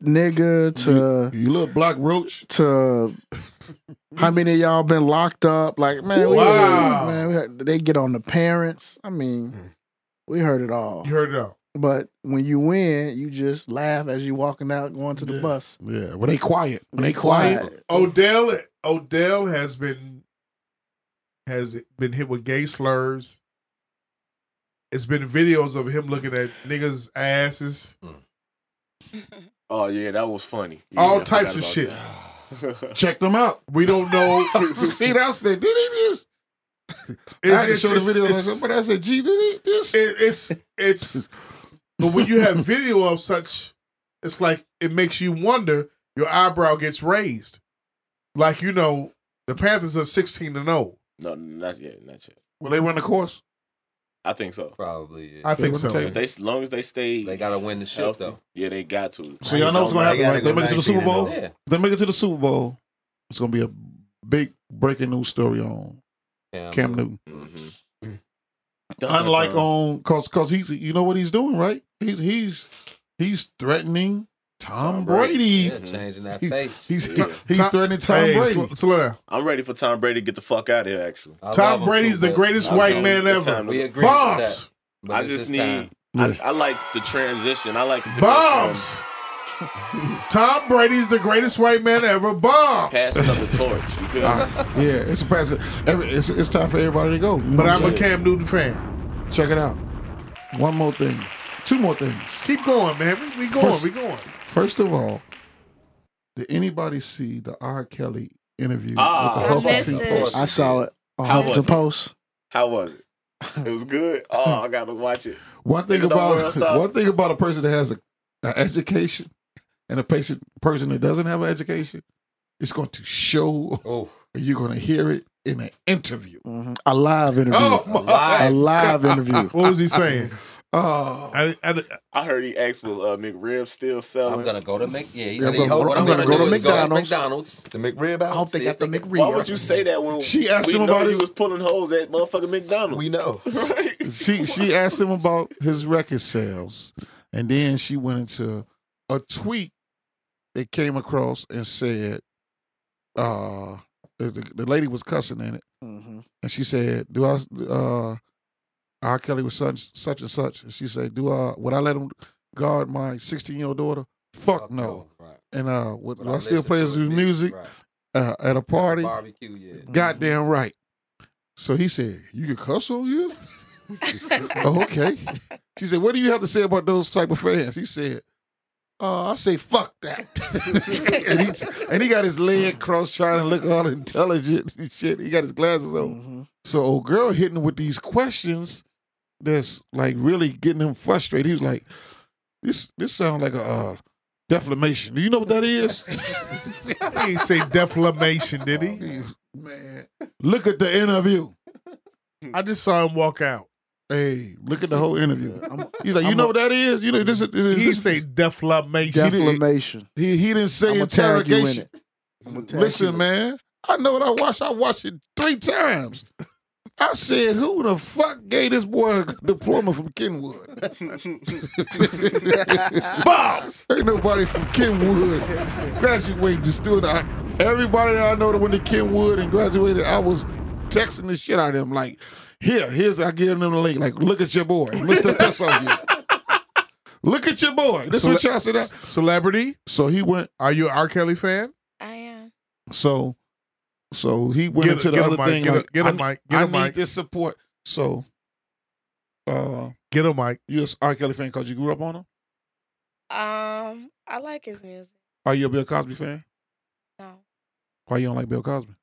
S1: nigga to
S4: you look black roach.
S1: to how many of y'all been locked up? Like man, we,
S6: Wow.
S1: man, we heard- they get on the parents. I
S4: Hmm.
S1: mean, we heard it all.
S6: You heard it all.
S1: But when you win, you just laugh as you walking out going to the bus.
S4: Yeah, when they quiet, when they
S1: Be
S4: quiet,
S6: Odell Odell has been has been hit with gay slurs. It's been videos of him looking at niggas' asses,
S8: Oh yeah, that was funny. Yeah,
S6: all
S8: I forgot
S6: types of
S8: about
S6: shit.
S8: that.
S4: check them out.
S6: We don't know. it's,
S4: See, that's the did he just I had to
S6: it's,
S4: show the
S6: it's-
S4: video. Like,
S6: it's-
S4: somebody I said, "Gee, did it this?"
S6: it- it's it's but when you have video of such it's like it makes you wonder your eyebrow gets raised like you know the panthers are oh. 16 to 0
S8: No, not yet, not yet.
S4: Will they run the course?
S8: I think so.
S3: Probably. Yeah.
S6: i think so
S8: If they, as long as they stay,
S3: They gotta win the ship
S8: healthy,
S3: though.
S8: yeah, they got to.
S4: So y'all know what's gonna
S10: They gotta
S4: happen, right? They
S10: go
S4: make it to the Super
S10: 19 and
S4: Bowl.
S10: oh.
S4: If
S3: Yeah,
S4: They make it to the Super Bowl. It's gonna be a big breaking news story on
S3: Cam,
S4: Cam Newton.
S8: Mhm.
S4: Unlike
S8: dun.
S4: on cause cause he's you know what he's doing, right? He's he's he's threatening Tom
S8: Tom Brady. Mm-hmm.
S4: Brady.
S3: Yeah, changing that
S4: He-
S3: face.
S4: He's
S8: Yeah.
S4: he's
S6: Tom-
S4: threatening Tom
S6: hey,
S4: Brady.
S6: Slow, slow down
S8: I'm ready for Tom Brady to get the fuck out of here. Actually,
S3: I love
S6: tom
S3: him
S6: brady's
S3: too,
S6: the
S3: but-
S6: greatest
S8: I'm
S6: white
S8: telling
S6: man
S8: you, it's
S6: ever
S8: time to-
S3: We agree with
S6: bombs
S3: that. But
S8: I
S3: it's
S8: just
S3: his time.
S8: need. I, I like the transition. I like it to go
S6: bombs tom brady's the greatest white man ever
S8: from
S6: bombs
S8: passing of the torch. You feel me?
S4: yeah, it's a present. Every, it's, it's time for everybody to go. You know
S6: but
S4: what
S6: i'm a
S4: saying?
S6: cam newton fan
S4: Check it out. One more thing, two more things.
S6: keep going man we, we going
S4: First-
S6: we going
S4: First of all, did anybody see the R. Kelly interview
S8: Ah,
S4: with the
S9: I missed
S4: Huffington
S9: it.
S4: Post?
S1: I saw it on
S8: How was
S1: Huffington
S8: it?
S1: Post.
S8: How was it? It was good. Oh, I gotta watch it.
S4: One thing
S8: Nigga, don't worry,
S4: about
S8: I'll stop.
S4: one thing about a person that has a, a education and a patient person that doesn't have an education, it's going to show.
S3: Oh,
S4: You're going to hear it in an interview.
S1: A live interview.
S4: Oh
S1: a
S4: my!
S3: Live.
S1: live interview.
S6: what was he saying
S4: Oh,
S6: I, I,
S8: I heard he asked was uh, McRib still selling.
S3: I'm gonna go to Mc. Yeah, he's
S4: Yeah, I'm
S3: saying,
S4: gonna go-
S3: what
S4: I'm
S3: I'm,
S4: gonna
S3: gonna,
S4: go
S3: do
S4: to
S3: is go to
S1: McDonald's.
S3: McDonald's.
S10: The McRib
S1: I
S10: out.
S1: don't think
S3: See
S1: I
S3: if
S1: have to
S3: they
S1: make
S3: can-
S8: Why would you say that when
S4: She asked
S8: we
S4: him
S8: know
S4: about
S8: he
S4: his-
S8: was pulling holes at motherfucking McDonald's?
S10: We know.
S8: Right?
S4: she she asked him about his record sales, and then she went into a tweet that came across and said, uh, the, the, the lady was cussing in it, and she said, "Do I uh, R. Kelly was such such and such?" And she said, "Do I would I let him guard my sixteen year old daughter? Fuck no."
S3: Right.
S4: And uh, would,
S3: But
S4: do I still
S3: listen
S4: play
S3: to
S4: his music
S3: Right. At
S4: uh, at a Mm-hmm.
S3: the
S4: party?
S3: Barbecue. Yeah.
S4: Goddamn right. So he said, "You can cuss on you." oh, okay. She said, "What do you have to say about those type of fans?" He said, "Uh, I say fuck that." and, he, and he got his leg crossed, trying to look all intelligent and shit. He got his glasses on.
S1: Mhm.
S4: So old girl hitting him with these questions that's like really getting him frustrated. He was like, "This this sounds like a uh, defamation. Do you know what that is?"
S6: He didn't say deflamation, did he?
S4: Oh, Man, look at the interview.
S6: I just saw him walk out.
S4: Hey, look at the whole interview.
S1: I'm-
S4: He's like, you
S1: I'm
S4: know
S1: a-
S4: what that is? You know this is this, is-
S6: He
S4: this,
S6: say deflamation.
S1: Defamation.
S4: he he didn't say
S1: I'm gonna tag you in
S4: interrogation.
S1: it. I'm gonna tag you in
S4: Listen,
S1: it.
S4: man, I know what I watched. I watched it three times. I said, who the fuck gave this boy a diploma from Kenwood? Bombs! Ain't nobody from Kenwood graduated to student. I, everybody that I know that went to Kenwood and graduated, I was texting the shit out of them. Like, here, here's, I give them the link. Like, look at your boy. Mr. Piss on you. Look at your boy. This is what y'all said.
S6: Celebrity,
S4: So he went
S6: are you an R. Kelly fan?
S9: I
S4: So, so he went
S6: Get a-
S4: into the
S6: get a
S4: other
S6: mic,
S4: thing.
S6: get a-
S4: like,
S6: get a
S4: I-
S6: mic, get
S4: I
S6: a
S4: need
S6: mic.
S4: this support. So, uh,
S6: get a mic.
S4: You a R. Kelly fan because you grew up on him?
S9: Um, I like his music.
S4: Are you a Bill Cosby fan?
S9: No.
S4: Why you don't like Bill Cosby?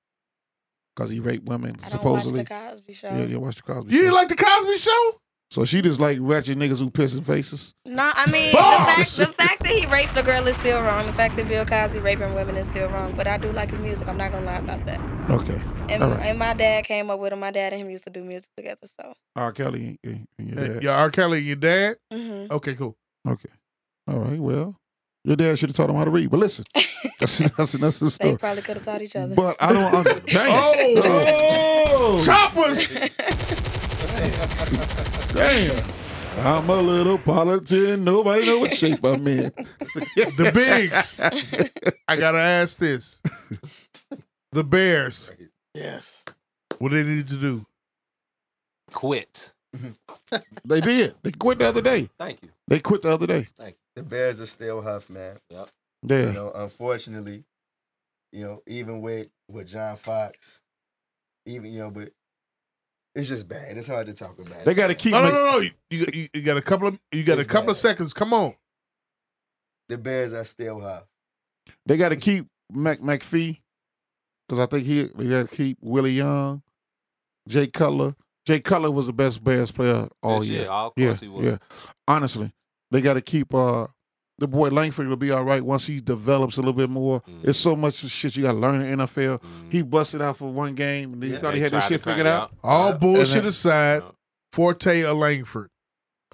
S4: Because he raped women,
S9: I don't watch
S4: supposedly.
S9: the Cosby Show.
S4: Yeah, you watch the Cosby
S6: You
S4: Show.
S6: didn't like the Cosby Show?
S4: So she just like ratchet niggas who piss in faces.
S9: No, I mean the fact the fact that he raped a girl is still wrong. The fact that Bill Cosby raping women is still wrong. But I do like his music. I'm not gonna lie about that.
S4: Okay.
S9: And,
S4: All right.
S9: and my dad came up with him. My dad and him used to do music together. So
S4: R. Kelly and and your
S6: Yeah,
S4: dad.
S6: R. Kelly, and your dad.
S9: Mhm.
S6: Okay, cool.
S4: Okay. All right. Well, your dad should have taught him how to read. But listen, that's that's, that's the
S9: they
S4: story.
S9: probably could have taught each other.
S4: But I don't. under- Dang.
S6: Oh, choppers!
S4: Damn. I'm a little politician. Nobody know what shape I'm in.
S6: The Bigs. I gotta ask this: the Bears,
S1: Yes.
S6: what do they need to do?
S3: Quit.
S4: They did. They quit the other day.
S3: Thank you.
S4: They quit the other day.
S10: The Bears are still huff, man.
S3: Yep.
S4: Yeah.
S10: You know, unfortunately, you know, even with with John Fox, even you know, but it's just bad. It's hard to talk about.
S4: They
S10: it.
S4: got to keep.
S6: No, no,
S4: making-
S6: no, no. You, you, you got a couple of you got a
S10: It's
S6: couple of
S10: bad.
S6: seconds. Come on.
S10: The Bears are still huff.
S4: They got to keep Mac McPhee because I think he. They got to keep Willie Young, Jay Cutler. Jay Cutler was the best Bears player all
S3: This
S4: year.
S3: year, all- of
S4: yeah,
S3: course he was.
S4: yeah. Honestly, they got to keep uh the boy Langford will be all right once he develops a little bit more.
S3: Mhm.
S4: It's so much shit you got to learn in NFL. He busted out for one game and he
S10: Yeah,
S4: thought
S3: Mm-hmm. They
S4: he had this
S3: tried to
S4: shit
S3: crank
S4: figured
S3: it
S4: out.
S6: All bullshit
S4: then-
S6: aside,
S3: No.
S6: Forte or Langford. Uh-huh.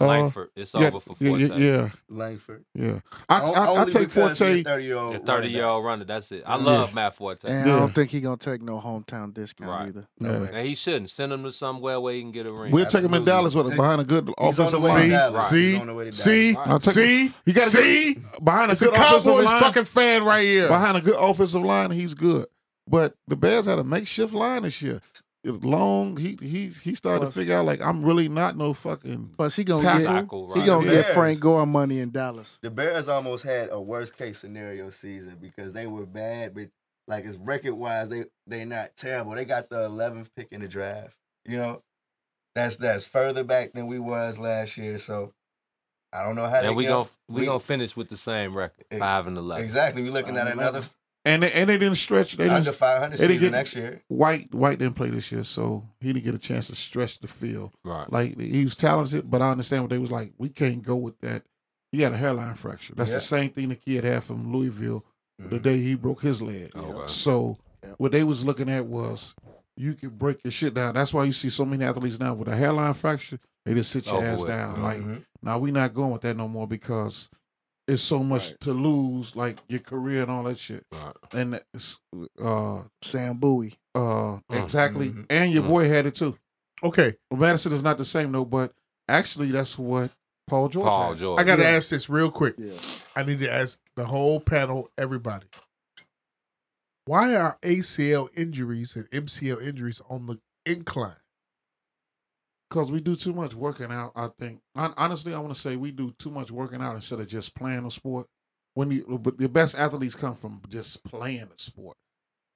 S4: Uh,
S3: Langford, it's
S4: yeah,
S3: over for
S4: yeah,
S3: Forte.
S4: yeah, yeah,
S10: Langford.
S4: yeah. I,
S10: O-
S4: I, I
S10: only
S4: take
S10: because he's
S4: Forte.
S10: a 30-year-old
S3: The
S10: running
S3: 30 year
S10: back.
S3: old runner. That's it. I love Matt Forte.
S1: And I
S4: Yeah.
S1: don't think he gonna take no hometown discount
S3: Right.
S1: either.
S4: Yeah.
S3: And he shouldn't. Send him to somewhere where he can get a ring.
S4: uh, We'll take him in Dallas with him behind a good
S10: He's on the
S4: offensive
S10: way to
S4: line.
S10: Dallas.
S6: See?
S10: He's on the way to Dallas.
S6: See,
S4: I'll take
S6: see,
S4: You gotta
S6: see.
S4: Behind a
S6: It's a
S4: good offensive
S6: Cowboys
S4: line.
S6: fucking fan right here.
S4: behind a good offensive line, he's good. But the Bears had a makeshift line this year. It was long, he he he started to
S1: Well-
S4: figure out like I'm really not no fucking.
S1: Plus he gonna
S4: Tackle.
S1: get
S3: Tackle,
S1: he
S3: right.
S1: gonna
S10: Bears.
S1: get Frank Gore money in Dallas.
S10: The Bears almost had a worst case scenario season because they were bad, but like it's record wise, they they not terrible. They got the eleventh pick in the draft. You know, that's that's further back than we was last year. So I don't know how. they
S3: And we
S10: get-
S3: gonna we gonna finish with the same record,
S10: Ex-
S3: five and eleven.
S10: exactly. We looking at another
S4: And they, and they didn't stretch. They
S10: under
S4: didn't,
S10: five hundred
S4: they
S10: season
S4: didn't get-
S10: next year.
S4: White White didn't play this year, so he didn't get a chance to stretch the field.
S3: Right.
S4: Like he was talented, but I understand what they was like. We can't go with that. He had a hairline fracture. That's
S10: Yeah.
S4: the same thing the kid had from Louisville the
S3: Mm-hmm.
S10: Mhm.
S4: day he broke his leg.
S3: Okay.
S4: So what they was looking at was you can break your shit down. That's why you see so many athletes now with a hairline fracture. They just sit your
S3: Over
S4: ass
S3: with.
S4: down. Like
S3: Mm-hmm.
S10: Mhm.
S4: now we not going with that no more because it's so much to lose, like your career and all that shit.
S3: Right.
S4: And that's, uh,
S1: Sam Bowie.
S4: uh,
S3: Mm.
S4: exactly.
S10: Mhm.
S4: And your
S3: Mm.
S4: boy had it too.
S6: Okay,
S4: Well, Madison is not the same though, but actually that's what Paul George.
S3: Paul
S4: had.
S3: George.
S6: I gotta
S4: Yeah.
S6: ask this real quick.
S1: Yeah.
S6: I need to ask the whole panel, everybody. Why are ACL injuries and MCL injuries on the incline?
S4: because we do too much working out. I think Hon- honestly, I want to say we do too much working out instead of just playing a sport. When you, but the best athletes come from just playing a sport.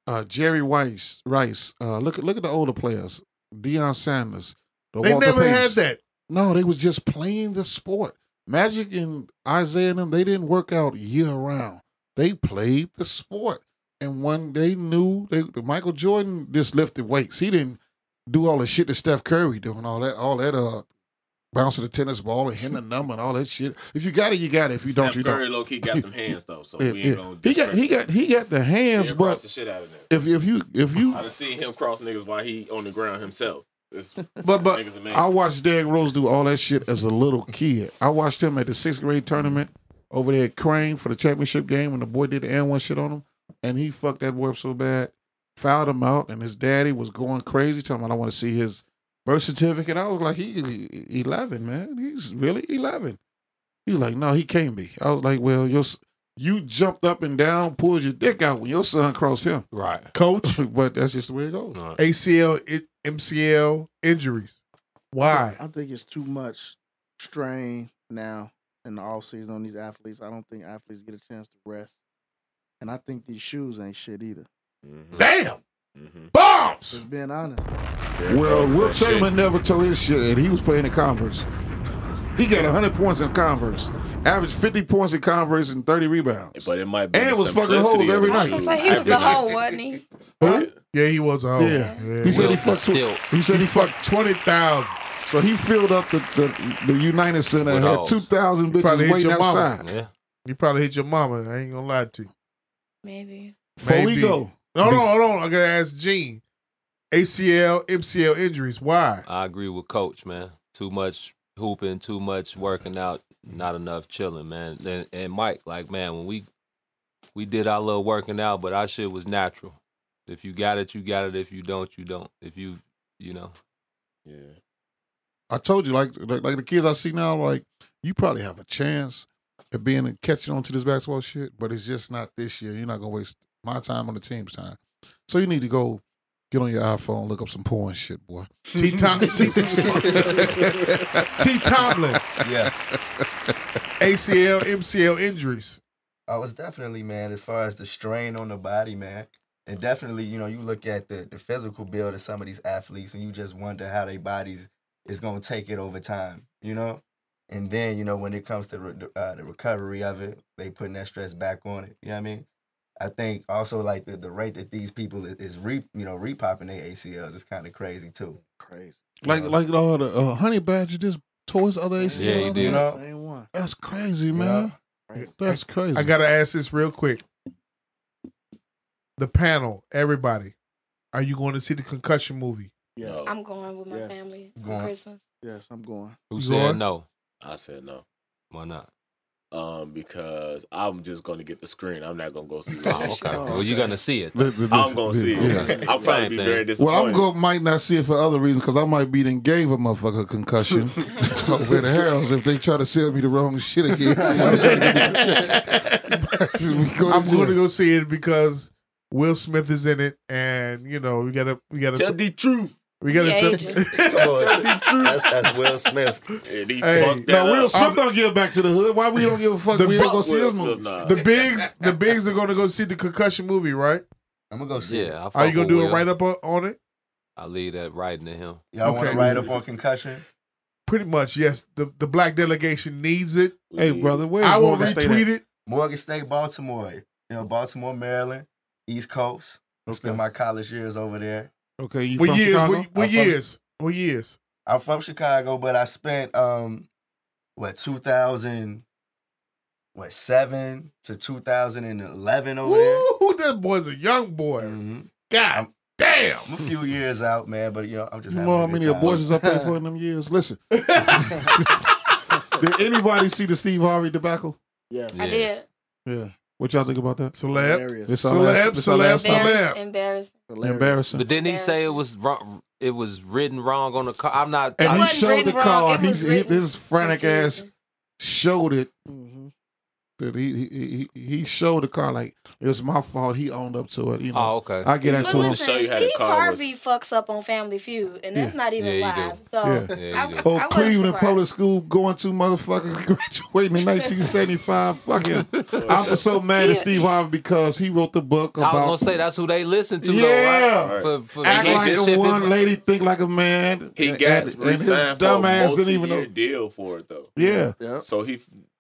S4: Uh, Jerry Rice, Rice. Uh, look at look at the older players, Deion Sanders. The
S6: They
S4: Walter
S6: never had
S4: Paytons.
S6: that.
S4: No, they was just playing the sport. Magic and Isaiah and them, they didn't work out year round. They played the sport. And when they knew they Michael Jordan just lifted weights. He didn't do all the shit that Steph Curry doing, all that, all that uh bouncing the tennis ball and hitting the number and all that shit. If you got it, you got it. If you
S8: Steph
S4: don't, you
S8: Curry
S4: don't.
S8: low key got them hands though, so
S4: Yeah,
S8: we ain't
S4: yeah.
S8: gonna.
S4: He got he got he got the hands,
S8: Yeah, cross
S4: but
S8: the shit out of them.
S4: if if you if you
S8: I done seen him cross niggas while he on the ground himself. This
S6: But but
S8: niggas amazing.
S4: I watched Derrick Rose do all that shit as a little kid. I watched him at the sixth grade tournament over there at Crane for the championship game when the boy did the and one shit on him. And he fucked that boy up so bad, fouled him out, and his daddy was going crazy, telling him, I want to see his birth certificate. I was like, he, he 11, man. He's really 11. He was like, no, he can't be. I was like, well, your, s- you jumped up and down, pulled your dick out when your son crossed him.
S3: Right.
S6: coach
S4: but that's just the way it goes.
S3: Right.
S6: ACL it, MCL injuries. Why?
S1: I think it's too much strain now in the off season on these athletes. I don't think athletes get a chance to rest, and I think these shoes ain't shit either.
S6: Damn. Bombs.
S1: Just being honest.
S4: Well, Will Chamberlain never tore his shit, and he was playing in Converse. He got 100 points in Converse, averaged 50 points in Converse and 30 rebounds.
S8: But it might
S4: be And the was fucking hoes simplicity of every the night.
S9: I was gonna say he was the hoe, wasn't he?
S6: Who? Yeah, he was a hoe.
S4: Yeah. He said he fucked.
S6: still.
S4: He said he fucked
S6: 20,000.
S4: So he filled up the, the, the United Center and
S6: With
S4: had
S6: hoes.
S4: 2,000
S6: You probably
S4: bitches
S6: hit
S4: waiting
S6: your mama.
S4: outside.
S6: You probably hit your mama. I ain't gonna lie to you.
S9: Maybe.
S4: Before we go.
S6: Hold on, hold on. I gotta ask Gene. ACL, MCL injuries. Why?
S3: I agree with Coach, man. Too much hooping, too much working out, not enough chilling, man. And, and Mike, like, man, when we we did our little working out, but our shit was natural. If you got it, you got it. If you don't, you don't. If you, you know.
S8: Yeah.
S4: I told you, like, like like the kids I see now, like you probably have a chance at being catching on to this basketball shit, but it's just not this year. You're not gonna waste my time on the team's time. So you need to go get on your iPhone, look up some porn shit, boy.
S6: T. Tom- T. T. Tomlin.
S10: Yeah.
S6: ACL, MCL injuries.
S10: I was Oh, definitely, man, as far as the strain on the body, man. And definitely, you know, you look at the, the physical build of some of these athletes and you just wonder how their bodies is going to take it over time, you know? And then, you know, when it comes to re- uh, the recovery of it, they putting that stress back on it. You know what I mean? I think also like the, the rate that these people is, is re you know repopping their ACLs is kind of crazy too.
S1: Crazy.
S4: Like like uh, the uh, honey badger just tore his other ACL.
S6: Yeah, he
S4: other
S6: did.
S4: night.
S1: Same one.
S4: That's crazy, man. That's crazy.
S6: I gotta ask this real quick. The panel, everybody, are you going to see the concussion movie?
S1: Yeah.
S9: I'm going with my family for
S6: Going.
S9: Christmas.
S1: Yes, I'm going.
S3: Who
S6: You
S3: said
S6: going?
S3: no?
S8: I said no.
S3: Why not?
S8: Um, because I'm just gonna get the screen. I'm not gonna go see it.
S3: Oh, okay. Well, you're gonna see it.
S4: The- the- the-
S8: I'm gonna see it.
S4: yeah.
S8: I'll probably
S3: Same
S8: be
S3: thing.
S8: very disappointed.
S4: Well, I'm go might not see it for other reasons because I might be then gave a motherfucker a concussion over the Heralds if they try to sell me the wrong shit again.
S6: I'm going to go see it because Will Smith is in it, and you know we gotta we gotta
S8: Tell the truth.
S6: we gotta.
S9: The
S6: sub-
S9: agent.
S10: Come on, that's, that's Will Smith.
S8: And he
S6: Hey,
S8: fucked that
S4: now Will
S8: up.
S4: Smith don't give back to the hood. Why we don't give a fuck?
S6: The
S4: we
S6: fuck
S4: don't go see
S8: Will
S4: his
S8: Smith,
S4: movie.
S8: nah.
S6: the bigs, the bigs are going to go see the concussion movie, right?
S10: I'm gonna go see. it.
S3: Yeah. I
S6: Are you
S3: fuck
S6: going
S3: with
S6: to do a
S3: Will.
S6: write up on it?
S3: I leave that writing to him.
S10: Y'all want
S6: Okay.
S10: to write up on concussion?
S6: Pretty much, yes. The the black delegation needs it.
S4: Hey, brother, where
S6: I
S4: is
S6: will
S4: Morgan State
S6: retweet
S4: at?
S6: it.
S10: Morgan State, Baltimore. You know, Baltimore, Maryland, East Coast. I Spent my college years over there.
S4: Okay, you
S6: What
S4: from
S6: years?
S4: Chicago?
S6: What, what
S10: I'm from-
S6: years? What years?
S10: I'm from Chicago, but I spent um what 2000 what 7 to 2011 over there.
S6: Woo, that boy's a young boy.
S10: Mhm.
S6: God
S10: I'm-
S6: damn.
S10: I'm a few years out, man, but you know, I'm just
S4: You
S10: having
S4: know
S10: a
S4: how
S10: good
S4: many
S10: time.
S4: abortions I paid for in them years? Listen. Did anybody see the Steve Harvey debacle?
S1: Yeah.
S3: Yeah.
S9: I did.
S4: Yeah. What y'all think about that?
S6: Celeb.
S1: Hilarious.
S4: This our last-
S6: Celeb,
S4: this our last
S6: celeb,
S4: song?
S6: celeb.
S9: Embarrassing.
S6: Damn.
S9: Embarrassing.
S1: Hilarious.
S4: Embarrassing.
S3: But didn't he say it was wrong? It was written wrong on the car. I'm not.
S4: And
S9: It
S4: he
S9: wasn't
S4: showed
S9: written
S4: the
S9: wrong,
S4: car.
S9: it
S4: He,
S9: was
S4: he,
S9: written
S4: this frantic ass
S9: confusing. Mm-hmm.
S4: showed it
S1: Mhm.
S4: that he he, he he showed the car like it was my fault. He owned up to it. You know,
S3: Oh, okay.
S4: I get
S9: But
S4: into him.
S8: To show
S9: listen,
S8: you how the
S9: Steve
S8: car was-
S9: Harvey fucks up on Family Feud, and that's not even
S3: Yeah, you
S9: live.
S3: do.
S9: So
S4: Yeah.
S3: Yeah, you
S9: I,
S3: do.
S9: I
S4: Oh,
S9: wasn't
S4: Cleveland
S9: surprised.
S4: Public School going to motherfucker graduating in 1975. Fucking, I'm so mad at Steve Harvey because he wrote the book
S3: I
S4: about.
S3: was gonna say that's who they listen to,
S4: Yeah.
S3: though, right? For, for
S4: Act
S3: they
S4: like
S3: just
S4: a
S3: ship it-
S4: one lady, think like a man.
S8: He
S4: And-
S8: got
S4: and, and his
S8: re-signed for a
S4: dumb ass didn't
S8: multi-year
S4: even know.
S8: deal for it though.
S4: Yeah,
S1: Yep.
S8: So he,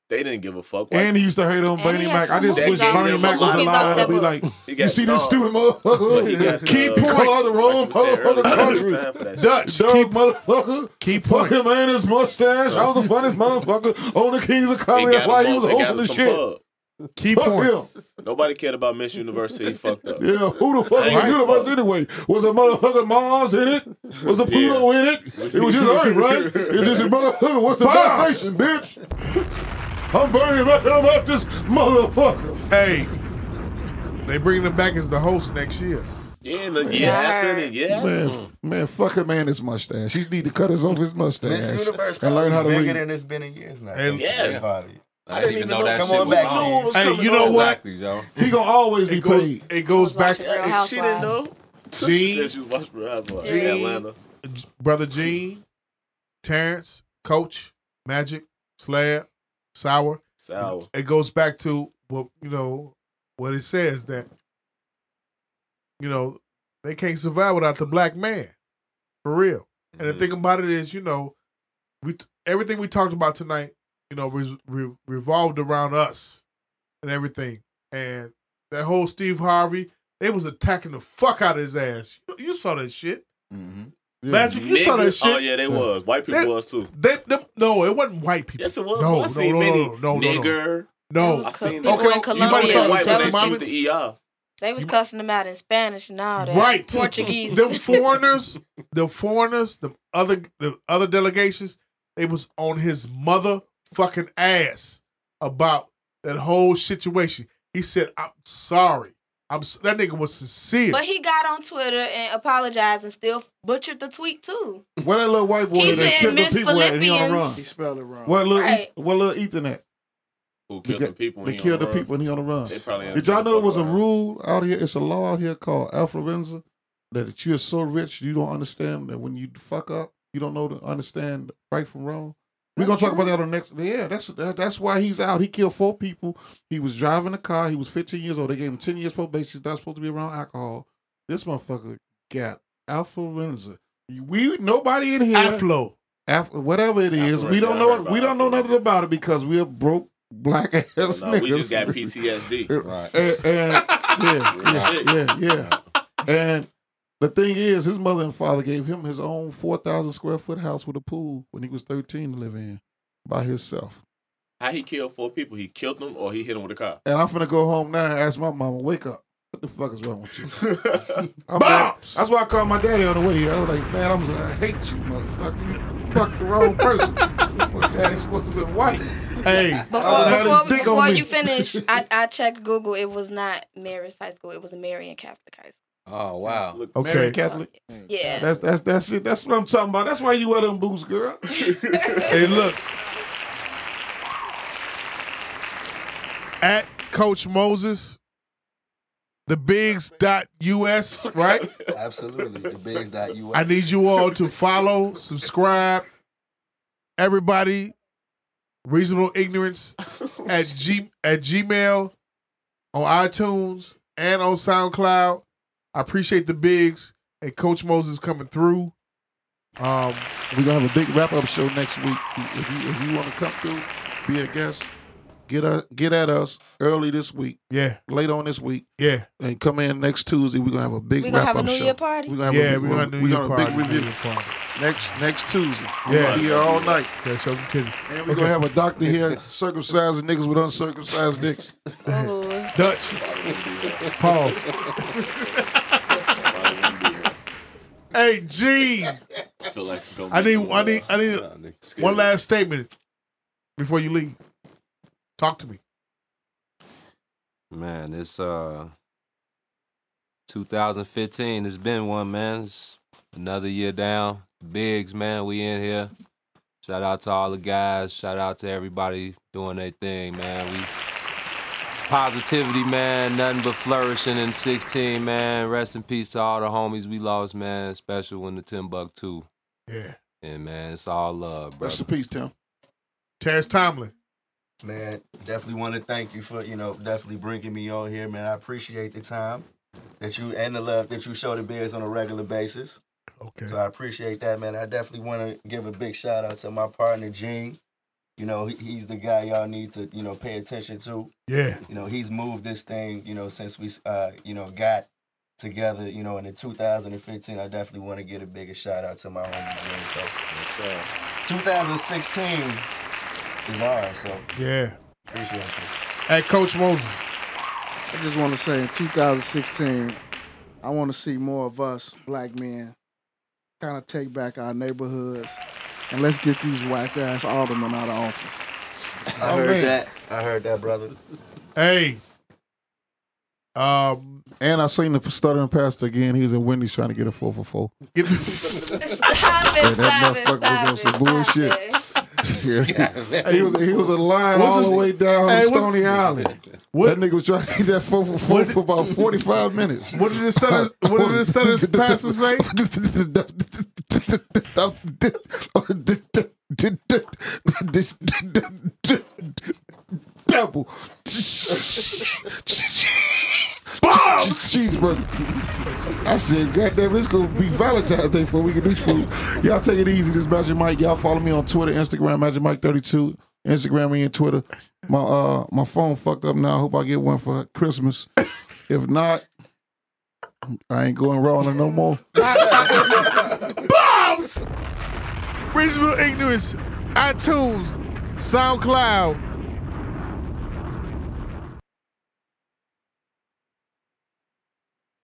S8: they didn't give a fuck. Like,
S4: and he used to hate on
S9: he
S4: Bernie
S9: had
S4: Mac. I
S9: two
S4: just wish
S8: movies off-
S4: Bernie Mac was
S8: movies
S4: alive
S9: off
S4: to
S9: that
S4: be
S9: book.
S4: like,
S8: he got
S4: you see this
S8: dog.
S4: stupid
S8: But he got
S4: motherfucker? Keep
S8: the-
S4: point on the wrong
S8: Like you said
S4: part of the
S8: earlier, he
S4: country.
S8: signed for that shit.
S4: Dutch, keep motherfucker.
S6: Keep
S4: Fuck
S6: point.
S4: him and his mustache. I was the funniest motherfucker on the Kings of
S8: They
S4: Comedy.
S8: got
S4: That's why
S8: him
S4: he
S8: off-
S4: was
S8: they got
S4: hosting
S8: him
S4: the
S8: some
S4: shit.
S8: pub.
S6: Key
S4: Fuck
S6: points.
S4: him.
S8: Nobody cared about Miss Universe. till He fucked up.
S4: Yeah, who the fuck
S8: Ain't
S4: was
S8: his
S4: universe
S8: fault.
S4: anyway? Was a motherfucker Mars in it? Was a Pluto in it? It was just Earth, right? It's just a motherfucker. What's the vibration, bitch? I'm burning right I'm at this motherfucker.
S6: Hey, they bringing him back as the host next year.
S8: Yeah, and the year after, and the year after.
S4: Man, man, fuck a man, his mustache. He need to cut his off his mustache
S10: Miss Universe
S4: and learn how to
S10: bigger
S4: read.
S10: than it's been in years now.
S6: And-
S8: Yes.
S3: I didn't even know that
S10: come
S3: shit
S10: on
S3: was
S10: back.
S3: on.
S10: Soon.
S6: Hey, you know what?
S3: Exactly, Joe.
S4: He gonna always be
S6: It goes,
S4: paid.
S6: it goes back
S9: Watching Real
S6: to
S9: Housewives.
S8: She didn't know. She
S6: Gene,
S8: said she was watching Real Housewives
S9: Gene.
S8: Atlanta.
S6: brother Gene, Terrence, Coach, Magic, Slab, Sour.
S8: Sour.
S6: It goes back to what you know what it says that you know, they can't survive without the black man, for real. And the thing about it is, you know, we everything we talked about tonight, you know, re, re- revolved around us and everything. And that whole Steve Harvey, they was attacking the fuck out of his ass. You, you saw that shit. Mm-hmm. Magic, you saw that
S8: Niggas-
S6: shit.
S8: Oh yeah, they was. White people
S6: They-
S8: was too.
S6: They, them- no, it wasn't white people.
S8: Yes, it was.
S6: No,
S8: I seen
S6: no, no,
S8: many
S6: no, no, no, no.
S8: nigger.
S6: No,
S8: I seen
S9: people in
S8: You might
S9: Colombia.
S8: have said white,
S9: That
S8: but they
S9: was-
S8: speak the ER.
S9: They was cussing them out in Spanish and all that.
S6: right
S9: Portuguese.
S6: them foreigners the foreigners the other the other delegations they was on his motherfucking ass about that whole situation he said i'm sorry i'm s- that nigga was sincere
S9: But he got on Twitter and apologized and still butchered the tweet too.
S4: Where that little white boy
S9: He
S4: that
S9: said
S4: killed the
S9: Miss
S4: people at? and He on the run.
S9: Philippians.
S1: He spelled it wrong.
S4: Where little
S9: Right.
S4: Eth- where little Ethan at?
S8: Who
S4: They
S8: killed the people?
S4: They
S8: and he
S4: killed
S8: on
S4: the
S8: run.
S4: people and he on the run.
S8: They probably ain't
S4: Did y'all
S8: gonna
S4: know it
S8: fuck
S4: was a
S8: around.
S4: rule out here? It's a law out here called alpharenza that you're so rich you don't understand that when you fuck up, you don't know to understand right from wrong. We're gonna talk about that on the next. Yeah, that's that, that's why he's out. He killed four people. He was driving a car. He was 15 years old. They gave him 10 years probation. He's not supposed to be around alcohol. This motherfucker got alpharenza. We nobody in here.
S6: aflo
S4: Af- whatever it is, we
S8: Alpharenza,
S4: don't
S8: I
S4: know.
S8: heard
S4: We
S8: about
S4: don't know
S8: Alpharenza.
S4: nothing about it because we're broke black ass
S8: No,
S4: niggas.
S8: we just got PTSD.
S4: Right. And, and- yeah, yeah, yeah, yeah. And the thing is, his mother and father gave him his own four thousand square foot house with a pool when he was thirteen to live in by himself.
S8: How he killed four people? He killed them or he hit them with a car?
S4: And I'm finna go home now and ask my mama, wake up. What the fuck is wrong with you? I'm
S6: Bops!
S4: mad. That's why I called my daddy on the way here. I was like, man, I'm I hate you, motherfucker. You fucked the wrong person. my daddy's supposed to be white.
S6: hey
S4: Oh,
S9: Before,
S4: that
S9: before,
S4: is big on
S9: before
S4: me.
S9: you finish, I, I checked Google. It was not Marist High School. It was Marian Catholic High School.
S3: Oh wow.
S6: okay
S4: Mary Catholic.
S9: Yeah.
S4: That's that's that's it. That's what I'm talking about. That's why you wear them boots, girl.
S6: hey look at coach moses the bigs.us right
S10: Absolutely. The bigs that you
S6: I need you all to follow, subscribe. Everybody, reasonable ignorance at g at Gmail, on iTunes and on SoundCloud. I appreciate the bigs and Coach Moses coming through. Um,
S4: We're gonna have a big wrap up show next week. If you if you wanna come through, be a guest, get us get at us early this week,
S6: yeah,
S4: late on this week,
S6: yeah,
S4: and come in next Tuesday. We're gonna have a big
S9: We gonna have
S4: wrap
S9: a
S4: up
S9: New
S4: show.
S9: Year party?
S4: We're gonna have
S6: yeah.
S4: a,
S6: We're
S4: we
S6: gonna do
S4: we're
S6: your
S4: gonna have
S6: party.
S4: a big review next next Tuesday. We're
S6: Yeah.
S4: gonna be here all night.
S6: Yeah, show some titties.
S4: And we're gonna have a doctor here circumcising niggas with uncircumcised dicks.
S9: Oh,
S6: Dutch. Pause. hey, Gene.
S8: I feel like it's gonna.
S6: I
S8: be
S6: need-
S8: some,
S6: I need-
S8: uh,
S6: I need-
S8: nah, nigga, it's
S6: One
S8: good.
S6: last statement before you leave. Talk to me.
S3: Man, it's uh 2015. It's been one, man. It's another year down. Bigs, man, we in here. Shout out to all the guys. Shout out to everybody doing their thing, man. We positivity, man. Nothing but flourishing in 16, man. Rest in peace to all the homies we lost, man. Especially when the Timbuktu.
S6: Yeah.
S3: And man, it's all love, bro.
S4: Rest in peace, Tim.
S6: Terrence Tomlin.
S10: Man, definitely want to thank you for, you know, definitely bringing me on here, man. I appreciate the time that you and the love that you show the Bears on a regular basis.
S6: Okay.
S10: So I appreciate that, man. I definitely want to give a big shout out to my partner, Gene. You know, he, he's the guy y'all need to, you know, pay attention to.
S6: Yeah.
S10: You know, he's moved this thing, you know, since we, uh, you know, got together, you know, and in 2015. I definitely want to get a bigger shout out to my homie, Gene. So, 2016 is ours, so
S6: Yeah.
S10: appreciate you.
S6: At Coach Moses.
S1: I just want to say in 2016, I want to see more of us black men kind of take back our neighborhoods and let's get these whack ass aldermen out of office. Oh,
S10: I heard that. I heard that, brother.
S6: Hey. Um,
S4: And I seen the stuttering pastor again. He was in Wendy's trying to get a four for four.
S6: get
S9: stop it! Stop it!
S4: motherfucker was on
S9: Stop it!
S4: some
S9: Stop
S4: bullshit.
S9: it!
S4: He was he was a line
S6: What's
S4: all
S6: his-
S4: the way down
S6: Hey, what's-
S4: Stony Island.
S6: what,
S4: that nigga was trying to get that four for four for about forty five minutes.
S6: what did the Southern, what did the Southern pastor say?
S4: Double.
S6: Boom!
S4: cheeseburger. I said, God damn, this gonna be Valentine's Day before we get this food. Y'all take it easy. This is Magic Mike. Y'all follow me on Twitter, Instagram, Magic Mike thirty two, Instagram me and Twitter. My uh my phone fucked up now. I hope I get one for Christmas. If not, I ain't going raw on it no more.
S6: Bombs! Reasonable Ignorance, iTunes, SoundCloud,